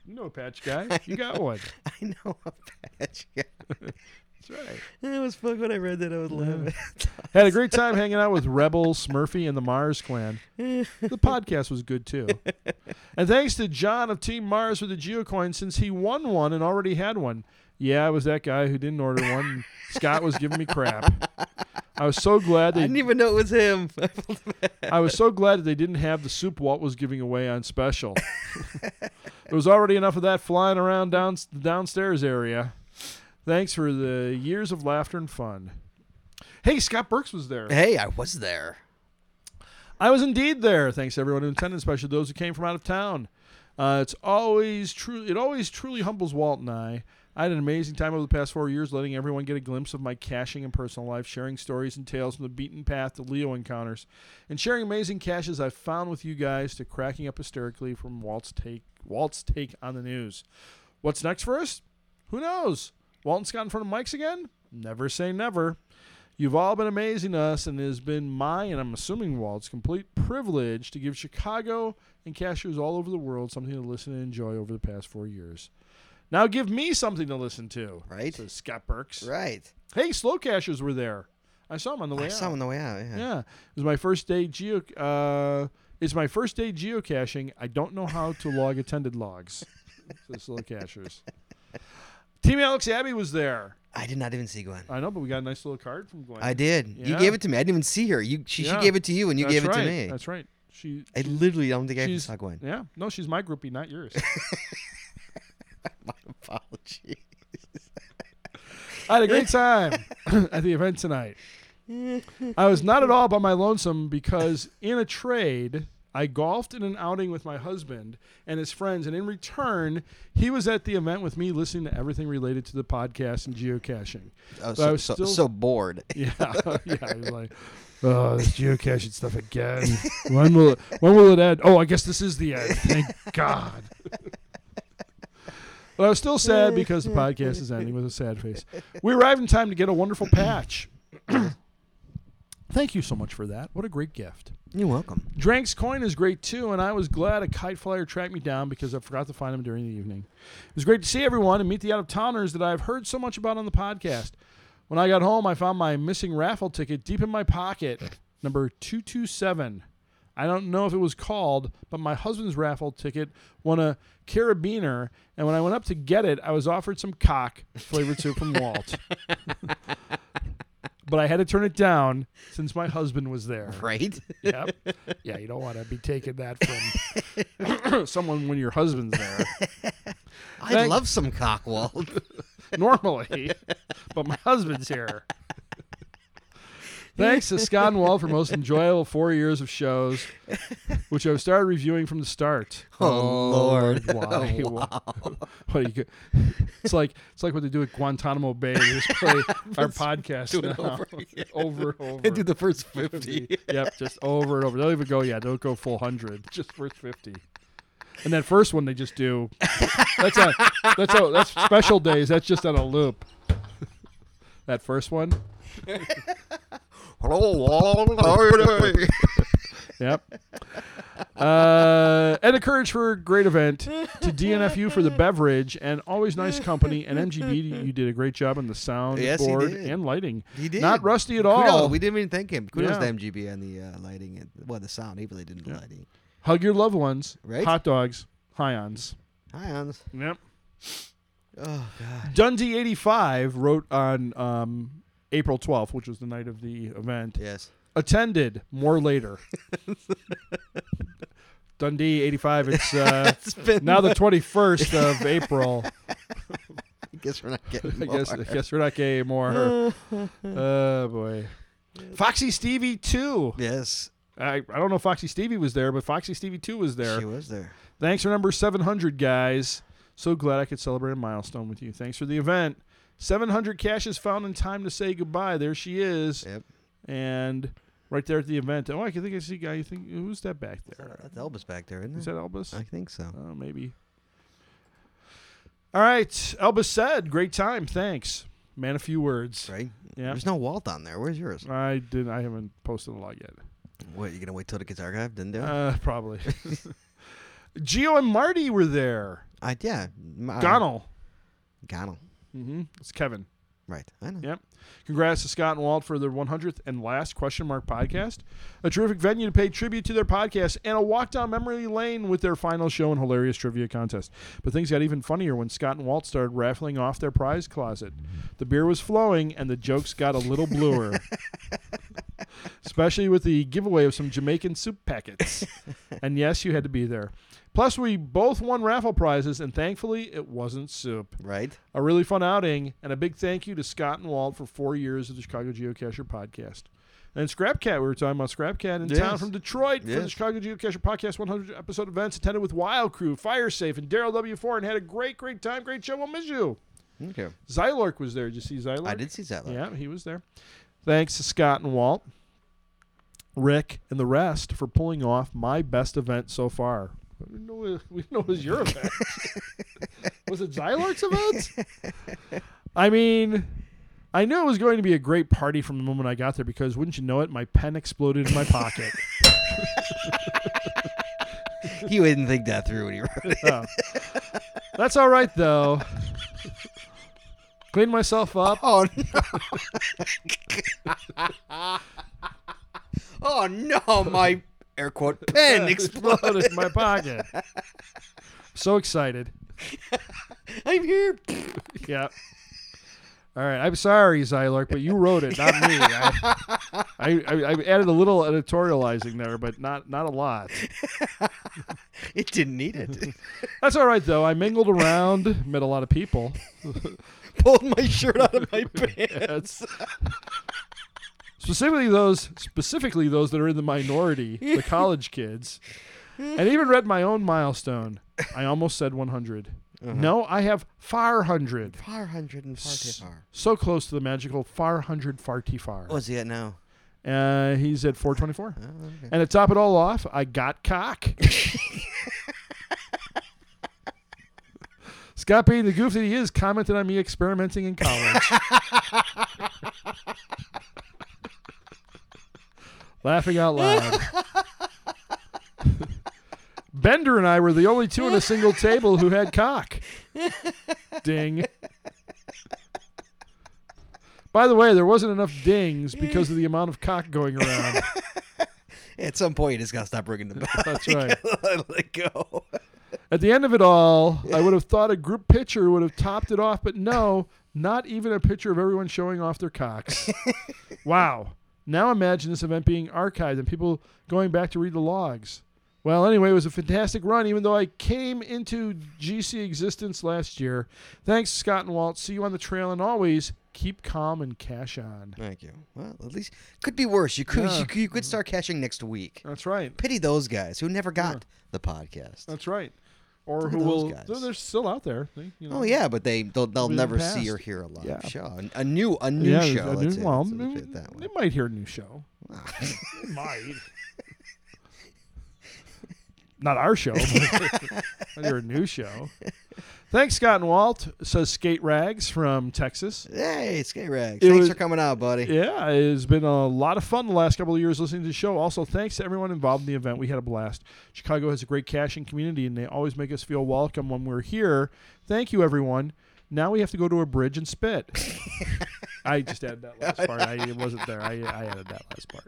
Speaker 2: You know a patch guy. You got one.
Speaker 1: I know a patch. guy.
Speaker 2: That's right.
Speaker 1: It was fuck when I read that. I was laughing. [laughs]
Speaker 2: Had a great time hanging out with Rebel, Smurfy, and the Mars Clan. The podcast was
Speaker 1: [laughs]
Speaker 2: good too. And thanks to John of Team Mars with the geocoin since he won one and already had one. Yeah, I was that guy who didn't order one. and Scott was giving me crap. I was so
Speaker 1: [laughs]
Speaker 2: glad
Speaker 1: I
Speaker 2: they
Speaker 1: didn't even know it was
Speaker 2: [laughs]
Speaker 1: him. [laughs]
Speaker 2: I was so glad that they didn't have the soup Walt was giving away on special. there was already enough of that flying around down the downstairs area. Thanks for the years of laughter and fun. Hey, Scott Burks was there.
Speaker 1: hey, I was there.
Speaker 2: I was indeed there. Thanks to everyone in attendance, especially those who came from out of town. Uh, it's always true. It always truly humbles Walt and I. I had an amazing time over the past four years, letting everyone get a glimpse of my caching and personal life, sharing stories and tales from the beaten path to Leo encounters, and sharing amazing caches I've found with you guys to cracking up hysterically from Walt's take Walt's take on the news. What's next for us? Who knows? Walt and Scott in front of mics again? Never say never. You've all been amazing us, and it has been my, and I'm assuming Walt's, complete privilege to give Chicago and cashiers all over the world something to listen and enjoy over the past four years. Now give me something to listen to.
Speaker 1: Right.
Speaker 2: Says Scott Burks.
Speaker 1: Right.
Speaker 2: Hey, slow cashers were there. I saw them on the way
Speaker 1: I
Speaker 2: out.
Speaker 1: saw him on the way out. Yeah.
Speaker 2: Yeah, it was my first day geo. Uh, it's my first day geocaching. I don't know how to log attended logs. So slow cachers. Team Alex Abbey was there.
Speaker 1: I did not even see Gwen.
Speaker 2: I know, but we got a nice little card from Gwen.
Speaker 1: I did. You
Speaker 2: Yeah.
Speaker 1: gave it to me. I didn't even see her. You she,
Speaker 2: Yeah.
Speaker 1: she gave it to you and you
Speaker 2: That's
Speaker 1: gave it to
Speaker 2: right.
Speaker 1: me.
Speaker 2: That's right. She.
Speaker 1: I literally don't think I even
Speaker 2: she's,
Speaker 1: saw [laughs] Gwen.
Speaker 2: yeah. No, she's my groupie, not yours.
Speaker 1: My apology.
Speaker 2: I had a great time [coughs] at the event tonight. I was not at all by my lonesome because in a trade, I golfed in an outing with my husband and his friends, and in return, he was at the event with me listening to everything related to the podcast and geocaching.
Speaker 1: Oh,
Speaker 2: But
Speaker 1: so,
Speaker 2: I was
Speaker 1: so,
Speaker 2: still
Speaker 1: so bored. [laughs]
Speaker 2: [laughs] yeah, yeah. I was like, oh, this geocaching stuff again. When will it, when will it end? Oh, I guess this is the end. Thank God. but I was still sad because the podcast is ending with a sad face. We arrived in time to get a wonderful patch. [coughs] Thank you so much for that. What a great gift.
Speaker 1: You're welcome.
Speaker 2: Drank's coin is great too, and I was glad a kite flyer tracked me down because I forgot to find him during the evening. It was great to see everyone and meet the out of towners that I've heard so much about on the podcast. When I got home, I found my missing raffle ticket deep in my pocket, number 227. I don't know if it was called, but my husband's raffle ticket won a carabiner, and when I went up to get it, I was offered some cock flavored soup from Walt. but I had to turn it down since my husband was there [laughs]
Speaker 1: Right?
Speaker 2: yep.
Speaker 1: [laughs]
Speaker 2: Yeah, you don't want to be taking that
Speaker 1: [laughs]
Speaker 2: from [coughs] someone when your husband's there.
Speaker 1: I
Speaker 2: Thank-
Speaker 1: love some cock, Walt. [laughs]
Speaker 2: Normally, but my husband's here. Thanks to Scott and Wall for most enjoyable four years of shows, which I've started reviewing from the start.
Speaker 1: Oh, Lord. [laughs]
Speaker 2: why? [laughs] What are you? go- It's like it's like what they do at Guantanamo Bay. They
Speaker 1: [laughs]
Speaker 2: just play our podcast now. [laughs] over, and over.
Speaker 1: [laughs] I did the first 50.
Speaker 2: yep, just over and over. They'll even go, yeah, they'll go full hundred, just first fifty. And that first one they just do. That's on. That's a, that's special days. That's just on a loop. That first one.
Speaker 1: [laughs] Hello, Walt. How are you doing?
Speaker 2: Yep. Uh, and a courage for a great event to DNFU for the beverage and always nice company and MGB. You did a great job on the sound
Speaker 1: Yes, he
Speaker 2: board
Speaker 1: did.
Speaker 2: and lighting.
Speaker 1: [laughs] He did.
Speaker 2: Not rusty at
Speaker 1: Kudos.
Speaker 2: all.
Speaker 1: We didn't even thank him. Kudos
Speaker 2: Yeah.
Speaker 1: to MGB on the uh, lighting. And, well, the sound. He really did the lighting.
Speaker 2: Hug your loved ones.
Speaker 1: Right?
Speaker 2: Hot dogs. Hyons.
Speaker 1: Hi, Hans.
Speaker 2: Yep.
Speaker 1: Oh, God.
Speaker 2: Dundee eighty five wrote on um, April twelfth, which was the night of the event.
Speaker 1: Yes.
Speaker 2: Attended
Speaker 1: [laughs]
Speaker 2: more later. Dundee eighty
Speaker 1: [laughs]
Speaker 2: five. It's uh,
Speaker 1: It's been,
Speaker 2: now the twenty
Speaker 1: [laughs]
Speaker 2: first of April.
Speaker 1: I guess we're
Speaker 2: [laughs]
Speaker 1: not getting
Speaker 2: I guess I
Speaker 1: more.
Speaker 2: guess we're not
Speaker 1: [laughs]
Speaker 2: getting more. Oh boy. Foxy Stevie two.
Speaker 1: Yes.
Speaker 2: I, I don't know if Foxy Stevie was there, but Foxy Stevie two was there.
Speaker 1: She was there.
Speaker 2: Thanks for number 700, guys. So glad I could celebrate a milestone with you. Thanks for the event. 700 cash is found in time to say goodbye. There she is.
Speaker 1: Yep.
Speaker 2: And right there at the event. Oh, I can think I see a guy. You think who's that back there?
Speaker 1: That's Elvis back there, isn't it?
Speaker 2: Is that Elvis?
Speaker 1: I think so.
Speaker 2: oh, maybe. All right, Elvis said, "Great time, thanks, man. A few words.
Speaker 1: Right?
Speaker 2: Yeah,
Speaker 1: There's no Walt on there. Where's yours?
Speaker 2: I didn't. I haven't posted a lot yet.
Speaker 1: What, you going to wait till it gets archived and do it?
Speaker 2: Uh, probably. [laughs] Geo and Marty were there.
Speaker 1: I, yeah. m- uh,
Speaker 2: Donald.
Speaker 1: Gonnell.
Speaker 2: Mm-hmm. It's Kevin.
Speaker 1: Right. I know.
Speaker 2: Yep. Congrats to Scott and Walt for their 100th and last question mark podcast. A terrific venue to pay tribute to their podcast and a walk down memory lane with their final show and hilarious trivia contest. But things got even funnier when Scott and Walt started raffling off their prize closet. The beer was flowing and the jokes got a little bluer, especially with the giveaway of some Jamaican soup packets. And yes, you had to be there. Plus, we both won raffle prizes, and thankfully, it wasn't soup
Speaker 1: Right.
Speaker 2: a really fun outing, and a big thank you to Scott and Walt for four years of the Chicago Geocacher podcast. And Scrapcat, we were talking about Scrapcat in
Speaker 1: Yes.
Speaker 2: town from Detroit for the
Speaker 1: Yes.
Speaker 2: Chicago Geocacher Podcast 100 episode events, attended with Wild Crew, Fire Safe, and Daryl W4, and had a great, great time. Great show. We'll miss you.
Speaker 1: Okay.
Speaker 2: Xylark was there. Did you see Xylark?
Speaker 1: I did see that. though.
Speaker 2: Yeah, he was there. Thanks to Scott and Walt, Rick, and the rest for pulling off my best event so far. We didn't know it, we didn't know it was your [laughs] event. was it Xylark's event? [laughs] I mean, I knew it was going to be a great party from the moment I got there because, wouldn't you know it, my pen exploded in my [laughs] pocket.
Speaker 1: He wouldn't think that through when he wrote it. [laughs]
Speaker 2: Oh. That's all right, though. Cleaned myself up.
Speaker 1: Oh no. oh no, my air quote
Speaker 2: [laughs]
Speaker 1: pen exploded.
Speaker 2: exploded in my pocket. So excited.
Speaker 1: I'm here.
Speaker 2: Yeah. [laughs] All right. I'm sorry, Zylark, but you wrote it, not me. I, I, I, I added a little editorializing there, but not not a lot.
Speaker 1: It didn't need it. [laughs]
Speaker 2: That's all right though. I mingled around, met a lot of people.
Speaker 1: Pulled my shirt out
Speaker 2: [laughs]
Speaker 1: of my pants.
Speaker 2: That's specifically those specifically those that are in the minority, the college kids, and even read my own milestone. I almost said 100. No, I have far hundred.
Speaker 1: Par hundred and forty
Speaker 2: [laughs]
Speaker 1: far.
Speaker 2: So close to the magical far hundred farty far.
Speaker 1: What's Oh, he at now?
Speaker 2: Uh, he's at 424. And to top it all off, I got cock. Scott, being the goof that he is, commented on me experimenting in college. Laughing out loud. Bender and I were the only two in a single table who had cock. Ding. By the way, there wasn't enough dings because of the amount of cock going around.
Speaker 1: At some point, you just gotta stop bringing them back.
Speaker 2: That's right.
Speaker 1: [laughs] Let it go.
Speaker 2: At the end of it all, I would have thought a group picture would have topped it off, but no, not even a picture of everyone showing off
Speaker 1: [laughs]
Speaker 2: their cocks. wow. Now imagine this event being archived and people going back to read the logs. Well, anyway, it was a fantastic run, even though I came into GC existence last year. Thanks, Scott and Walt. See you on the trail, and always keep calm and cash on.
Speaker 1: Thank you. Well, at least could be worse. You could
Speaker 2: Yeah. Uh,
Speaker 1: you, could- you could start catching next week.
Speaker 2: That's right.
Speaker 1: Pity those guys who never got the podcast.
Speaker 2: That's right. Or
Speaker 1: Look
Speaker 2: who
Speaker 1: at those
Speaker 2: will?
Speaker 1: guys.
Speaker 2: They're, they're still out there. They- you know.
Speaker 1: Oh yeah, but they they'll, they'll
Speaker 2: Been
Speaker 1: never
Speaker 2: passed.
Speaker 1: see or hear a live
Speaker 2: Yeah.
Speaker 1: show. A- A new a new
Speaker 2: yeah,
Speaker 1: show.
Speaker 2: a
Speaker 1: let's
Speaker 2: new-
Speaker 1: say.
Speaker 2: well,
Speaker 1: Let's put
Speaker 2: maybe-
Speaker 1: it that way.
Speaker 2: they might hear a new show. They might. [laughs] Not our show. But might hear a new show. Thanks, Scott and Walt. Says Skate Rags from Texas.
Speaker 1: Hey, Skate Rags.
Speaker 2: It
Speaker 1: Thanks
Speaker 2: was-
Speaker 1: for coming out, buddy.
Speaker 2: Yeah, it's been a lot of fun the last couple of years listening to the show. Also, thanks to everyone involved in the event. We had a blast. Chicago has a great caching community, and they always make us feel welcome when we're here. Thank you, everyone. Now we have to go to a bridge and spit. I just added that last part. I it wasn't there. I, I added that last part.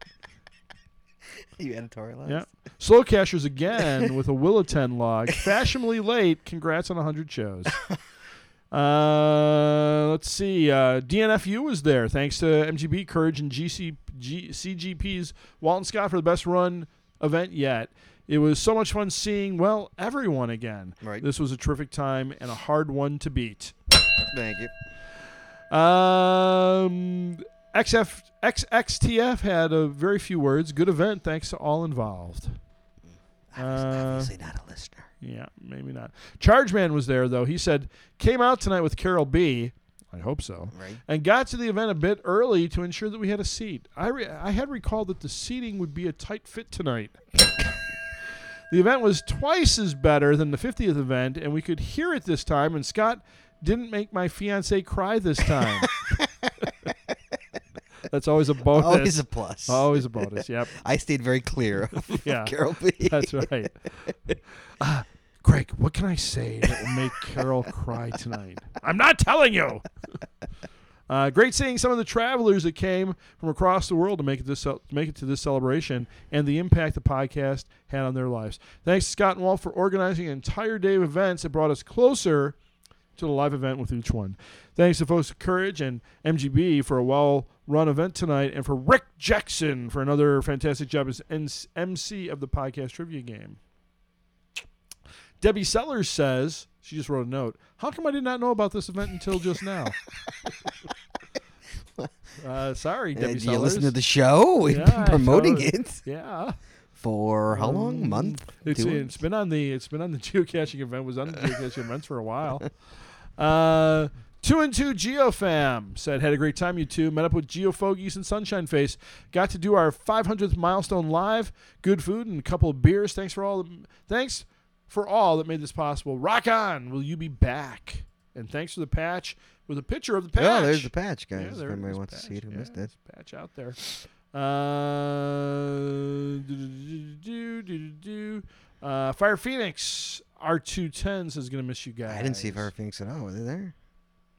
Speaker 1: You editorialized.
Speaker 2: Yeah. [laughs] Slow cashers again with a Williton log. Fashionably late. Congrats on 100 shows. Uh, let's see. Uh, DNFU was there. Thanks to MGB Courage and GC, G, CGP's Walton Scott for the best run event yet. It was so much fun seeing, well, everyone again.
Speaker 1: Right.
Speaker 2: This was a terrific time and a hard one to beat.
Speaker 1: Thank you.
Speaker 2: Um, XF, XXTF had a very few words. Good event. Thanks to all involved. Uh,
Speaker 1: Obviously not a listener.
Speaker 2: yeah, maybe not. Chargeman was there though. He said came out tonight with Carol B. I hope so.
Speaker 1: Right.
Speaker 2: And got to the event a bit early to ensure that we had a seat. I re- I had recalled that the seating would be a tight fit tonight. [laughs] the event was twice as better than the 50th event, and we could hear it this time. And Scott didn't make my fiance cry
Speaker 1: [laughs]
Speaker 2: this time. That's always a bonus.
Speaker 1: Always a plus.
Speaker 2: Always a bonus. Yep.
Speaker 1: I stayed very clear of
Speaker 2: Oh. [laughs] Yeah.
Speaker 1: [laughs] Carol B.
Speaker 2: That's right. Uh, Greg, what can I say that will make Carol cry tonight? I'm not telling you. [laughs] Uh, great seeing some of the travelers that came from across the world to make it this to make it to this celebration and the impact the podcast had on their lives. Thanks to Scott and Walt for organizing an entire day of events that brought us closer to the live event with each one. Thanks to folks at Courage and MGB for a well run event tonight, and for Rick Jackson for another fantastic job as NC MC of the podcast trivia game. Debbie Sellers says, she just wrote a note, How come I did not know about this event until just
Speaker 1: [laughs]
Speaker 2: now? uh, sorry,
Speaker 1: Uh,
Speaker 2: Debbie
Speaker 1: do you
Speaker 2: Sellers.
Speaker 1: listen to the show? [laughs] We've
Speaker 2: Yeah,
Speaker 1: been
Speaker 2: I
Speaker 1: promoting
Speaker 2: totally-
Speaker 1: it
Speaker 2: yeah.
Speaker 1: for how long? Month?
Speaker 2: It's,
Speaker 1: Two
Speaker 2: it's been on the it's been on the [laughs] geocaching event was on the geocaching events for a while.
Speaker 1: [laughs]
Speaker 2: Uh, two and two geofam said had a great time you two met up with geofogies and sunshine face got to do our 500th milestone live good food and a couple of beers thanks for all thanks for all that made this possible rock on will you be back and thanks for the patch with a picture of the patch
Speaker 1: Oh, there's the patch, guys.
Speaker 2: yeah,
Speaker 1: if
Speaker 2: there it
Speaker 1: anybody
Speaker 2: is,
Speaker 1: wants to see it,
Speaker 2: patch.
Speaker 1: who
Speaker 2: Yeah,
Speaker 1: missed it.
Speaker 2: it's Patch out there. Uh, do, do, do, do, do. Uh, [laughs] Fire Phoenix R210 says gonna miss you guys.
Speaker 1: I didn't see Fire Phoenix at all. Were they Oh, there?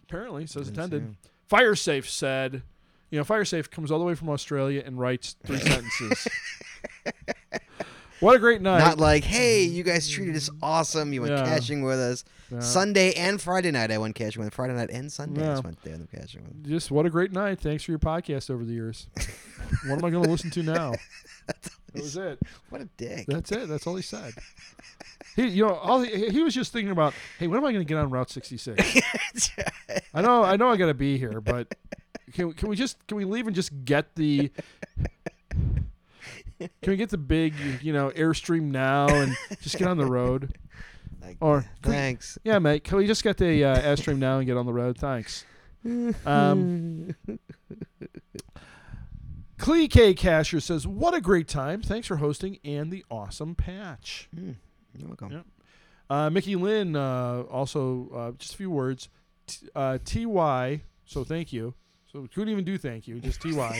Speaker 2: Apparently,
Speaker 1: Didn't
Speaker 2: says
Speaker 1: see
Speaker 2: attended.
Speaker 1: him.
Speaker 2: Fire Safe said, you know, Fire Safe comes all the way from Australia and writes
Speaker 1: [laughs]
Speaker 2: three sentences. What a great night!
Speaker 1: Not like, hey, you guys treated us awesome. You went
Speaker 2: Mm. Yeah.
Speaker 1: caching with us.
Speaker 2: Uh,
Speaker 1: Sunday and Friday night, I went caching with them. Friday night and Sunday, I
Speaker 2: Yeah.
Speaker 1: just went there and caching with them.
Speaker 2: Just what a great night! Thanks for your podcast over the years. what am I going to listen
Speaker 1: [laughs]
Speaker 2: to now? That was it.
Speaker 1: What a dick. [laughs]
Speaker 2: That's it. That's all he said. He, you know, all he, he was just thinking about, hey, when am I going to get on Route 66? I know, I know, I got to be here, but can we- can we just can we leave and just get the can we get the big you know airstream now and just get on the road?
Speaker 1: Like,
Speaker 2: Or
Speaker 1: Thanks.
Speaker 2: yeah, mate, can we just get the uh, airstream now and get on the road? Thanks. Um, Clee K Casher says, "What a great time! Thanks for hosting and the awesome patch."
Speaker 1: [laughs] You're welcome.
Speaker 2: [laughs] Yeah. Uh, Mickey Lynn, uh, also uh, just a few words. T- uh, Ty, so thank you. So we couldn't even do thank you, just Ty.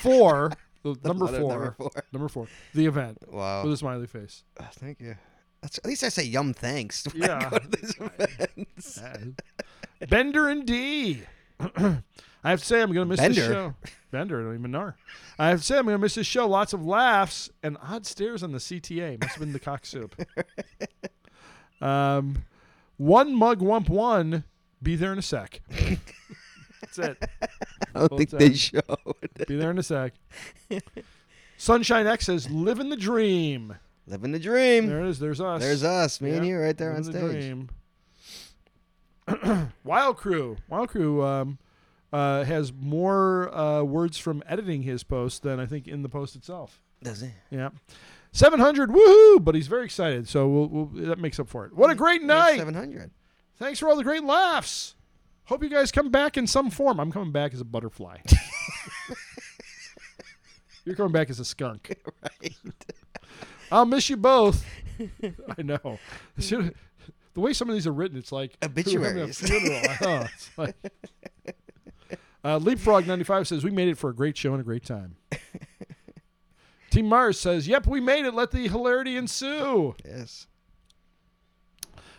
Speaker 2: four, the, [laughs] number
Speaker 1: letter
Speaker 2: four,
Speaker 1: number four.
Speaker 2: number four, the event
Speaker 1: Wow.
Speaker 2: with a smiley face.
Speaker 1: Oh, thank you. That's, at least I say yum thanks. [laughs] when I
Speaker 2: Yeah.
Speaker 1: go to
Speaker 2: [laughs]
Speaker 1: these events.
Speaker 2: Bender and D. [clears throat] I have to say, I'm going to miss this
Speaker 1: Bender?
Speaker 2: show. Bender, I don't even know. her. I have to say, I'm going to miss this show. Lots of laughs and odd stares on the CTA. Must have been the
Speaker 1: [laughs]
Speaker 2: cock soup. Um, one mug wump one. Be there in a sec. That's it.
Speaker 1: I don't
Speaker 2: Full
Speaker 1: think they [laughs]
Speaker 2: time.
Speaker 1: showed.
Speaker 2: Be there in
Speaker 1: [laughs]
Speaker 2: a sec. Sunshine X says, "Living the dream."
Speaker 1: Living the dream.
Speaker 2: There it is. There's us.
Speaker 1: There's us, me and
Speaker 2: Yeah,
Speaker 1: you, right there on
Speaker 2: living the
Speaker 1: stage.
Speaker 2: dream. [clears throat] Wild Crew. Wild Crew um, uh, has more uh, words from editing his post than I think in the post itself.
Speaker 1: Does it?
Speaker 2: Yeah. 700, woohoo! But he's very excited, so we'll, we'll, that makes up for it. What a great night!
Speaker 1: Seven hundred.
Speaker 2: Thanks for all the great laughs. Hope you guys come back in some form. I'm coming back as a butterfly. You're coming back as a skunk. [laughs] I'll miss you both. [laughs] I know. As soon- The way some of these are written, it's like
Speaker 1: Obituaries.
Speaker 2: Who are having a funeral? I know. It's like- uh, Leapfrog ninety five says we made it for a great show and a great time. Team Mars says, "Yep, we made it. Let the hilarity ensue."
Speaker 1: Yes.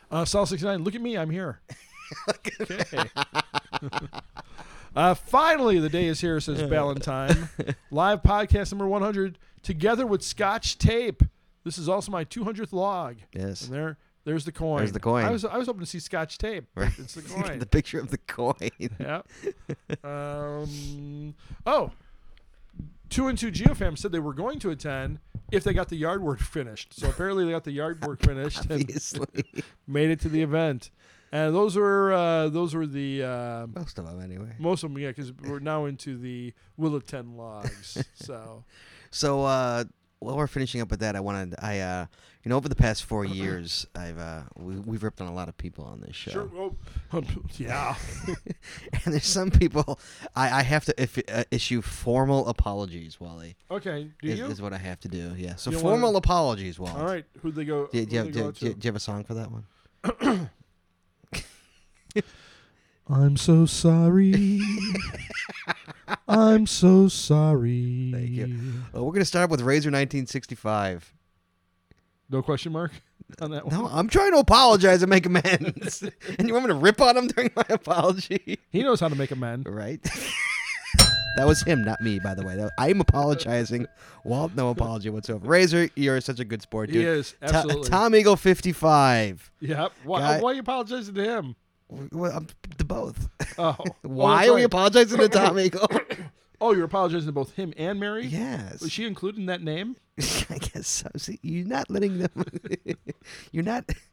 Speaker 2: Uh, Sol sixty nine, look at me,
Speaker 1: [laughs]
Speaker 2: I'm here. okay. [laughs] uh, finally, the day is here. Says
Speaker 1: Uh. [laughs]
Speaker 2: Valentine. Live podcast number one hundred, together with Scotch tape. This is also my two hundredth log.
Speaker 1: Yes.
Speaker 2: And there, there's the coin.
Speaker 1: There's the coin.
Speaker 2: I was, I was hoping to see Scotch tape.
Speaker 1: [laughs]
Speaker 2: but
Speaker 1: Right.
Speaker 2: It's the coin. [laughs]
Speaker 1: the picture of the coin.
Speaker 2: yeah. Um. Oh. Two and two Geofam said they were going to attend if they got the yard work finished. So apparently they got the yard work finished. and-
Speaker 1: [laughs] Obviously.
Speaker 2: made it to the event, and those were uh, those were the uh,
Speaker 1: Most of them, anyway.
Speaker 2: most of them. Yeah, because we're now into the Will of Ten [laughs] logs. so
Speaker 1: So uh, while we're finishing up with that, I wanted I uh, you know over the past four
Speaker 2: Uh-huh.
Speaker 1: years, I've uh, we, we've ripped on a lot of people on this show,
Speaker 2: sure, well, um, yeah,
Speaker 1: [laughs] and there's some people I, I have to if, uh, issue formal apologies, Wally.
Speaker 2: okay. Do
Speaker 1: Is,
Speaker 2: you?
Speaker 1: is what I have to do. Yeah. So
Speaker 2: You don't wanna-
Speaker 1: formal apologies, Wally.
Speaker 2: All right, who'd they go?
Speaker 1: Do, you-
Speaker 2: who'd
Speaker 1: do, you have,
Speaker 2: they
Speaker 1: do,
Speaker 2: go
Speaker 1: you-
Speaker 2: out
Speaker 1: do you-
Speaker 2: to?
Speaker 1: do you have a song for that one?
Speaker 2: I'm so [laughs] sorry. I'm so sorry.
Speaker 1: Thank you. Uh, we're gonna start with Razor 1965.
Speaker 2: No question mark on that one.
Speaker 1: No, I'm trying to apologize and make
Speaker 2: [laughs]
Speaker 1: amends. [laughs] and you want me to rip on him during my apology?
Speaker 2: He knows how to make amends.
Speaker 1: Right? [laughs] that was him, not me, by the way. That- I'm apologizing. Walt, no apology whatsoever. Razor, you're such a good sport,
Speaker 2: He
Speaker 1: dude.
Speaker 2: is,
Speaker 1: To-
Speaker 2: absolutely.
Speaker 1: Tom Eagle 55.
Speaker 2: Yep. Why,
Speaker 1: Guy-
Speaker 2: why are you apologizing to him?
Speaker 1: Well, I'm to both.
Speaker 2: Oh, Oh,
Speaker 1: [laughs] Why
Speaker 2: that's
Speaker 1: are we
Speaker 2: right.
Speaker 1: apologizing to
Speaker 2: [coughs]
Speaker 1: Tom Eagle?
Speaker 2: Oh, you're apologizing to both him and Mary.
Speaker 1: yes.
Speaker 2: Was she included in that name?
Speaker 1: [laughs] I guess so. See, you're not letting them. [laughs] you're not. [laughs]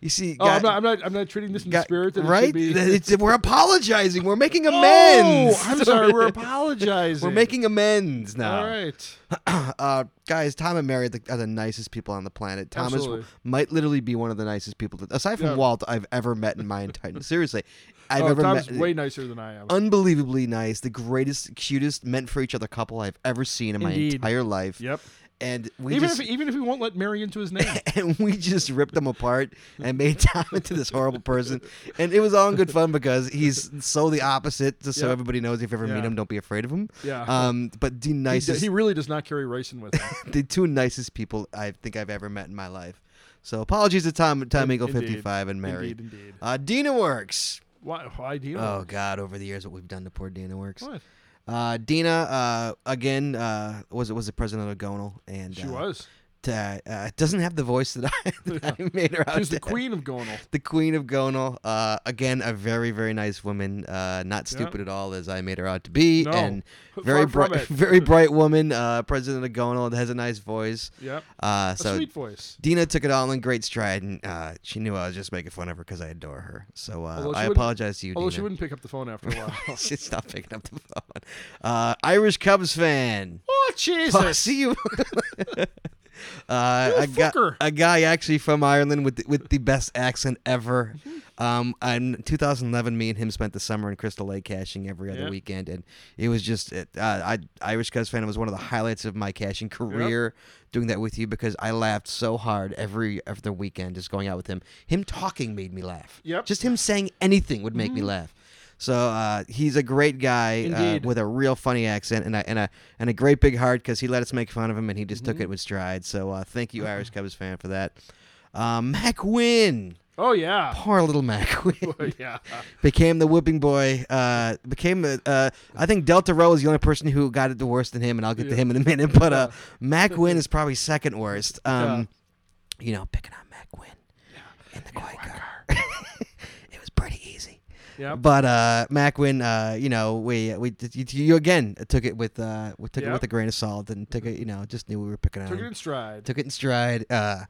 Speaker 1: You see,
Speaker 2: Oh, I'm
Speaker 1: guy-
Speaker 2: not. I'm not. I'm not treating this in the
Speaker 1: guy-
Speaker 2: spirit that
Speaker 1: right?
Speaker 2: it should be.
Speaker 1: It's- we're apologizing. We're making amends.
Speaker 2: [laughs] oh,
Speaker 1: [laughs]
Speaker 2: I'm sorry. We're apologizing.
Speaker 1: We're making amends now.
Speaker 2: All right.
Speaker 1: [clears throat] uh, guys, Tom and Mary are the, are the nicest people on the planet. Tom
Speaker 2: Absolutely.
Speaker 1: is might literally be one of the nicest people, that, aside from
Speaker 2: Yeah.
Speaker 1: Walt, I've ever met in my entire. [laughs] seriously, I've
Speaker 2: Oh,
Speaker 1: ever
Speaker 2: Tom's
Speaker 1: met.
Speaker 2: way nicer than I am.
Speaker 1: unbelievably nice, the greatest, cutest, meant for each other couple I've ever seen in
Speaker 2: Indeed.
Speaker 1: my entire life.
Speaker 2: Yep.
Speaker 1: And we
Speaker 2: Even
Speaker 1: just
Speaker 2: if even if he won't let Mary into
Speaker 1: [laughs]
Speaker 2: his name.
Speaker 1: and we just ripped them apart and made Tom into this horrible person. And it was all in good fun because he's so the opposite. Just so
Speaker 2: Yeah.
Speaker 1: everybody knows, if you ever meet
Speaker 2: Yeah.
Speaker 1: him, don't be afraid of him.
Speaker 2: Yeah.
Speaker 1: Um, but the
Speaker 2: He, d-
Speaker 1: nicest,
Speaker 2: he really does not carry racing with him.
Speaker 1: the two nicest people I think I've ever met in my life. So apologies to Tom, Tom
Speaker 2: In-
Speaker 1: Eagle,
Speaker 2: indeed.
Speaker 1: fifty five, and [laughs] Mary.
Speaker 2: Indeed, indeed.
Speaker 1: Uh, Dina Works.
Speaker 2: Why? Why do you?
Speaker 1: Oh God, over the years, what we've done to poor Dina Works.
Speaker 2: What?
Speaker 1: Uh, Dina, uh, again, uh, was was the president of Gonal, and
Speaker 2: She
Speaker 1: uh, [laughs]
Speaker 2: was.
Speaker 1: t- uh, doesn't have the voice that I, [laughs] that I made her out
Speaker 2: She was the
Speaker 1: to have.
Speaker 2: queen of Gonal.
Speaker 1: the queen of Gonal. Uh, again, a very, very nice woman. Uh, not stupid at all, as I made her out to be,
Speaker 2: No.
Speaker 1: and
Speaker 2: Far
Speaker 1: very
Speaker 2: from
Speaker 1: bright, [laughs]
Speaker 2: it. [laughs]
Speaker 1: very bright woman. Uh, president of Gonal that has a nice voice.
Speaker 2: Yep.
Speaker 1: Uh,
Speaker 2: A
Speaker 1: so
Speaker 2: sweet voice.
Speaker 1: Dina took it all in great stride, and uh, she knew I was just making fun of her because I adore her. So uh,
Speaker 2: Although she
Speaker 1: I
Speaker 2: wouldn't-
Speaker 1: apologize to you,
Speaker 2: Although
Speaker 1: Dina.
Speaker 2: she wouldn't pick up the phone after a
Speaker 1: [laughs]
Speaker 2: while.
Speaker 1: She's not picking up the phone. Uh, Irish Cubs fan.
Speaker 2: oh
Speaker 1: Oh,
Speaker 2: Jesus!
Speaker 1: see you. [laughs] Uh,
Speaker 2: You
Speaker 1: a, guy,
Speaker 2: fucker.
Speaker 1: a guy actually from Ireland with the, with the best accent ever.
Speaker 2: Mm-hmm.
Speaker 1: Um, in 2011, me and him spent the summer in Crystal Lake caching every other
Speaker 2: Yeah.
Speaker 1: weekend, and it was just it, uh, I Irish Cubs fan. It was one of the highlights of my caching career doing that with you because I laughed so hard every other weekend just going out with him. Him talking made me laugh.
Speaker 2: Yep. Mm-hmm.
Speaker 1: Just him saying anything would make me laugh. So uh, he's a great guy uh,
Speaker 2: Indeed.
Speaker 1: with a real funny accent and a and a and a great big heart because he let us make fun of him and he just took it with stride. So uh, thank you, Irish Cubs fan, for that. Um, Mac Wynn,
Speaker 2: Oh yeah. [laughs]
Speaker 1: poor little Mac Wynn,
Speaker 2: Yeah.
Speaker 1: became the whipping boy. Uh, became the uh, I think Delta Row is the only person who got it the worst than him, and I'll get to
Speaker 2: Yeah.
Speaker 1: him in a minute. But uh, Mac Wynn is probably second worst. Um, you know, picking on Mac Wynn in the quiet car, [laughs] it was pretty easy.
Speaker 2: Yep.
Speaker 1: But uh, Macwin, uh, you know, we we you, you again took it with uh, we took it
Speaker 2: Yep.
Speaker 1: with a grain of salt and took it, you know, just knew we were picking on.
Speaker 2: Took it
Speaker 1: him.
Speaker 2: in stride.
Speaker 1: took it in stride. Uh,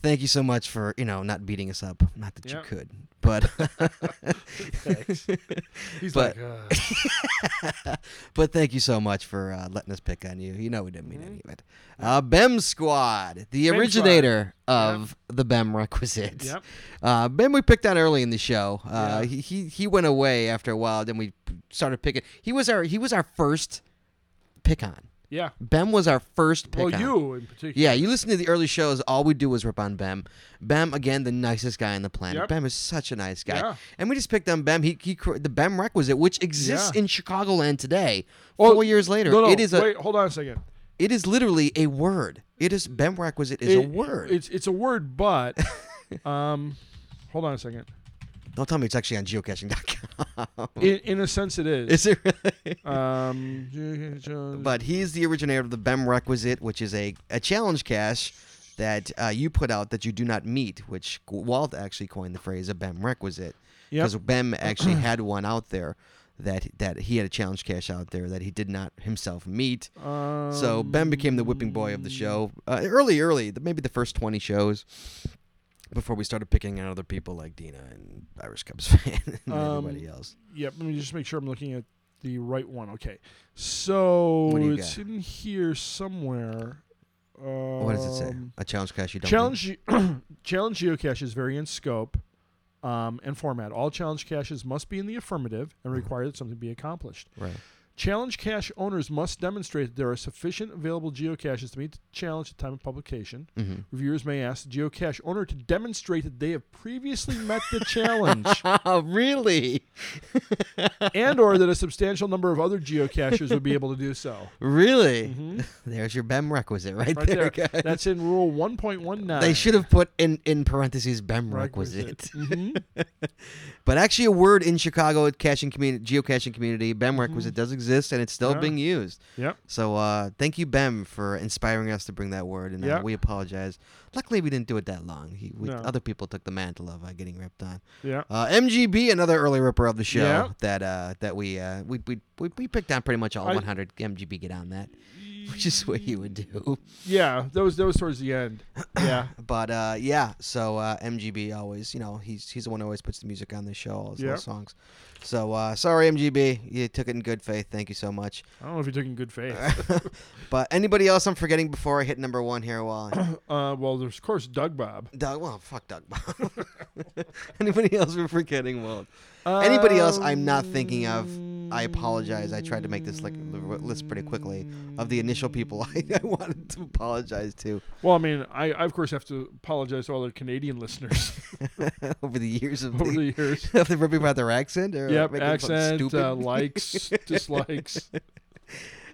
Speaker 1: thank you so much for you know not beating us up. Not that
Speaker 2: Yep.
Speaker 1: you could,
Speaker 2: [laughs]
Speaker 1: but [laughs]
Speaker 2: He's
Speaker 1: but-
Speaker 2: like, uh,
Speaker 1: but thank you so much for uh, letting us pick on you. You know we didn't mean any of it. Uh, Bem Squad, the
Speaker 2: Mm-hmm. Squad.
Speaker 1: originator of the Bem Requisite.
Speaker 2: Yep.
Speaker 1: Uh, Bem we picked on early in the show. Uh,
Speaker 2: Yeah.
Speaker 1: he, he he went away after a while. Then we started picking. He was our he was our first pick on.
Speaker 2: yeah.
Speaker 1: Bem was our first pick on.
Speaker 2: Well, Oh, you in particular.
Speaker 1: Yeah, you listen to the early shows. All we do is rip on Bem. Bem again, the nicest guy on the planet.
Speaker 2: Yep.
Speaker 1: Bem is such a nice guy,
Speaker 2: Yeah.
Speaker 1: and we just picked on Bem. He, he cr- the Bem requisite, which exists
Speaker 2: Yeah.
Speaker 1: in Chicagoland today.
Speaker 2: Oh,
Speaker 1: four years later,
Speaker 2: No, no.
Speaker 1: it is a
Speaker 2: wait, hold on a second.
Speaker 1: it is literally a word. It is Bem requisite is a
Speaker 2: It-
Speaker 1: word.
Speaker 2: It's it's a word, but
Speaker 1: [laughs]
Speaker 2: um, hold on a second.
Speaker 1: Don't tell me it's actually on geocaching.com.
Speaker 2: In, in a sense, it is.
Speaker 1: [laughs] is it really?
Speaker 2: um,
Speaker 1: But he's the originator of the BEM requisite, which is a, a challenge cache that uh, you put out that you do not meet, which Walt actually coined the phrase a BEM requisite.
Speaker 2: Yep.
Speaker 1: Because
Speaker 2: [clears throat]
Speaker 1: BEM actually had one out there that that he had a challenge cache out there that he did not himself meet.
Speaker 2: um,
Speaker 1: so BEM became the whipping boy of the show uh, early, early, th- maybe the first 20 shows before we started picking out other people like Dina and Irish Cubs [laughs] fan and
Speaker 2: Um,
Speaker 1: everybody else.
Speaker 2: Yep. Let me just make sure I'm looking at the right one. Okay. So
Speaker 1: What do you
Speaker 2: it's
Speaker 1: got?
Speaker 2: in here somewhere. Um,
Speaker 1: What does it say? A challenge cache you don't meet?
Speaker 2: Challenge [coughs] challenge geocaches vary in scope um, and format. All challenge caches must be in the affirmative and require that something be accomplished.
Speaker 1: Right.
Speaker 2: Challenge cache owners must demonstrate that there are sufficient available geocaches to meet the challenge at the time of publication.
Speaker 1: Mm-hmm.
Speaker 2: Reviewers may ask the geocache owner to demonstrate that they have previously met the challenge
Speaker 1: Oh, [laughs] really?
Speaker 2: and or that a substantial number of other geocaches would be able to do so.
Speaker 1: Really? [laughs] There's your BEM requisite right,
Speaker 2: Mm-hmm. Right
Speaker 1: there,
Speaker 2: there.
Speaker 1: guys.
Speaker 2: That's in rule 1.19.
Speaker 1: They should have put in, in parentheses BEM requisite.
Speaker 2: Requisite. Mhm.
Speaker 1: But actually, a word in Chicago caching community, geocaching community, BEM requisite does exist, and it's still
Speaker 2: Mm-hmm. Yeah.
Speaker 1: being used.
Speaker 2: Yep.
Speaker 1: So uh, thank you, BEM, for inspiring us to bring that word, and uh,
Speaker 2: Yeah.
Speaker 1: we apologize. Luckily, we didn't do it that long. He, we,
Speaker 2: No.
Speaker 1: Other people took the mantle of uh, getting ripped on.
Speaker 2: Yeah.
Speaker 1: Uh, MGB, another early ripper of the show
Speaker 2: Yeah.
Speaker 1: that uh, that we, uh, we, we we we picked on pretty much all
Speaker 2: I-
Speaker 1: 100 MGB get on that, [laughs] which is what he would do.
Speaker 2: Yeah, that was that was towards the end. Yeah.
Speaker 1: But uh, yeah, so uh, MGB always, you know, he's he's the one who always puts the music on the show, all his little
Speaker 2: Yeah.
Speaker 1: songs. So uh, sorry, MGB, you took it in good faith. Thank you so much. [laughs]
Speaker 2: I don't know if you took in good faith.
Speaker 1: But anybody else I'm forgetting before I hit number one here? Well,
Speaker 2: Uh, well, there's of course Doug Bob.
Speaker 1: Doug. Well, fuck Doug. [laughs] anybody else we're forgetting? Well, anybody else I'm not thinking of. I apologize. I tried to make this like l- list pretty quickly of the initial people [laughs] I, I wanted to apologize to [laughs]
Speaker 2: Well, I mean, I, I of course have to apologize to all the Canadian listeners [laughs]
Speaker 1: over the years of
Speaker 2: over
Speaker 1: the,
Speaker 2: the years.
Speaker 1: of the ripping about their accent. Or
Speaker 2: Yep,
Speaker 1: making them
Speaker 2: accent,
Speaker 1: stupid. [laughs]
Speaker 2: uh, likes, dislikes.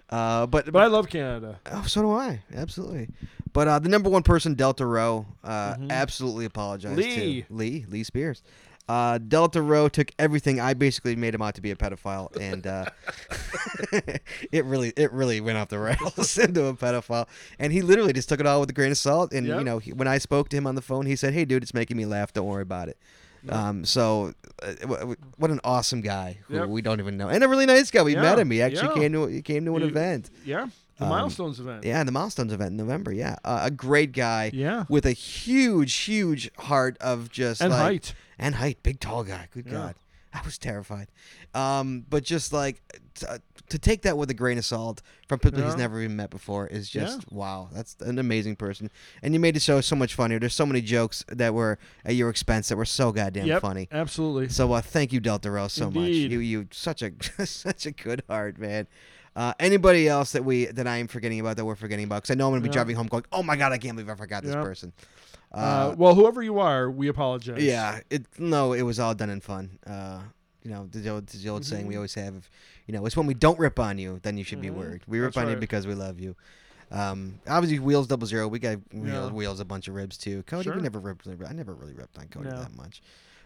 Speaker 1: Uh, but
Speaker 2: But I love Canada.
Speaker 1: Oh, so do I. Absolutely. But uh, the number one person, Delta Row, uh, absolutely apologized
Speaker 2: Mm-hmm. Lee.
Speaker 1: to Lee Lee Spears. Uh, Delta Row took everything. I basically made him out to be a pedophile, and uh, [laughs] it really it really went off the rails [laughs] into a pedophile. And he literally just took it all with a grain of salt. And you
Speaker 2: Yep.
Speaker 1: know, he, when I spoke to him on the phone, he said, "Hey, dude, it's making me laugh. Don't worry about it." Um, so, uh, w- w- what an awesome guy who
Speaker 2: Yep.
Speaker 1: we don't even know, and a really nice guy. We
Speaker 2: Yeah,
Speaker 1: met him. He actually
Speaker 2: yeah.
Speaker 1: came to he came to an
Speaker 2: You-
Speaker 1: event.
Speaker 2: Yeah, the milestones event.
Speaker 1: Um, Yeah, the milestones event in November. Yeah, uh, a great guy.
Speaker 2: Yeah.
Speaker 1: with a huge, huge heart of just
Speaker 2: And
Speaker 1: like-
Speaker 2: height.
Speaker 1: and height. Big tall guy. Good God, I was terrified. Um, but just like t- uh, to take that with a grain of salt from people he's
Speaker 2: Yeah.
Speaker 1: never even met before is
Speaker 2: Yeah.
Speaker 1: just wow. That's an amazing person, and you made the show so much funnier. There's so many jokes that were at your expense that were so goddamn
Speaker 2: Yep,
Speaker 1: funny.
Speaker 2: Absolutely.
Speaker 1: So uh, thank you, Delta Rose, so much.
Speaker 2: Indeed.
Speaker 1: You you such a [laughs] such a good heart, man. Uh, anybody else that we that I am forgetting about that we're forgetting about? Because I know I'm gonna be
Speaker 2: Yeah.
Speaker 1: driving home going, oh my god, I can't believe I forgot this
Speaker 2: Yeah.
Speaker 1: person. Uh,
Speaker 2: Uh, well, whoever you are, we apologize.
Speaker 1: yeah, it no, it was all done in fun. Uh, you know the old, the old saying
Speaker 2: Mm-hmm.
Speaker 1: we always have. If, you know, it's when we don't rip on you, then you should be worried. We rip
Speaker 2: That's
Speaker 1: on you
Speaker 2: right.
Speaker 1: because we love you. Um, obviously, wheels double zero. We got wheels,
Speaker 2: Yeah.
Speaker 1: wheels a bunch of ribs too. Cody, we
Speaker 2: Sure.
Speaker 1: never ripped. I never really ripped on Cody
Speaker 2: No.
Speaker 1: that much.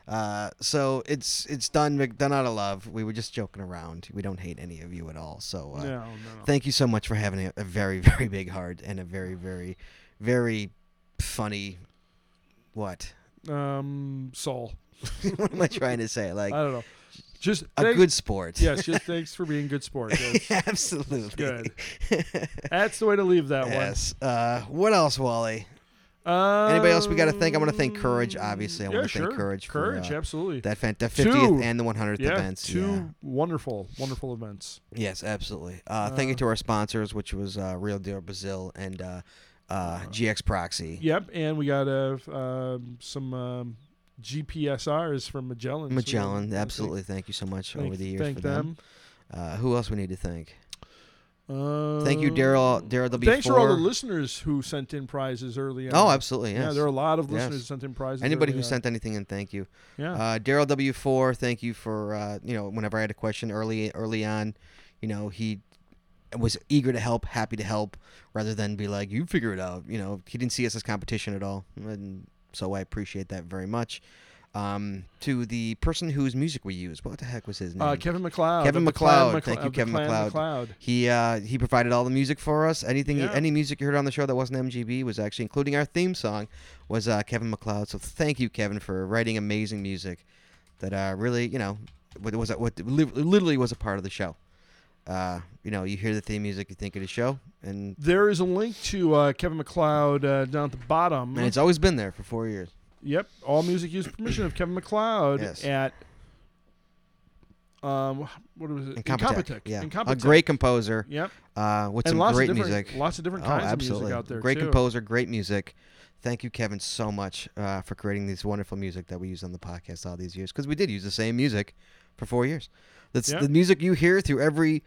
Speaker 1: Uh, so it's it's done done out of love. We were just joking around. We don't hate any of you at all. So uh,
Speaker 2: No, no, no.
Speaker 1: Thank you so much for having a, a very, [laughs] very big heart and a very, very, very funny. What?
Speaker 2: um, Saul.
Speaker 1: [laughs] what am I trying to say? Like
Speaker 2: I don't know. Just
Speaker 1: a
Speaker 2: thank-
Speaker 1: good sport.
Speaker 2: Uh, [laughs] Yes, just thanks for being good sport. That's,
Speaker 1: [laughs] Absolutely. [laughs]
Speaker 2: good. that's the way to leave that
Speaker 1: yes. Uh, what else, Wally?
Speaker 2: one. Um,
Speaker 1: Anybody else we got to thank? I want to thank Courage, obviously. I
Speaker 2: yeah,
Speaker 1: want to
Speaker 2: sure.
Speaker 1: thank Courage for
Speaker 2: Courage,
Speaker 1: uh,
Speaker 2: absolutely.
Speaker 1: that fan- the
Speaker 2: Two.
Speaker 1: 50th and the 100th
Speaker 2: yeah,
Speaker 1: events.
Speaker 2: two
Speaker 1: Yeah.
Speaker 2: wonderful, wonderful events.
Speaker 1: Yes, absolutely. Uh, thank you to our sponsors, which was uh, Real Deal Brazil and uh, uh, GX Proxy.
Speaker 2: Yep, and we got uh, f- um, some um, GPSRs from Magellan. so we
Speaker 1: Magellan,
Speaker 2: wanna
Speaker 1: absolutely. Thank you so much
Speaker 2: Thank,
Speaker 1: over the years
Speaker 2: thank
Speaker 1: for them.
Speaker 2: them.
Speaker 1: Uh, who else we need to thank?
Speaker 2: Uh,
Speaker 1: Thank you, Daryl. Daryl W.
Speaker 2: Thanks for all the listeners who sent in prizes early on.
Speaker 1: Oh, absolutely. Yes.
Speaker 2: Yeah, there are a lot of listeners
Speaker 1: Yes.
Speaker 2: who sent in prizes.
Speaker 1: Anybody who
Speaker 2: early on.
Speaker 1: sent anything in, thank you.
Speaker 2: Yeah.
Speaker 1: Uh, Daryl W4, thank you for uh, you know whenever I had a question early early on, you know he was eager to help, happy to help, rather than be like you figure it out. You know he didn't see us as competition at all, and so I appreciate that very much. Um, to the person whose music we used, what the heck was his name?
Speaker 2: Uh, Kevin McLeod.
Speaker 1: Kevin
Speaker 2: of the Clan
Speaker 1: McLeod. Thank
Speaker 2: McLe-
Speaker 1: you,
Speaker 2: of the
Speaker 1: Kevin
Speaker 2: Clan
Speaker 1: McLeod.
Speaker 2: McLeod.
Speaker 1: He uh, he provided all the music for us. Anything,
Speaker 2: Yeah.
Speaker 1: any music you heard on the show that wasn't MGB was actually, including our theme song, was uh, Kevin McLeod. So thank you, Kevin, for writing amazing music that uh, really, you know, what was what li- literally was a part of the show. Uh, you know, you hear the theme music, you think of the show, and
Speaker 2: There is a link to uh, Kevin McLeod uh, down at the bottom.
Speaker 1: and it's always been there for four years.
Speaker 2: Yep. All music used with permission of Kevin McLeod
Speaker 1: Yes.
Speaker 2: at um what was it?
Speaker 1: Incompetech,
Speaker 2: Incompetech.
Speaker 1: yeah, a
Speaker 2: Incompetech.
Speaker 1: great composer.
Speaker 2: Yep.
Speaker 1: Uh, with
Speaker 2: and
Speaker 1: some
Speaker 2: lots
Speaker 1: great
Speaker 2: of different
Speaker 1: music. Oh,
Speaker 2: lots of different kinds of music out there.
Speaker 1: Great
Speaker 2: too.
Speaker 1: composer, great music. Thank you, Kevin, so much uh, for creating this wonderful music that we use on the podcast all these years because we did use the same music for four years. That's
Speaker 2: Yeah.
Speaker 1: the music you hear through every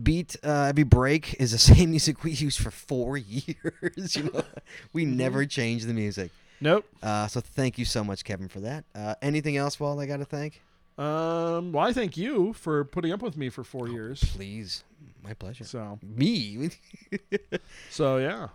Speaker 1: beat, uh, every break is the [laughs] same music we used for four [laughs] years. You know, [laughs] we
Speaker 2: Mm-hmm.
Speaker 1: never change the music.
Speaker 2: Nope.
Speaker 1: Uh, so thank you so much, Kevin, for that. Uh, anything else, Walt? I got to thank.
Speaker 2: Um, well, I thank you for putting up with me for four years.
Speaker 1: Please, my pleasure.
Speaker 2: So,
Speaker 1: Me. [laughs]
Speaker 2: so yeah.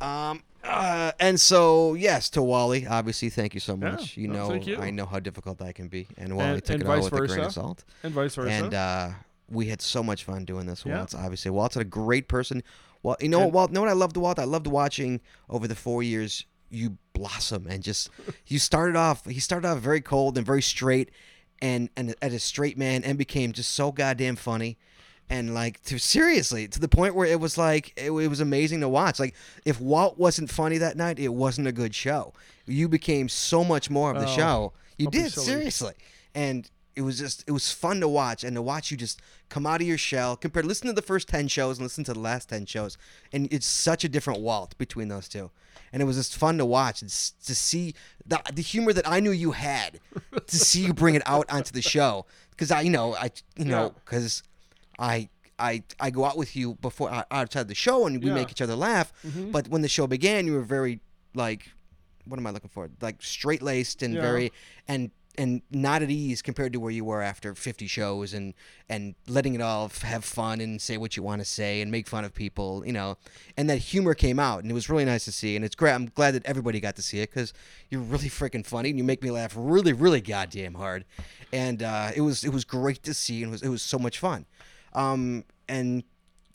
Speaker 1: Um, uh, and so yes, to Wally, obviously, thank you so
Speaker 2: Yeah,
Speaker 1: much. you
Speaker 2: no,
Speaker 1: know,
Speaker 2: thank you.
Speaker 1: I know how difficult that can be, and Wally
Speaker 2: And-
Speaker 1: took
Speaker 2: and
Speaker 1: it all
Speaker 2: vice
Speaker 1: with a grain
Speaker 2: versa.
Speaker 1: of salt.
Speaker 2: And vice versa.
Speaker 1: And uh, we had so much fun doing this.
Speaker 2: Yeah.
Speaker 1: Walt's obviously Walt's a great person. Well, you know what, Walt? Know what I loved, Walt? I loved watching over the four years you blossom and just [laughs] you started off. He started off very cold and very straight, and and as a straight man, and became just so goddamn funny. And like to seriously to the point where it was like it, it was amazing to watch. Like if Walt wasn't funny that night, it wasn't a good show. You became so much more of the
Speaker 2: Oh,
Speaker 1: show. You
Speaker 2: don't be
Speaker 1: did
Speaker 2: silly.
Speaker 1: seriously seriously. And it was just it was fun to watch and to watch you just come out of your shell. Compare listen to the first ten shows and listen to the last ten shows, and it's such a different Walt between those two. And it was just fun to watch and s- to see the the humor that I knew you had, to see you bring it out onto the show. Because I you know I you know because I. I, I go out with you before out- outside the show and we
Speaker 2: Yeah.
Speaker 1: make each other laugh. But when the show began, you were very like, what am I looking for? Like straight laced and
Speaker 2: Yeah.
Speaker 1: very and and not at ease compared to where you were after 50 shows and and letting it all f- have fun and say what you want to say and make fun of people you know and that humor came out and it was really nice to see and it's great i'm glad that everybody got to see it because you're really freaking funny and you make me laugh really really goddamn hard and uh, it was it was great to see and it was it was so much fun um, and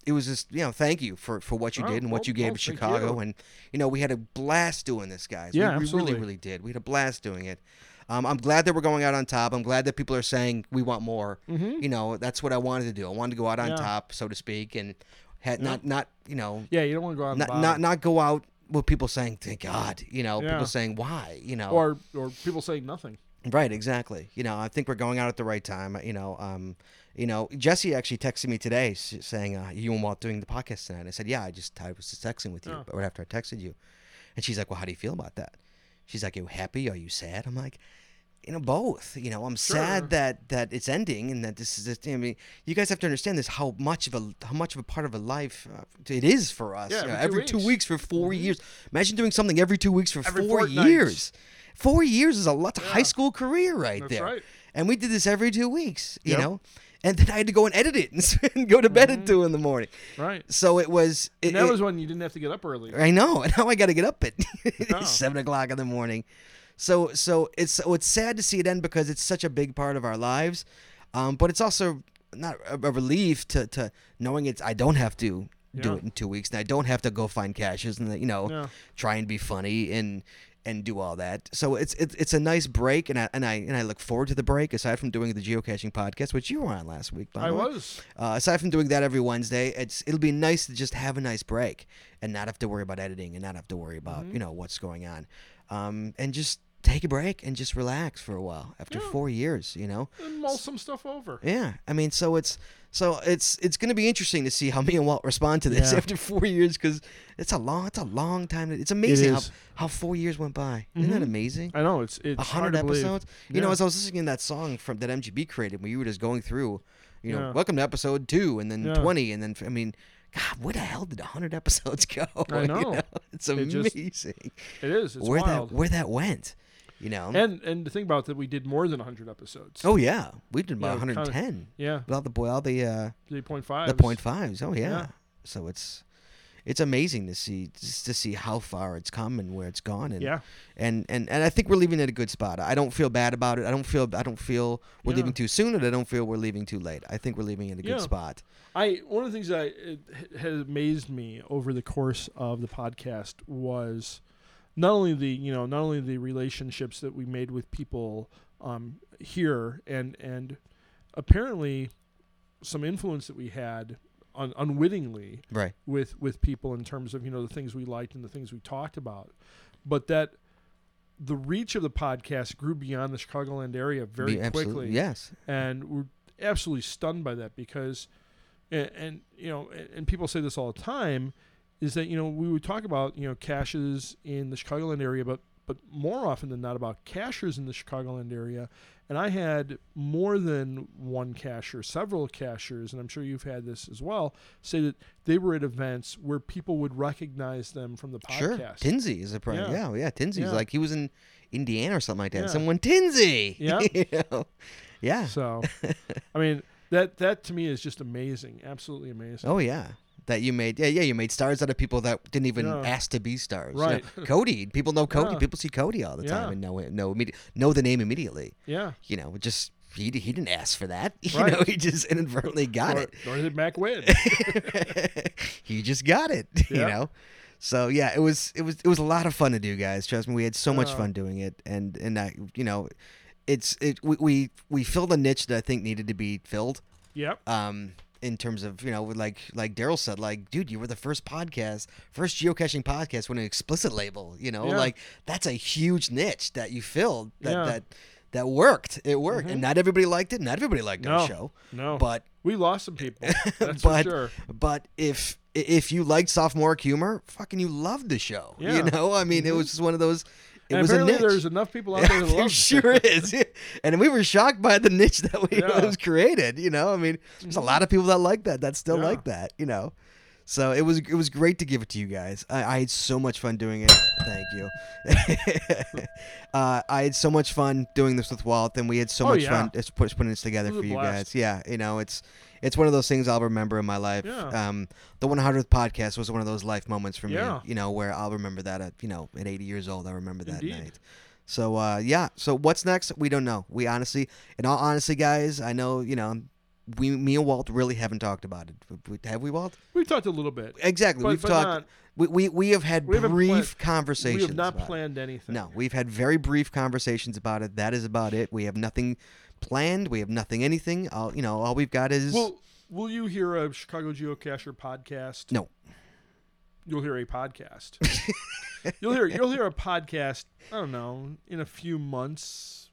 Speaker 1: it was just you know thank you for for what you
Speaker 2: Oh,
Speaker 1: did and
Speaker 2: well-
Speaker 1: what you gave
Speaker 2: well,
Speaker 1: to
Speaker 2: thank
Speaker 1: chicago
Speaker 2: you.
Speaker 1: and you know we had a blast doing this guys
Speaker 2: Yeah,
Speaker 1: we, we
Speaker 2: absolutely.
Speaker 1: really really did we had a blast doing it um, i'm glad that we're going out on top i'm glad that people are saying we want more you know that's what i wanted to do i wanted to go out on
Speaker 2: Mm-hmm. Yeah.
Speaker 1: top so to speak and had not not you know
Speaker 2: yeah, you don't want to go out. and
Speaker 1: not,
Speaker 2: buy.
Speaker 1: not not go out with people saying thank god you know
Speaker 2: Yeah.
Speaker 1: people saying why you know
Speaker 2: or or people saying nothing.
Speaker 1: Right, exactly. You know, I think we're going out at the right time. You know, um, you know, Jesse actually texted me today s- saying, uh, "You and Walt doing the podcast tonight." I said, "Yeah, I just I was just texting with you,
Speaker 2: Oh.
Speaker 1: but right after I texted you," and she's like, "Well, how do you feel about that?" She's like, "You happy? Are you sad?" I'm like, "You know, both. You know, I'm
Speaker 2: Sure.
Speaker 1: sad that that it's ending and that this is. Just, I mean, you guys have to understand this how much of a how much of a part of a life uh, it is for us.
Speaker 2: Yeah,
Speaker 1: You know,
Speaker 2: every
Speaker 1: every,
Speaker 2: two
Speaker 1: two,
Speaker 2: weeks. Mm-hmm.
Speaker 1: weeks. for 4 years. Imagine doing something every two weeks for
Speaker 2: Every
Speaker 1: four
Speaker 2: fortnight.
Speaker 1: years." Four years is a lot to high school career right
Speaker 2: That's
Speaker 1: there.
Speaker 2: right.
Speaker 1: And we did this every two weeks, you
Speaker 2: Yep. Mm-hmm.
Speaker 1: know? And then I had to go and edit it and, [laughs] go to bed at two in the morning.
Speaker 2: Right.
Speaker 1: So it was. It,
Speaker 2: And that
Speaker 1: it-
Speaker 2: was when you didn't have to get up early.
Speaker 1: I know. [laughs] And now I got to get up at [laughs]
Speaker 2: Oh.
Speaker 1: seven o'clock in the morning. So so it's so it's sad to see it end because it's such a big part of our lives, um, but it's also not a, a relief to, to knowing it's I don't have to do
Speaker 2: Yeah.
Speaker 1: it in two weeks and I don't have to go find caches and you know
Speaker 2: Yeah.
Speaker 1: try and be funny and and do all that. So it's it's it's a nice break and I and I and I look forward to the break aside from doing the geocaching podcast which you were on last week. By
Speaker 2: I
Speaker 1: the way.
Speaker 2: was.
Speaker 1: Uh, aside from doing that every Wednesday, it's it'll be nice to just have a nice break and not have to worry about editing and not have to worry about
Speaker 2: Mm-hmm.
Speaker 1: you know what's going on, um, and just take a break and just relax for a while after four years. You know,
Speaker 2: And mull some stuff over.
Speaker 1: yeah. I mean, so it's so it's it's going to be interesting to see how [laughs] me and Walt respond to this
Speaker 2: Yeah.
Speaker 1: after four years because it's a long it's a long time. It's amazing how,
Speaker 2: is. Mm-hmm.
Speaker 1: how four years went by. Isn't that amazing?
Speaker 2: I know it's it's
Speaker 1: a
Speaker 2: hard
Speaker 1: hundred
Speaker 2: to believe.
Speaker 1: episodes. You know,
Speaker 2: Yeah.
Speaker 1: as I was listening to that song from that MGB created, when you were just going through, you know,
Speaker 2: Yeah.
Speaker 1: welcome to episode two, and then
Speaker 2: Yeah.
Speaker 1: twenty, and then I mean, God, where the hell did hundred [laughs] episodes go? [laughs]
Speaker 2: I
Speaker 1: You
Speaker 2: know.
Speaker 1: It's
Speaker 2: It just-
Speaker 1: amazing
Speaker 2: it is. It's
Speaker 1: where
Speaker 2: wild.
Speaker 1: that where that went. You know,
Speaker 2: and and the thing about that, we did more than 100 episodes.
Speaker 1: oh yeah, we did about
Speaker 2: Yeah, kinda-
Speaker 1: 110
Speaker 2: yeah,
Speaker 1: without the boy, all the uh,
Speaker 2: the point five.
Speaker 1: the point fives. Oh yeah.
Speaker 2: Yeah.
Speaker 1: so it's it's amazing to see just to see how far it's come and where it's gone. And
Speaker 2: Yeah.
Speaker 1: and and, and I think we're leaving at a good spot. I don't feel bad about it. I don't feel I don't feel we're
Speaker 2: Yeah.
Speaker 1: leaving too soon, and I don't feel we're leaving too late. I think we're leaving at a good
Speaker 2: Yeah.
Speaker 1: spot.
Speaker 2: I one of the things that I, it, h- has amazed me over the course of the podcast was not only the you know not only the relationships that we made with people um, here and and apparently some influence that we had un- unwittingly
Speaker 1: Right.
Speaker 2: with with people in terms of you know the things we liked and the things we talked about, but that the reach of the podcast grew beyond the Chicagoland area very
Speaker 1: Be- absolute-
Speaker 2: quickly
Speaker 1: Yes.
Speaker 2: and we're absolutely stunned by that because and, and you know and, and people say this all the time is that you know we would talk about you know caches in the chicagoland area but but more often than not about cashers in the Chicagoland area. And I had more than one cashier, several cashiers, and I'm sure you've had this as well, say that they were at events where people would recognize them from the
Speaker 1: Sure.
Speaker 2: podcast.
Speaker 1: Tinsey is a pro.
Speaker 2: Yeah.
Speaker 1: Yeah, yeah. Tinsey's
Speaker 2: Yeah.
Speaker 1: like he was in Indiana or something like that.
Speaker 2: Yeah.
Speaker 1: Someone [laughs] Tinsey.
Speaker 2: Yeah.
Speaker 1: you know? Yeah. [laughs]
Speaker 2: So, I mean, that that to me is just amazing, absolutely amazing.
Speaker 1: Oh yeah. That you made, yeah, yeah, you made stars out of people that didn't even
Speaker 2: Yeah.
Speaker 1: ask to be stars. Yeah.
Speaker 2: Right.
Speaker 1: Cody, people know Cody.
Speaker 2: Yeah.
Speaker 1: People see Cody all the
Speaker 2: Yeah.
Speaker 1: time and know it, know immedi- know the name immediately.
Speaker 2: Yeah.
Speaker 1: You know, it just he, he didn't ask for that. [laughs] You
Speaker 2: Right.
Speaker 1: know, he just inadvertently got
Speaker 2: Nor,
Speaker 1: it.
Speaker 2: nor did Mac
Speaker 1: [laughs]
Speaker 2: win.
Speaker 1: he just got it, [laughs] you
Speaker 2: Yeah.
Speaker 1: know. So yeah, it was it was it was a lot of fun to do, guys. Trust me, we had so much fun doing it, and and I, you know, it's it we we, we filled a niche that I think needed to be filled.
Speaker 2: yep.
Speaker 1: Um, in terms of you know, with like like Daryl said, like dude, you were the first podcast, first geocaching podcast with an explicit label. You know,
Speaker 2: Yeah.
Speaker 1: like that's a huge niche that you filled. That
Speaker 2: Yeah. Mm-hmm.
Speaker 1: that that worked. It worked, and not everybody liked it. Not everybody liked
Speaker 2: No.
Speaker 1: our show.
Speaker 2: No.
Speaker 1: but
Speaker 2: we lost some people.
Speaker 1: [laughs]
Speaker 2: That's
Speaker 1: but
Speaker 2: for sure.
Speaker 1: but if if you liked sophomoric humor, fucking you loved the show.
Speaker 2: Yeah. Mm-hmm.
Speaker 1: You know, I mean, it was just one of those. It
Speaker 2: And
Speaker 1: was a
Speaker 2: apparently,
Speaker 1: niche.
Speaker 2: there's enough people out
Speaker 1: [laughs]
Speaker 2: there that
Speaker 1: there
Speaker 2: love
Speaker 1: sure
Speaker 2: [laughs]
Speaker 1: is, [laughs] and we were shocked by the niche that we [laughs]
Speaker 2: Yeah. Mm-hmm.
Speaker 1: was created. You know, I mean, there's a lot of people that like that that still
Speaker 2: Yeah.
Speaker 1: like that. You know, so it was it was great to give it to you guys. I, I had so much fun doing it. Thank you. [laughs] uh, I had so much fun doing this with Walt, and we had so
Speaker 2: Oh,
Speaker 1: much
Speaker 2: yeah.
Speaker 1: fun just put- just putting this together
Speaker 2: It was
Speaker 1: for
Speaker 2: a
Speaker 1: you
Speaker 2: blast.
Speaker 1: guys. Yeah, you know, it's it's one of those things I'll remember in my life.
Speaker 2: Yeah.
Speaker 1: Um, the 100th podcast was one of those life moments for me.
Speaker 2: Yeah.
Speaker 1: You know, where I'll remember that at you know at 80 years old, I remember that
Speaker 2: Indeed.
Speaker 1: night. So uh, yeah. So what's next? We don't know. We honestly, in all honesty, guys, I know you know, we me and Walt really haven't talked about it. We- Have we, Walt?
Speaker 2: We've talked a little bit.
Speaker 1: Exactly.
Speaker 2: But-
Speaker 1: we've
Speaker 2: but
Speaker 1: talked.
Speaker 2: not-
Speaker 1: We, we we have had
Speaker 2: we haven't
Speaker 1: brief
Speaker 2: planned-
Speaker 1: conversations.
Speaker 2: We have not
Speaker 1: about it.
Speaker 2: planned anything.
Speaker 1: No, we've had very brief conversations about it. That is about it. We have nothing planned. We have nothing anything. All you know, all we've got is
Speaker 2: Will Will you hear a Chicago Geocacher podcast?
Speaker 1: no.
Speaker 2: You'll hear a
Speaker 1: [laughs]
Speaker 2: podcast. you'll hear you'll hear a podcast. I don't know in a few months,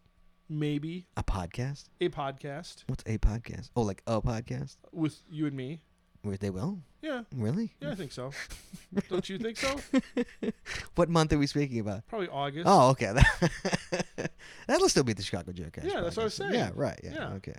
Speaker 2: maybe
Speaker 1: A podcast?
Speaker 2: a podcast
Speaker 1: What's a podcast? Oh, like a podcast?
Speaker 2: with you and me.
Speaker 1: Where they will?
Speaker 2: Yeah,
Speaker 1: Really?
Speaker 2: yeah, I think
Speaker 1: [laughs]
Speaker 2: so. Don't you think so?
Speaker 1: What month are we speaking about?
Speaker 2: Probably August.
Speaker 1: Oh, okay. [laughs] That'll still be the Chicago Geocache.
Speaker 2: Yeah, that's what I was
Speaker 1: podcast.
Speaker 2: saying.
Speaker 1: Yeah, right. Yeah,
Speaker 2: Yeah.
Speaker 1: okay.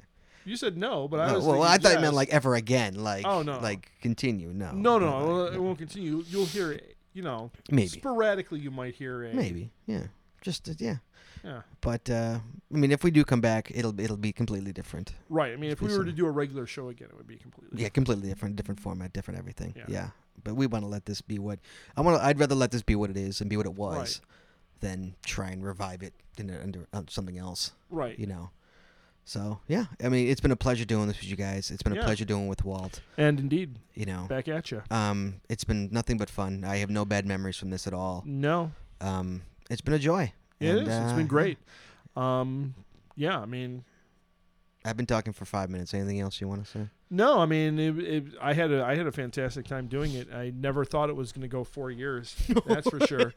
Speaker 2: You said no, but I
Speaker 1: Oh,
Speaker 2: was.
Speaker 1: well,
Speaker 2: thinking
Speaker 1: I thought you
Speaker 2: yes.
Speaker 1: meant like ever again, like
Speaker 2: Oh, no.
Speaker 1: like continue. No,
Speaker 2: No, no,
Speaker 1: not
Speaker 2: well,
Speaker 1: like-
Speaker 2: it won't continue. You'll hear it. You know,
Speaker 1: Maybe.
Speaker 2: sporadically you might hear a
Speaker 1: maybe, yeah, just uh, yeah.
Speaker 2: Yeah.
Speaker 1: But uh, I mean, if we do come back, it'll it'll be completely different.
Speaker 2: Right. I mean, if we were to
Speaker 1: Listen.
Speaker 2: do a regular show again, it would be completely.
Speaker 1: Yeah, completely different, different format, different everything.
Speaker 2: Yeah.
Speaker 1: Yeah. But we want to let this be what I want. I'd rather let this be what it is and be what it was, than try and revive it in a, under uh, something else.
Speaker 2: Right.
Speaker 1: You know. So yeah, I mean, it's been a pleasure doing this with you guys. It's been
Speaker 2: Yeah.
Speaker 1: a pleasure doing with Walt.
Speaker 2: And indeed,
Speaker 1: You know.
Speaker 2: back at you.
Speaker 1: Um, it's been nothing but fun. I have no bad memories from this at all.
Speaker 2: No,
Speaker 1: Um, it's been a joy.
Speaker 2: it is.
Speaker 1: And,
Speaker 2: it's
Speaker 1: uh,
Speaker 2: been great. Um, yeah. I mean,
Speaker 1: I've been talking for five minutes. Anything else you want to say?
Speaker 2: no. I mean, it, it, I had a I had a fantastic time doing it. I never thought it was going to go four years. That's for sure.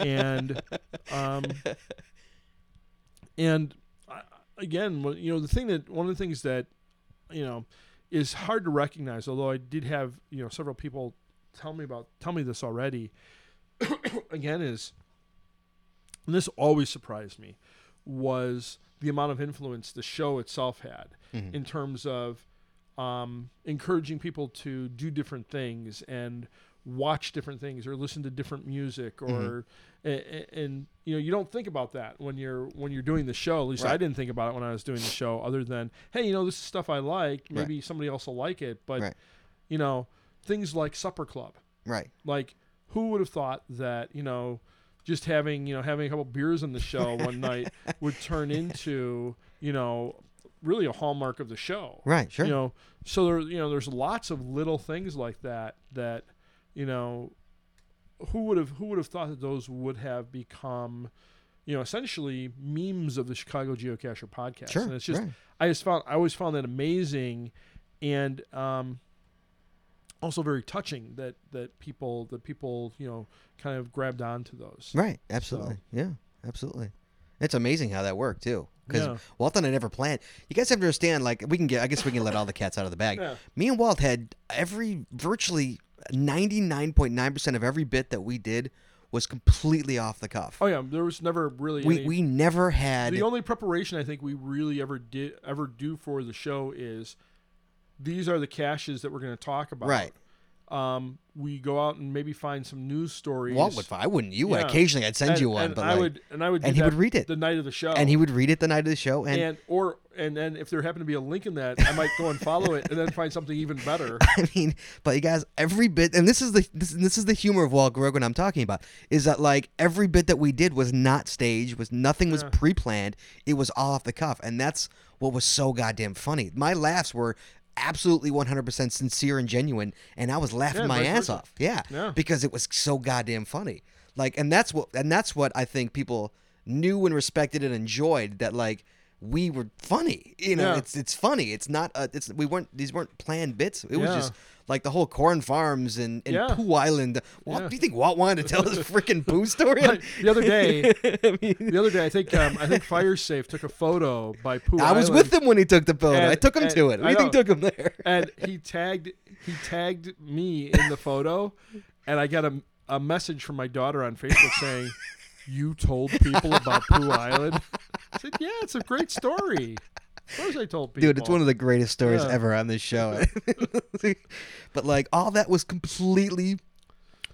Speaker 2: And, um, and I, again, wh- you know, the thing that one of the things that, you know, is hard to recognize. Although I did have you know several people tell me about tell me this already. [coughs] again, is and this always surprised me was the amount of influence the show itself had in terms of um, encouraging people to do different things and watch different things or listen to different music or
Speaker 1: Mm-hmm.
Speaker 2: a- a- and, you know you don't think about that when you're when you're doing the show at least i
Speaker 1: Right.
Speaker 2: didn't think about it when i was doing the show other than hey you know this is stuff i like maybe somebody else will like it but
Speaker 1: Right.
Speaker 2: you know things like supper club
Speaker 1: Right.
Speaker 2: like, who would have thought that you know, just having you know having a couple beers on the show
Speaker 1: [laughs]
Speaker 2: one night would turn into you know really a hallmark of the show.
Speaker 1: Right. Sure.
Speaker 2: You know, so there you know there's lots of little things like that that you know who would have who would have thought that those would have become you know essentially memes of the Chicago Geocacher podcast.
Speaker 1: Sure,
Speaker 2: And it's just
Speaker 1: right.
Speaker 2: I just found I always found that amazing and um also very touching that that people that people you know kind of grabbed onto those
Speaker 1: Right. Absolutely. Yeah. Absolutely. It's amazing how that worked too. Because
Speaker 2: Yeah.
Speaker 1: Walt and I never planned. You guys have to understand. Like we can get. I guess we can let all the cats out of the bag.
Speaker 2: Yeah.
Speaker 1: Me and Walt had every virtually ninety nine point nine percent of every bit that we did was completely off the cuff.
Speaker 2: Oh yeah, there was never really
Speaker 1: we,
Speaker 2: any-
Speaker 1: we never had
Speaker 2: the only preparation I think we really ever did ever do for the show is these are the caches that we're going to talk about.
Speaker 1: right.
Speaker 2: Um, we go out and maybe find some news stories.
Speaker 1: Walt would. I wouldn't. You would.
Speaker 2: Yeah.
Speaker 1: Occasionally, I'd send
Speaker 2: and,
Speaker 1: you one,
Speaker 2: and
Speaker 1: but
Speaker 2: I
Speaker 1: like,
Speaker 2: would oh. and I would do
Speaker 1: and he would
Speaker 2: that
Speaker 1: read it.
Speaker 2: the night of the show.
Speaker 1: and he would read it the night of the show, and,
Speaker 2: and or and then if there happened to be a link in that, I might go and follow it and then find something even better.
Speaker 1: [laughs] I mean, but you guys, every bit, and this is the this, this is the humor of Walt Grogan I'm talking about, is that like every bit that we did was not staged, was nothing was pre-planned, it was all off the cuff, and that's what was so goddamn funny. My laughs were absolutely 100% sincere and genuine, and I was laughing
Speaker 2: Yeah,
Speaker 1: my
Speaker 2: vice
Speaker 1: ass
Speaker 2: versa.
Speaker 1: off, yeah,
Speaker 2: Yeah.
Speaker 1: because it was so goddamn funny. Like, and that's what and that's what I think people knew and respected and enjoyed that like. We were funny, you know.
Speaker 2: Yeah.
Speaker 1: It's it's funny. It's not. uh it's we weren't. These weren't planned bits. It was
Speaker 2: Yeah.
Speaker 1: just like the whole corn farms and, and
Speaker 2: Yeah.
Speaker 1: Pooh Island. Walt,
Speaker 2: Yeah.
Speaker 1: Do you think Walt wanted to tell
Speaker 2: [laughs]
Speaker 1: his freaking Pooh story?
Speaker 2: But the other day,
Speaker 1: [laughs] I mean,
Speaker 2: the other day, I think um, I think FireSafe took a photo by Pooh.
Speaker 1: I was
Speaker 2: Island.
Speaker 1: with him when he took the photo. I
Speaker 2: And-
Speaker 1: took him
Speaker 2: and-
Speaker 1: to it. What do
Speaker 2: I
Speaker 1: you think
Speaker 2: know.
Speaker 1: took him there?
Speaker 2: and he tagged he tagged me in the photo, and I got a, a message from my daughter on Facebook saying, "You told people about Pooh Island." I said, "Yeah, it's a great story." Of course, I told
Speaker 1: [laughs]
Speaker 2: people.
Speaker 1: Dude, it's one of the greatest stories
Speaker 2: Yeah.
Speaker 1: ever on this
Speaker 2: [laughs]
Speaker 1: show. [laughs] but like all that was completely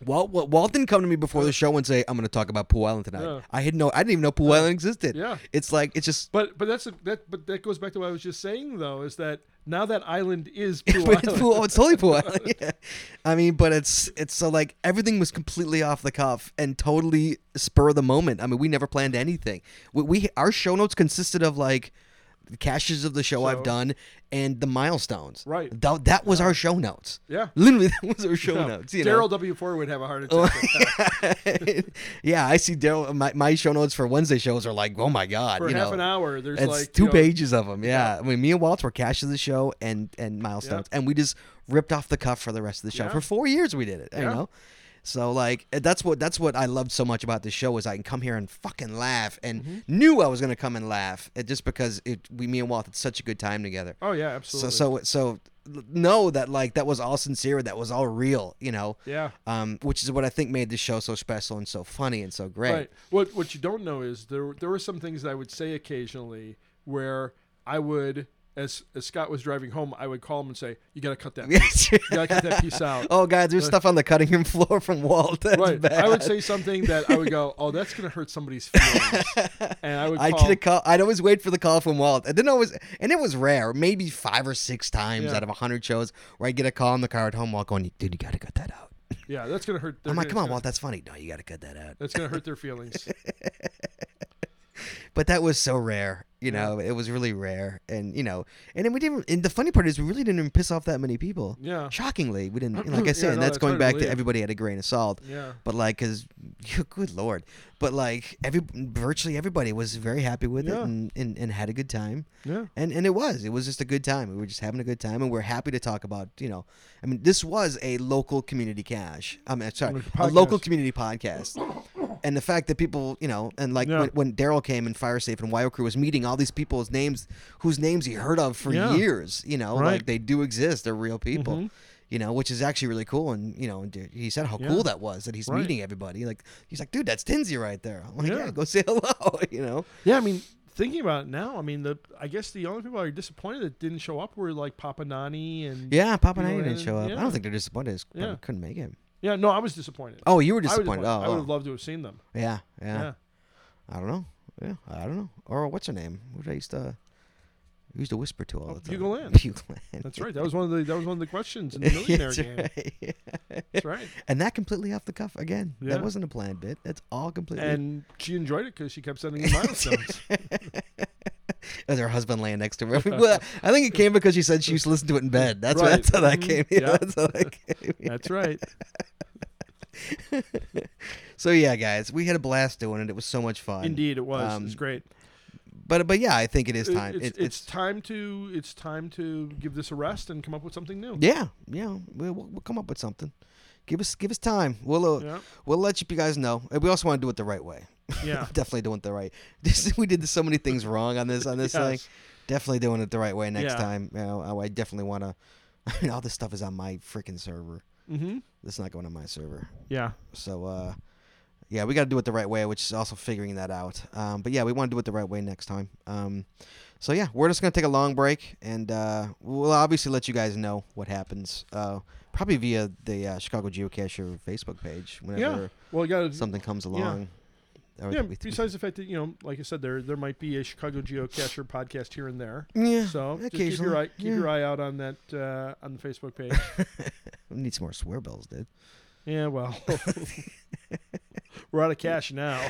Speaker 1: Walt, Walt Walt didn't come to me before the show and say, I'm gonna talk about Pooh Island tonight.
Speaker 2: Yeah.
Speaker 1: I had no I didn't even know Pooh Island existed.
Speaker 2: Yeah.
Speaker 1: It's like it's just
Speaker 2: But but that's a, that but that goes back to what I was just saying though is that now that island is Pooh
Speaker 1: But [laughs]
Speaker 2: Island.
Speaker 1: it's Pool, it's
Speaker 2: [laughs]
Speaker 1: totally Pool Island. [laughs] Yeah. I mean, but it's it's so like everything was completely off the cuff and totally spur of the moment. I mean, we never planned anything. We, we our show notes consisted of like the caches of the show I've
Speaker 2: So-
Speaker 1: done and the milestones.
Speaker 2: Right.
Speaker 1: Tha- That, was our show notes.
Speaker 2: Yeah.
Speaker 1: Literally, [laughs] that was our show
Speaker 2: Yeah.
Speaker 1: notes. You
Speaker 2: Daryl
Speaker 1: know? [laughs]
Speaker 2: W. Four would have a heart attack.
Speaker 1: yeah, I see Daryl. My, my show notes for Wednesday shows are like, oh my god,
Speaker 2: For
Speaker 1: you
Speaker 2: half
Speaker 1: know.
Speaker 2: an hour, there's
Speaker 1: It's
Speaker 2: like
Speaker 1: two
Speaker 2: you know,
Speaker 1: pages of them. Yeah. I mean, me and Waltz were cash of the show and and milestones, and we just ripped off the cuff for the rest of the show.
Speaker 2: Yeah.
Speaker 1: For four years, we did it. You
Speaker 2: Yeah.
Speaker 1: know. So like eh, that's what that's what I loved so much about this show is I can come here and fucking laugh and
Speaker 2: Mm-hmm.
Speaker 1: knew I was gonna come and laugh it, just because it we me and Walt had such a good time together.
Speaker 2: Oh yeah,
Speaker 1: so
Speaker 2: absolutely.
Speaker 1: so so know that like that was all sincere that was all real you know
Speaker 2: Yeah.
Speaker 1: um which is what I think made this show so special and so funny and so great
Speaker 2: Right. What what you don't know is there there were some things that I would say occasionally where I would as as Scott was driving home, I would call him and say, "You got to cut that.
Speaker 1: [laughs] [laughs] Yes.
Speaker 2: Piece. you got to cut that piece out."
Speaker 1: [laughs] oh guys there's stuff on the cutting room [laughs] floor from Walt that's
Speaker 2: right. I would
Speaker 1: bad.
Speaker 2: say something that I would go, "Oh, that's going to hurt
Speaker 1: [laughs]
Speaker 2: somebody's feelings," and I would.
Speaker 1: I'd
Speaker 2: call-
Speaker 1: get a call. I'd always wait for the call from Walt. And then always, and it was rare, maybe five or six times
Speaker 2: Yeah.
Speaker 1: out of a hundred shows where I would get a call in the car at home, Walt going, "Dude, you gotta cut that out."
Speaker 2: Yeah, that's going to hurt.
Speaker 1: I'm like, "Come on,
Speaker 2: gonna,
Speaker 1: Walt, that's funny." No, you gotta cut that out.
Speaker 2: That's going to hurt their
Speaker 1: [laughs]
Speaker 2: feelings.
Speaker 1: But that was so rare, you know. It was really rare, and you know, and then we didn't. And the funny part is, we really didn't even piss off that many people.
Speaker 2: Yeah.
Speaker 1: Shockingly, we didn't. Like I
Speaker 2: [clears throat] Yeah,
Speaker 1: said, and
Speaker 2: no,
Speaker 1: that's
Speaker 2: that's
Speaker 1: going
Speaker 2: hard to
Speaker 1: back to
Speaker 2: believe.
Speaker 1: everybody had a grain of salt.
Speaker 2: Yeah.
Speaker 1: But like, cause, [laughs] good lord. But like, every virtually everybody was very happy with it
Speaker 2: Yeah.
Speaker 1: and, and and had a good time.
Speaker 2: Yeah.
Speaker 1: And and it was. It was just a good time. We were just having a good time and we're happy to talk about, you know, I mean, this was a local community cash. I mean, sorry, a
Speaker 2: Podcast.
Speaker 1: local community podcast. And the fact that people, you know, and like
Speaker 2: Yeah.
Speaker 1: when, when Daryl came and Firesafe and Wire Crew was meeting all these people's names whose names he heard of for
Speaker 2: Yeah.
Speaker 1: years, you know,
Speaker 2: Right. Mm-hmm.
Speaker 1: like they do exist. They're real people. You know, which is actually really cool, and you know, and dude, he said how
Speaker 2: Yeah.
Speaker 1: cool that was that he's
Speaker 2: Right.
Speaker 1: meeting everybody. Like he's like, dude, that's Tinsy right there. I'm like, yeah,
Speaker 2: Yeah.
Speaker 1: go say [laughs] hello. You know,
Speaker 2: Yeah, I mean, thinking about it now, I mean, the I guess the only people I were disappointed that didn't show up were like Papa Nani and
Speaker 1: Yeah, Papa
Speaker 2: You know,
Speaker 1: Nani didn't
Speaker 2: and-
Speaker 1: show up. I
Speaker 2: yeah.
Speaker 1: don't think they're disappointed. It's probably
Speaker 2: Yeah.
Speaker 1: couldn't make it.
Speaker 2: yeah. No, I was disappointed.
Speaker 1: Oh, you were
Speaker 2: I was
Speaker 1: disappointed.
Speaker 2: I would have
Speaker 1: Oh, oh.
Speaker 2: loved to have seen them.
Speaker 1: Yeah, yeah,
Speaker 2: yeah.
Speaker 1: I don't know. Yeah, I don't know. Or what's her name? What I used to I used to whisper to all
Speaker 2: Oh,
Speaker 1: the time. [laughs]
Speaker 2: Hugo Land.
Speaker 1: Hugo Land. [laughs]
Speaker 2: That's right. That was one of the that was one of the questions in the millionaire
Speaker 1: That's
Speaker 2: game.
Speaker 1: right. [laughs]
Speaker 2: That's right.
Speaker 1: And that completely off the cuff again.
Speaker 2: Yeah.
Speaker 1: That wasn't a planned bit. That's all completely.
Speaker 2: And she enjoyed it because she kept sending
Speaker 1: [laughs]
Speaker 2: me milestones.
Speaker 1: as her husband laying next
Speaker 2: [laughs]
Speaker 1: to her. Well, I think it came because she said she used to listen to it in bed. That's why
Speaker 2: Right.
Speaker 1: that's how that
Speaker 2: Mhm.
Speaker 1: came. [laughs] Yeah,
Speaker 2: Yeah.
Speaker 1: that's how that came.
Speaker 2: That's right.
Speaker 1: So yeah, guys, we had a blast doing it. It was so much fun.
Speaker 2: Indeed, it was.
Speaker 1: Um,
Speaker 2: it's great.
Speaker 1: But but yeah, I think it is
Speaker 2: It-
Speaker 1: time.
Speaker 2: it's,
Speaker 1: It-
Speaker 2: it's time to it's time to give this a rest and come up with something new.
Speaker 1: Yeah, yeah. We'll, we'll we'll come up with something. Give us give us time. We'll uh,
Speaker 2: Yeah.
Speaker 1: we'll let you guys know. And we also want to do it the right way. [laughs]
Speaker 2: Yeah.
Speaker 1: definitely doing it the right. This, [laughs] we did so many things wrong on this on this thing.
Speaker 2: Yes.
Speaker 1: Definitely doing it the right way next
Speaker 2: Yeah.
Speaker 1: time. You know, I, I definitely want to. [laughs] I mean, all this stuff is on my freaking server.
Speaker 2: Mm-hmm.
Speaker 1: It's not going on my server.
Speaker 2: Yeah.
Speaker 1: So uh, Yeah, we got to do it the right way, which is also figuring that out. Um, but yeah, we want to do it the right way next time. Um, so yeah, we're just gonna take a long break, and uh, we'll obviously let you guys know what happens. Uh, probably via the uh, Chicago Geocacher Facebook page whenever
Speaker 2: yeah. Well, you got to
Speaker 1: something comes along. Or
Speaker 2: Yeah,
Speaker 1: we-
Speaker 2: besides the fact that you know, like I said, there there might be a Chicago geocacher podcast here and there.
Speaker 1: Yeah,
Speaker 2: So just keep
Speaker 1: occasionally,
Speaker 2: your eye keep
Speaker 1: yeah.
Speaker 2: your eye out on that uh, on the
Speaker 1: [laughs]
Speaker 2: Facebook page.
Speaker 1: we need some more swear bells, dude. [laughs]
Speaker 2: yeah, well, [laughs] we're out of cash now.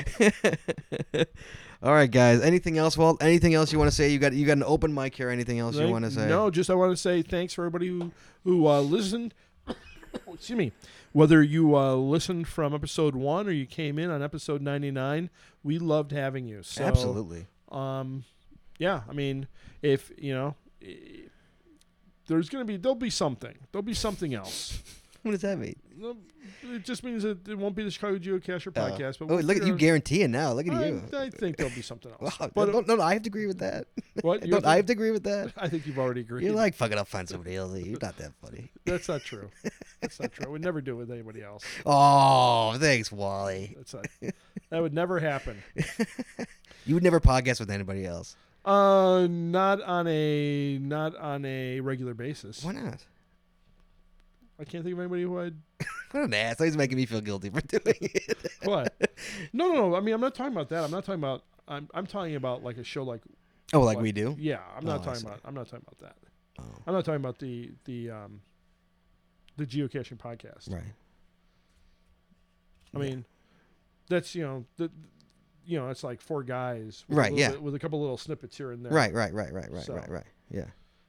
Speaker 1: All right, guys. Anything else, Walt? Anything else you want to say? You got you got an open mic here. Anything else you
Speaker 2: Thank-
Speaker 1: want to say?
Speaker 2: No, just I want to say thanks for everybody who who uh, listened. [coughs] Excuse me. Whether you uh, listened from episode one or you came in on episode ninety nine, we loved having you. So,
Speaker 1: Absolutely.
Speaker 2: Um, yeah, I mean, if you know, i- there's gonna be there'll be something there'll be something else.
Speaker 1: What does that mean?
Speaker 2: No, It just means that it won't be the Chicago Geocacher
Speaker 1: Oh.
Speaker 2: podcast. But
Speaker 1: oh,
Speaker 2: we'll
Speaker 1: look at
Speaker 2: figure
Speaker 1: you guarantee it now. Look at you.
Speaker 2: out- I, I think there'll
Speaker 1: [laughs]
Speaker 2: be something else.
Speaker 1: Wow.
Speaker 2: but
Speaker 1: no, no, no, I have to agree with that.
Speaker 2: what
Speaker 1: [laughs]
Speaker 2: you
Speaker 1: Don't
Speaker 2: have
Speaker 1: I
Speaker 2: to-
Speaker 1: have to agree with that?
Speaker 2: [laughs] I think you've already agreed.
Speaker 1: You're like, fuck it, I'll find somebody else. You're not that funny.
Speaker 2: That's not true. That's not true. I would never do it with anybody else.
Speaker 1: Oh, thanks, Wally.
Speaker 2: That's not, that would never happen.
Speaker 1: You would never podcast with anybody else.
Speaker 2: Uh, not on a not on a regular basis.
Speaker 1: Why not?
Speaker 2: I can't think of anybody who I'd
Speaker 1: What an ass. He's making me feel guilty for [laughs] doing it.
Speaker 2: what. No, no, no. I mean, I'm not talking about that. I'm not talking about. I'm I'm talking about like a show like.
Speaker 1: Oh, like we do?
Speaker 2: Yeah, I'm
Speaker 1: Oh,
Speaker 2: not
Speaker 1: I
Speaker 2: talking
Speaker 1: see.
Speaker 2: about. I'm not talking about that.
Speaker 1: Oh,
Speaker 2: I'm not talking about the the um, the geocaching podcast.
Speaker 1: right.
Speaker 2: I mean, that's you know the, you know it's like four guys. With
Speaker 1: Right,
Speaker 2: A little
Speaker 1: yeah.
Speaker 2: bit- with a couple little snippets here and there.
Speaker 1: Right, right, right, right, right,
Speaker 2: So-
Speaker 1: right, right. Yeah.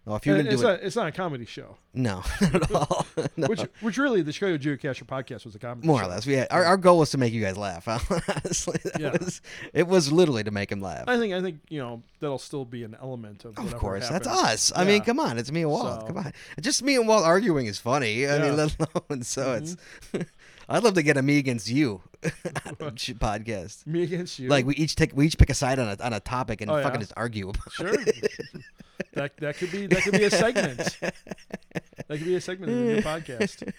Speaker 1: Oh, if you're
Speaker 2: And
Speaker 1: going to
Speaker 2: it's
Speaker 1: do it.
Speaker 2: not, it's not a comedy show,
Speaker 1: [laughs] No, [laughs] not at all. [laughs] No.
Speaker 2: which which really the Chicago Geocacher podcast was a comedy.
Speaker 1: More
Speaker 2: show.
Speaker 1: or less. We had, our, our goal was to make you guys laugh. [laughs] Honestly, that
Speaker 2: Yeah.
Speaker 1: was, it was literally to make him laugh.
Speaker 2: I think I think you know that'll still be an element of.
Speaker 1: Of
Speaker 2: whatever
Speaker 1: course, that's
Speaker 2: happens.
Speaker 1: us. I mean,
Speaker 2: Yeah.
Speaker 1: come on, it's me and Walt.
Speaker 2: So-
Speaker 1: Come on, just me and Walt arguing is funny. I
Speaker 2: Yeah. Mm-hmm.
Speaker 1: mean, [laughs] let alone so it's. [laughs] I'd love to get a me against
Speaker 2: [laughs]
Speaker 1: you [laughs] sh- podcast.
Speaker 2: Me against you.
Speaker 1: Like we each take, we each pick a side on a on a topic and
Speaker 2: Oh,
Speaker 1: fucking
Speaker 2: yeah.
Speaker 1: just argue. about it. [laughs]
Speaker 2: Sure. that that could be that could be a segment.
Speaker 1: [laughs]
Speaker 2: That could be a segment of the new podcast.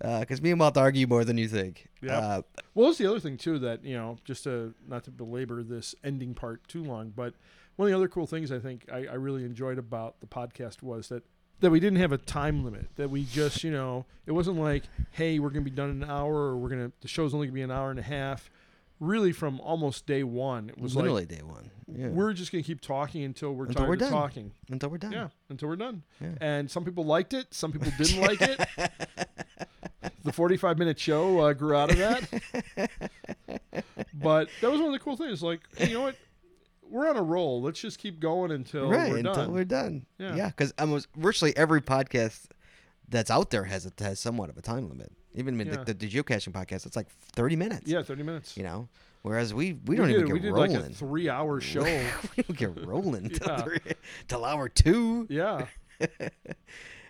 Speaker 1: Because Uh, me and Walt argue more than you think.
Speaker 2: Yeah.
Speaker 1: Uh,
Speaker 2: Well, that's the other thing too that you know, just to not to belabor this ending part too long, but one of the other cool things I think I, I really enjoyed about the podcast was that that we didn't have a time limit. That we just you know, it wasn't like, hey, we're gonna be done in an hour, or we're gonna the show's only gonna be an hour and a half. Really, from almost day one, it was
Speaker 1: literally day one. Yeah.
Speaker 2: like we're just gonna keep talking until we're
Speaker 1: Until
Speaker 2: tired
Speaker 1: we're
Speaker 2: of
Speaker 1: done.
Speaker 2: talking.
Speaker 1: Until we're done.
Speaker 2: Yeah, until we're done.
Speaker 1: Yeah.
Speaker 2: And some people liked it, some people
Speaker 1: [laughs]
Speaker 2: didn't like it. The 45 minute show uh, grew out of that. but that was one of the cool things. Like, hey, you know what? We're on a roll. Let's just keep going until
Speaker 1: right
Speaker 2: we're
Speaker 1: until
Speaker 2: done.
Speaker 1: we're done.
Speaker 2: Yeah.
Speaker 1: Yeah, because almost virtually every podcast that's out there has a, has somewhat of a time limit. Even with
Speaker 2: Yeah.
Speaker 1: the, the, the geocaching podcast, it's like thirty minutes.
Speaker 2: yeah, 30 minutes.
Speaker 1: you know. Whereas we we don't
Speaker 2: did,
Speaker 1: even
Speaker 2: we
Speaker 1: get
Speaker 2: did
Speaker 1: rolling.
Speaker 2: like a three hour show.
Speaker 1: [laughs] we don't get rolling
Speaker 2: [laughs]
Speaker 1: till,
Speaker 2: Yeah.
Speaker 1: three, till hour two.
Speaker 2: yeah.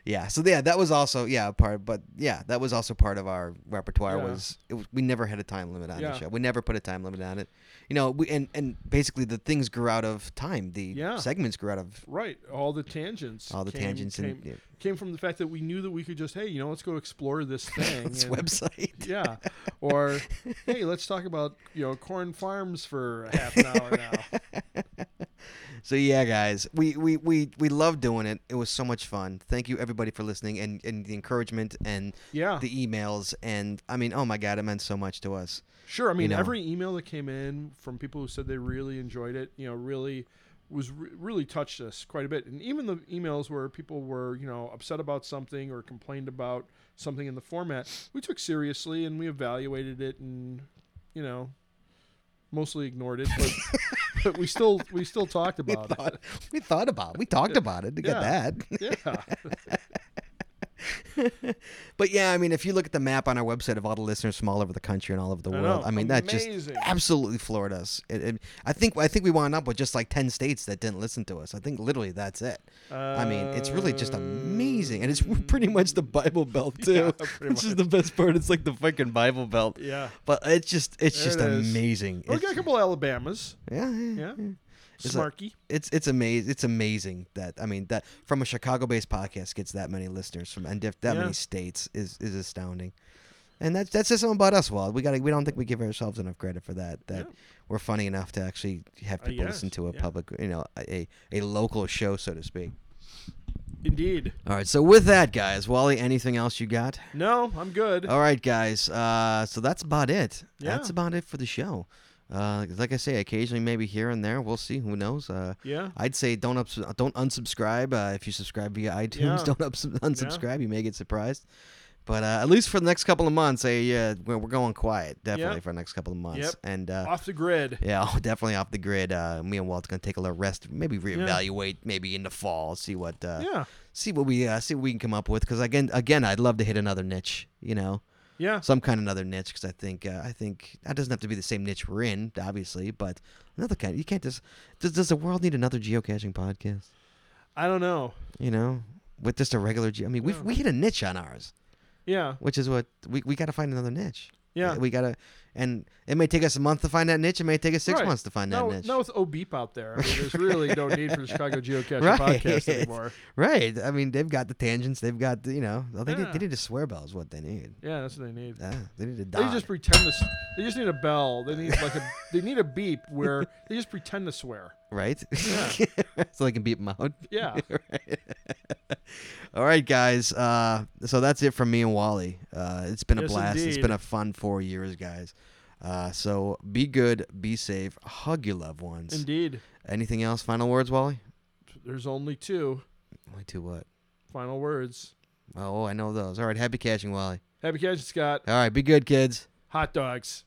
Speaker 1: Yeah. So yeah, that was also yeah a part, but yeah, that was also part of our repertoire.
Speaker 2: Yeah.
Speaker 1: Was it, was- we never had a time limit on
Speaker 2: Yeah.
Speaker 1: the show. We never put a time limit on it. You know, we and and basically the things grew out of time. The
Speaker 2: Yeah.
Speaker 1: segments grew out of [laughs]
Speaker 2: Right. All the tangents.
Speaker 1: All the
Speaker 2: came-
Speaker 1: tangents
Speaker 2: came,
Speaker 1: and- yeah.
Speaker 2: came from the fact that we knew that we could just, hey, you know, let's go explore this
Speaker 1: [laughs]
Speaker 2: thing.
Speaker 1: this
Speaker 2: and-
Speaker 1: website.
Speaker 2: Yeah. Or hey, let's talk about you know corn farms for a half an hour
Speaker 1: [laughs]
Speaker 2: now.
Speaker 1: So yeah, guys, we we we we love doing it. It was so much fun. Thank you everybody for listening and and the encouragement and
Speaker 2: Yeah.
Speaker 1: the emails and I mean, oh my god, it meant so much to us.
Speaker 2: Sure. I mean,
Speaker 1: know.
Speaker 2: every email that came in from people who said they really enjoyed it, you know, really was re- really touched us quite a bit. And even the emails where people were you know upset about something or complained about something in the format, we took seriously and we evaluated it and you know mostly ignored it,
Speaker 1: [laughs]
Speaker 2: but. But we still we still talked about it.
Speaker 1: we [laughs] thought about it. we talked about it to get
Speaker 2: Yeah.
Speaker 1: that [laughs]
Speaker 2: Yeah,
Speaker 1: but yeah i mean if you look at the map on our website of all the listeners from all over the country and all over the
Speaker 2: I
Speaker 1: world
Speaker 2: know.
Speaker 1: i mean that just
Speaker 2: Amazing.
Speaker 1: absolutely floored us it, it- i think i think we wound up with just like 10 states that didn't listen to us i think literally that's it i mean it's really
Speaker 2: Uh,
Speaker 1: just amazing and it's [laughs] pretty much the bible
Speaker 2: [laughs]
Speaker 1: belt too
Speaker 2: pretty
Speaker 1: which is the best part it's like the fucking bible belt
Speaker 2: Yeah.
Speaker 1: but it's just it's
Speaker 2: There
Speaker 1: just
Speaker 2: it is.
Speaker 1: amazing
Speaker 2: we got
Speaker 1: It's-
Speaker 2: a couple of Alabamas.
Speaker 1: yeah, yeah, [laughs]
Speaker 2: Yeah,
Speaker 1: It's like-
Speaker 2: Smarky.
Speaker 1: it's it's amazing it's amazing that I mean that from a Chicago based podcast gets that many listeners from and that
Speaker 2: Yeah.
Speaker 1: many states is is astounding. And that's that's just something about us, Walt. We got to we don't think we give ourselves enough credit for that. That we're funny enough to actually have
Speaker 2: Uh,
Speaker 1: people
Speaker 2: yes,
Speaker 1: listen to a
Speaker 2: yeah.
Speaker 1: public, you know, a a local show, so to speak.
Speaker 2: Indeed.
Speaker 1: All right. So with that, guys, Wally, anything else you got?
Speaker 2: [laughs] No, I'm good.
Speaker 1: All right, guys. Uh, so that's about it. That's
Speaker 2: Yeah.
Speaker 1: about it for the show. Uh, like I say, occasionally maybe here and there. We'll see. Who knows? Uh,
Speaker 2: Yeah.
Speaker 1: I'd say don't ups- don't unsubscribe. Uh, if you subscribe via iTunes,
Speaker 2: Yeah.
Speaker 1: don't ups- unsubscribe. You may get surprised. But uh, at least for the next couple of months, I, uh, we're, we're going quiet definitely
Speaker 2: Yep.
Speaker 1: for the next couple of months.
Speaker 2: Yep.
Speaker 1: And uh,
Speaker 2: Off the grid.
Speaker 1: yeah, [laughs] definitely off the grid. Uh, me and Walt's gonna take a little rest. Maybe reevaluate. Maybe in the fall, see what. Uh,
Speaker 2: Yeah.
Speaker 1: See what we uh, see what we can come up with. Because again, again, I'd love to hit another niche. You know
Speaker 2: Yeah.
Speaker 1: some kind of another niche because I think uh, I think that doesn't have to be the same niche we're in, obviously, but another kind. You can't just does, does the world need another geocaching podcast?
Speaker 2: I don't know.
Speaker 1: You know, with just a regular. Ge- I mean, we we hit a niche on ours,
Speaker 2: Yeah.
Speaker 1: which is what we we got to find another niche.
Speaker 2: Yeah.
Speaker 1: we gotta, and it may take us a month to find that niche. It may take us six
Speaker 2: Right.
Speaker 1: months to find
Speaker 2: now,
Speaker 1: that niche.
Speaker 2: Now with OBEEP out there, I mean, there's really
Speaker 1: [laughs]
Speaker 2: no need for the Chicago Geocaching
Speaker 1: Right.
Speaker 2: podcast anymore.
Speaker 1: right. I mean, they've got the tangents. They've got the, you know. well, they need,
Speaker 2: Yeah.
Speaker 1: they need a swear bell is what they need.
Speaker 2: Yeah, that's what they need.
Speaker 1: Yeah, they need a
Speaker 2: They
Speaker 1: dog.
Speaker 2: just pretend to. s- They just need a bell. They need like a. They need a beep
Speaker 1: [laughs]
Speaker 2: where they just pretend to swear.
Speaker 1: right? [laughs] so they can beat them out.
Speaker 2: Yeah.
Speaker 1: All right, guys. Uh, so that's it from me and Wally. Uh, it's been a
Speaker 2: Yes,
Speaker 1: blast. It's
Speaker 2: indeed.
Speaker 1: been a fun four years, guys. Uh, so be good, be safe, hug your loved ones.
Speaker 2: Indeed.
Speaker 1: Anything else? Final words, Wally?
Speaker 2: There's only two
Speaker 1: Wait, to what?
Speaker 2: final words.
Speaker 1: Oh, I know those. All right, happy caching, Wally.
Speaker 2: Happy catching, Scott.
Speaker 1: All right, be good, kids.
Speaker 2: Hot dogs.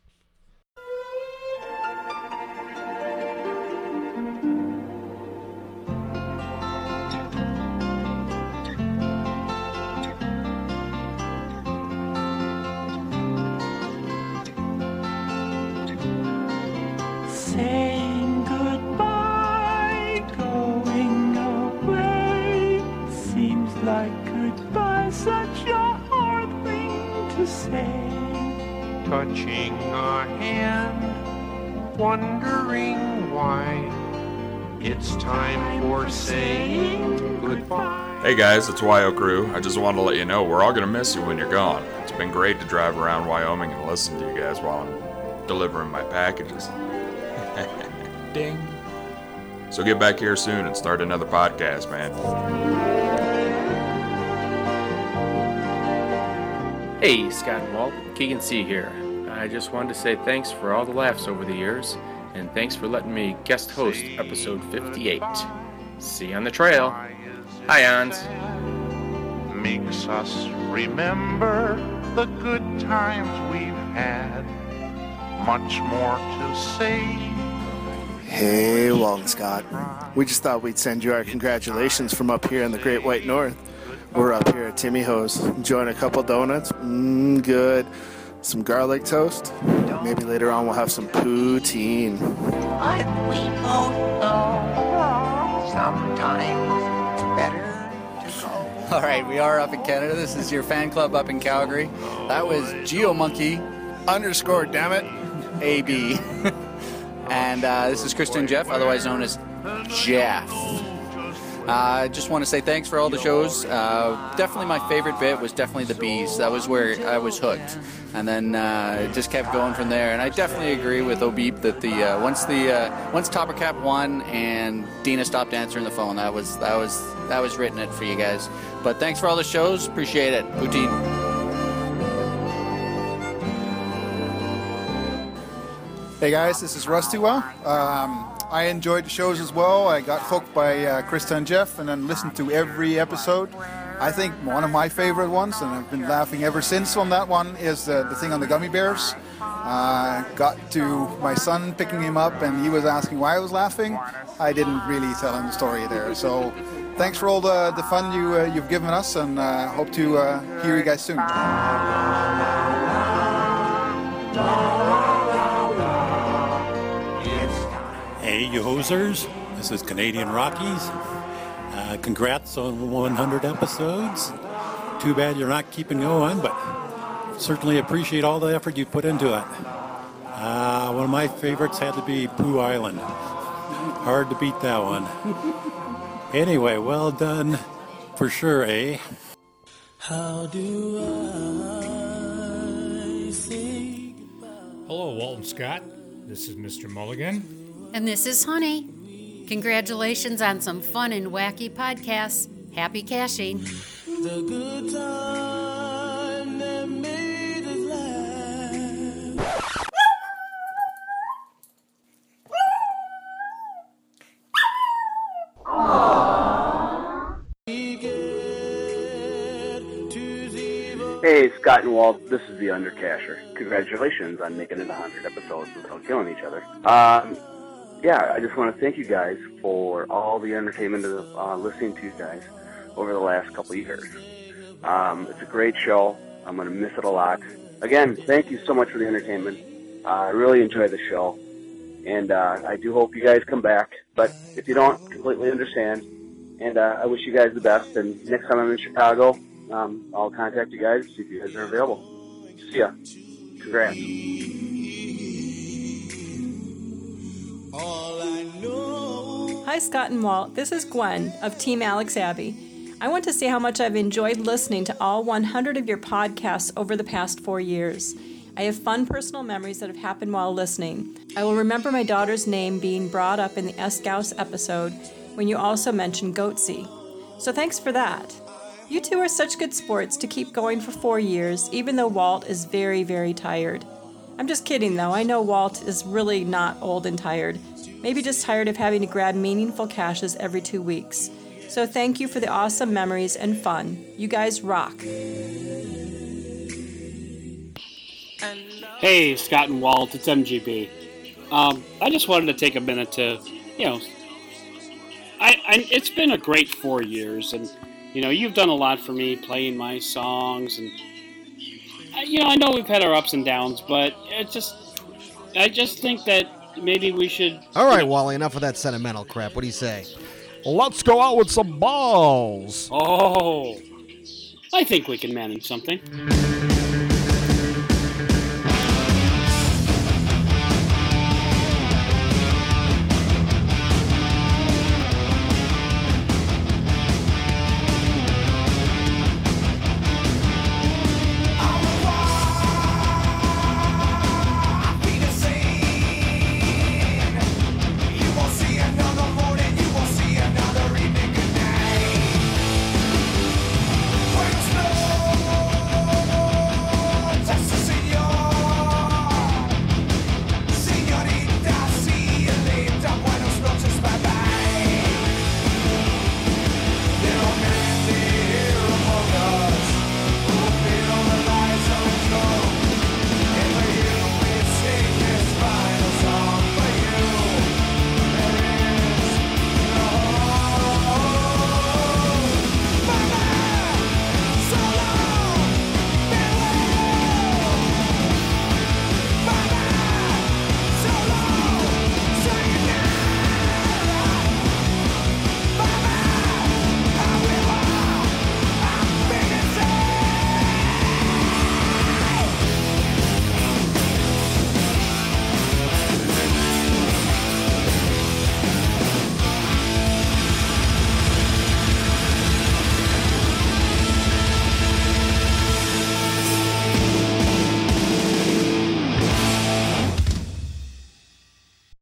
Speaker 6: Saying goodbye, going away seems like goodbye, such a hard thing to say. Touching a hand, wondering why it's time for saying goodbye.
Speaker 7: Hey guys, it's Wyo Crew. I just wanted to let you know we're all gonna miss you when you're gone. It's been great to drive around Wyoming and listen to you guys while I'm delivering my packages. [laughs] Ding. So get back here soon and start another podcast, man.
Speaker 8: Hey, Scott and Walt, Keegan C here. I just wanted to say thanks for all the laughs over the years, and thanks for letting me guest host episode 58. See you on the trail. Hi, Hans.
Speaker 6: Makes us remember the good times we've had. Much more to say.
Speaker 9: Hey, Walton Scott. We just thought we'd send you our congratulations from up here in the Great White North. We're up here at Timmy Ho's, enjoying a couple donuts. Mmm, good. Some garlic toast. Maybe later on we'll have some poutine.
Speaker 10: But we both know sometimes it's better to go.
Speaker 11: All right, we are up in Canada. This is your fan club up in Calgary. That was GeoMonkey
Speaker 9: Underscore, damn it.
Speaker 11: AB. [laughs] and uh, this is Christian Jeff, otherwise known as Jeff. I uh, just want to say thanks for all the shows. Uh, definitely my favorite bit was definitely the bees. That was where I was hooked. And then uh, it just kept going from there. And I definitely agree with Obeep that the uh, once the uh, once Topper Cap won and Dina stopped answering the phone, that was that was that was written it for you guys. But thanks for all the shows. Appreciate it. Poutine.
Speaker 6: Hey guys, this is Rusty Well. Um, I enjoyed the shows as well. I got hooked by uh, Krista and Jeff and then listened to every episode. I think one of my favorite ones, and I've been laughing ever since on that one, is the, the thing on the gummy bears. Uh, got to my son picking him up and he was asking why I was laughing. I didn't really tell him the story there. So thanks for all the, the fun you, uh, you've given us and uh, hope to uh, hear you guys soon.
Speaker 11: Hey, you hosers. This is Canadian Rockies. Uh, congrats on 100 episodes. Too bad you're not keeping going, but certainly appreciate all the effort you put into it. Uh, one of my favorites had to be Pooh Island. Hard to beat that one. Anyway, well done for sure, eh? How do I
Speaker 12: Hello, Walton Scott. This is Mr. Mulligan.
Speaker 13: And this is Honey. Congratulations on some fun and wacky podcasts. Happy caching. The good time that made us
Speaker 14: Hey, Scott and Walt, this is the Undercasher. Congratulations on making it 100 episodes without killing each other. Um, yeah, I just want to thank you guys for all the entertainment of uh, listening to you guys over the last couple of years. Um, it's a great show. I'm going to miss it a lot. Again, thank you so much for the entertainment. Uh, I really enjoy the show, and uh, I do hope you guys come back. But if you don't, completely understand. And uh, I wish you guys the best. And next time I'm in Chicago, um, I'll contact you guys see if you guys are available. See ya. Congrats.
Speaker 15: Hi, Scott and Walt. This is Gwen of Team Alex Abbey. I want to say how much I've enjoyed listening to all 100 of your podcasts over the past four years. I have fun personal memories that have happened while listening. I will remember my daughter's name being brought up in the Escouse episode when you also mentioned Goatsy. So thanks for that. You two are such good sports to keep going for four years, even though Walt is very, very tired. I'm just kidding though, I know Walt is really not old and tired. Maybe just tired of having to grab meaningful caches every two weeks. So thank you for the awesome memories and fun. You guys rock.
Speaker 4: Hey, Scott and Walt, it's MGB. Um, I just wanted to take a minute to, you know, I, I it's been a great four years, and you know, you've done a lot for me, playing my songs, and I- you know, I know we've had our ups and downs, but it just, I just think that maybe we should.
Speaker 1: All right, Wally, enough of that sentimental crap. What do you say?
Speaker 2: Let's go out with some balls.
Speaker 4: Oh, I think we can manage something.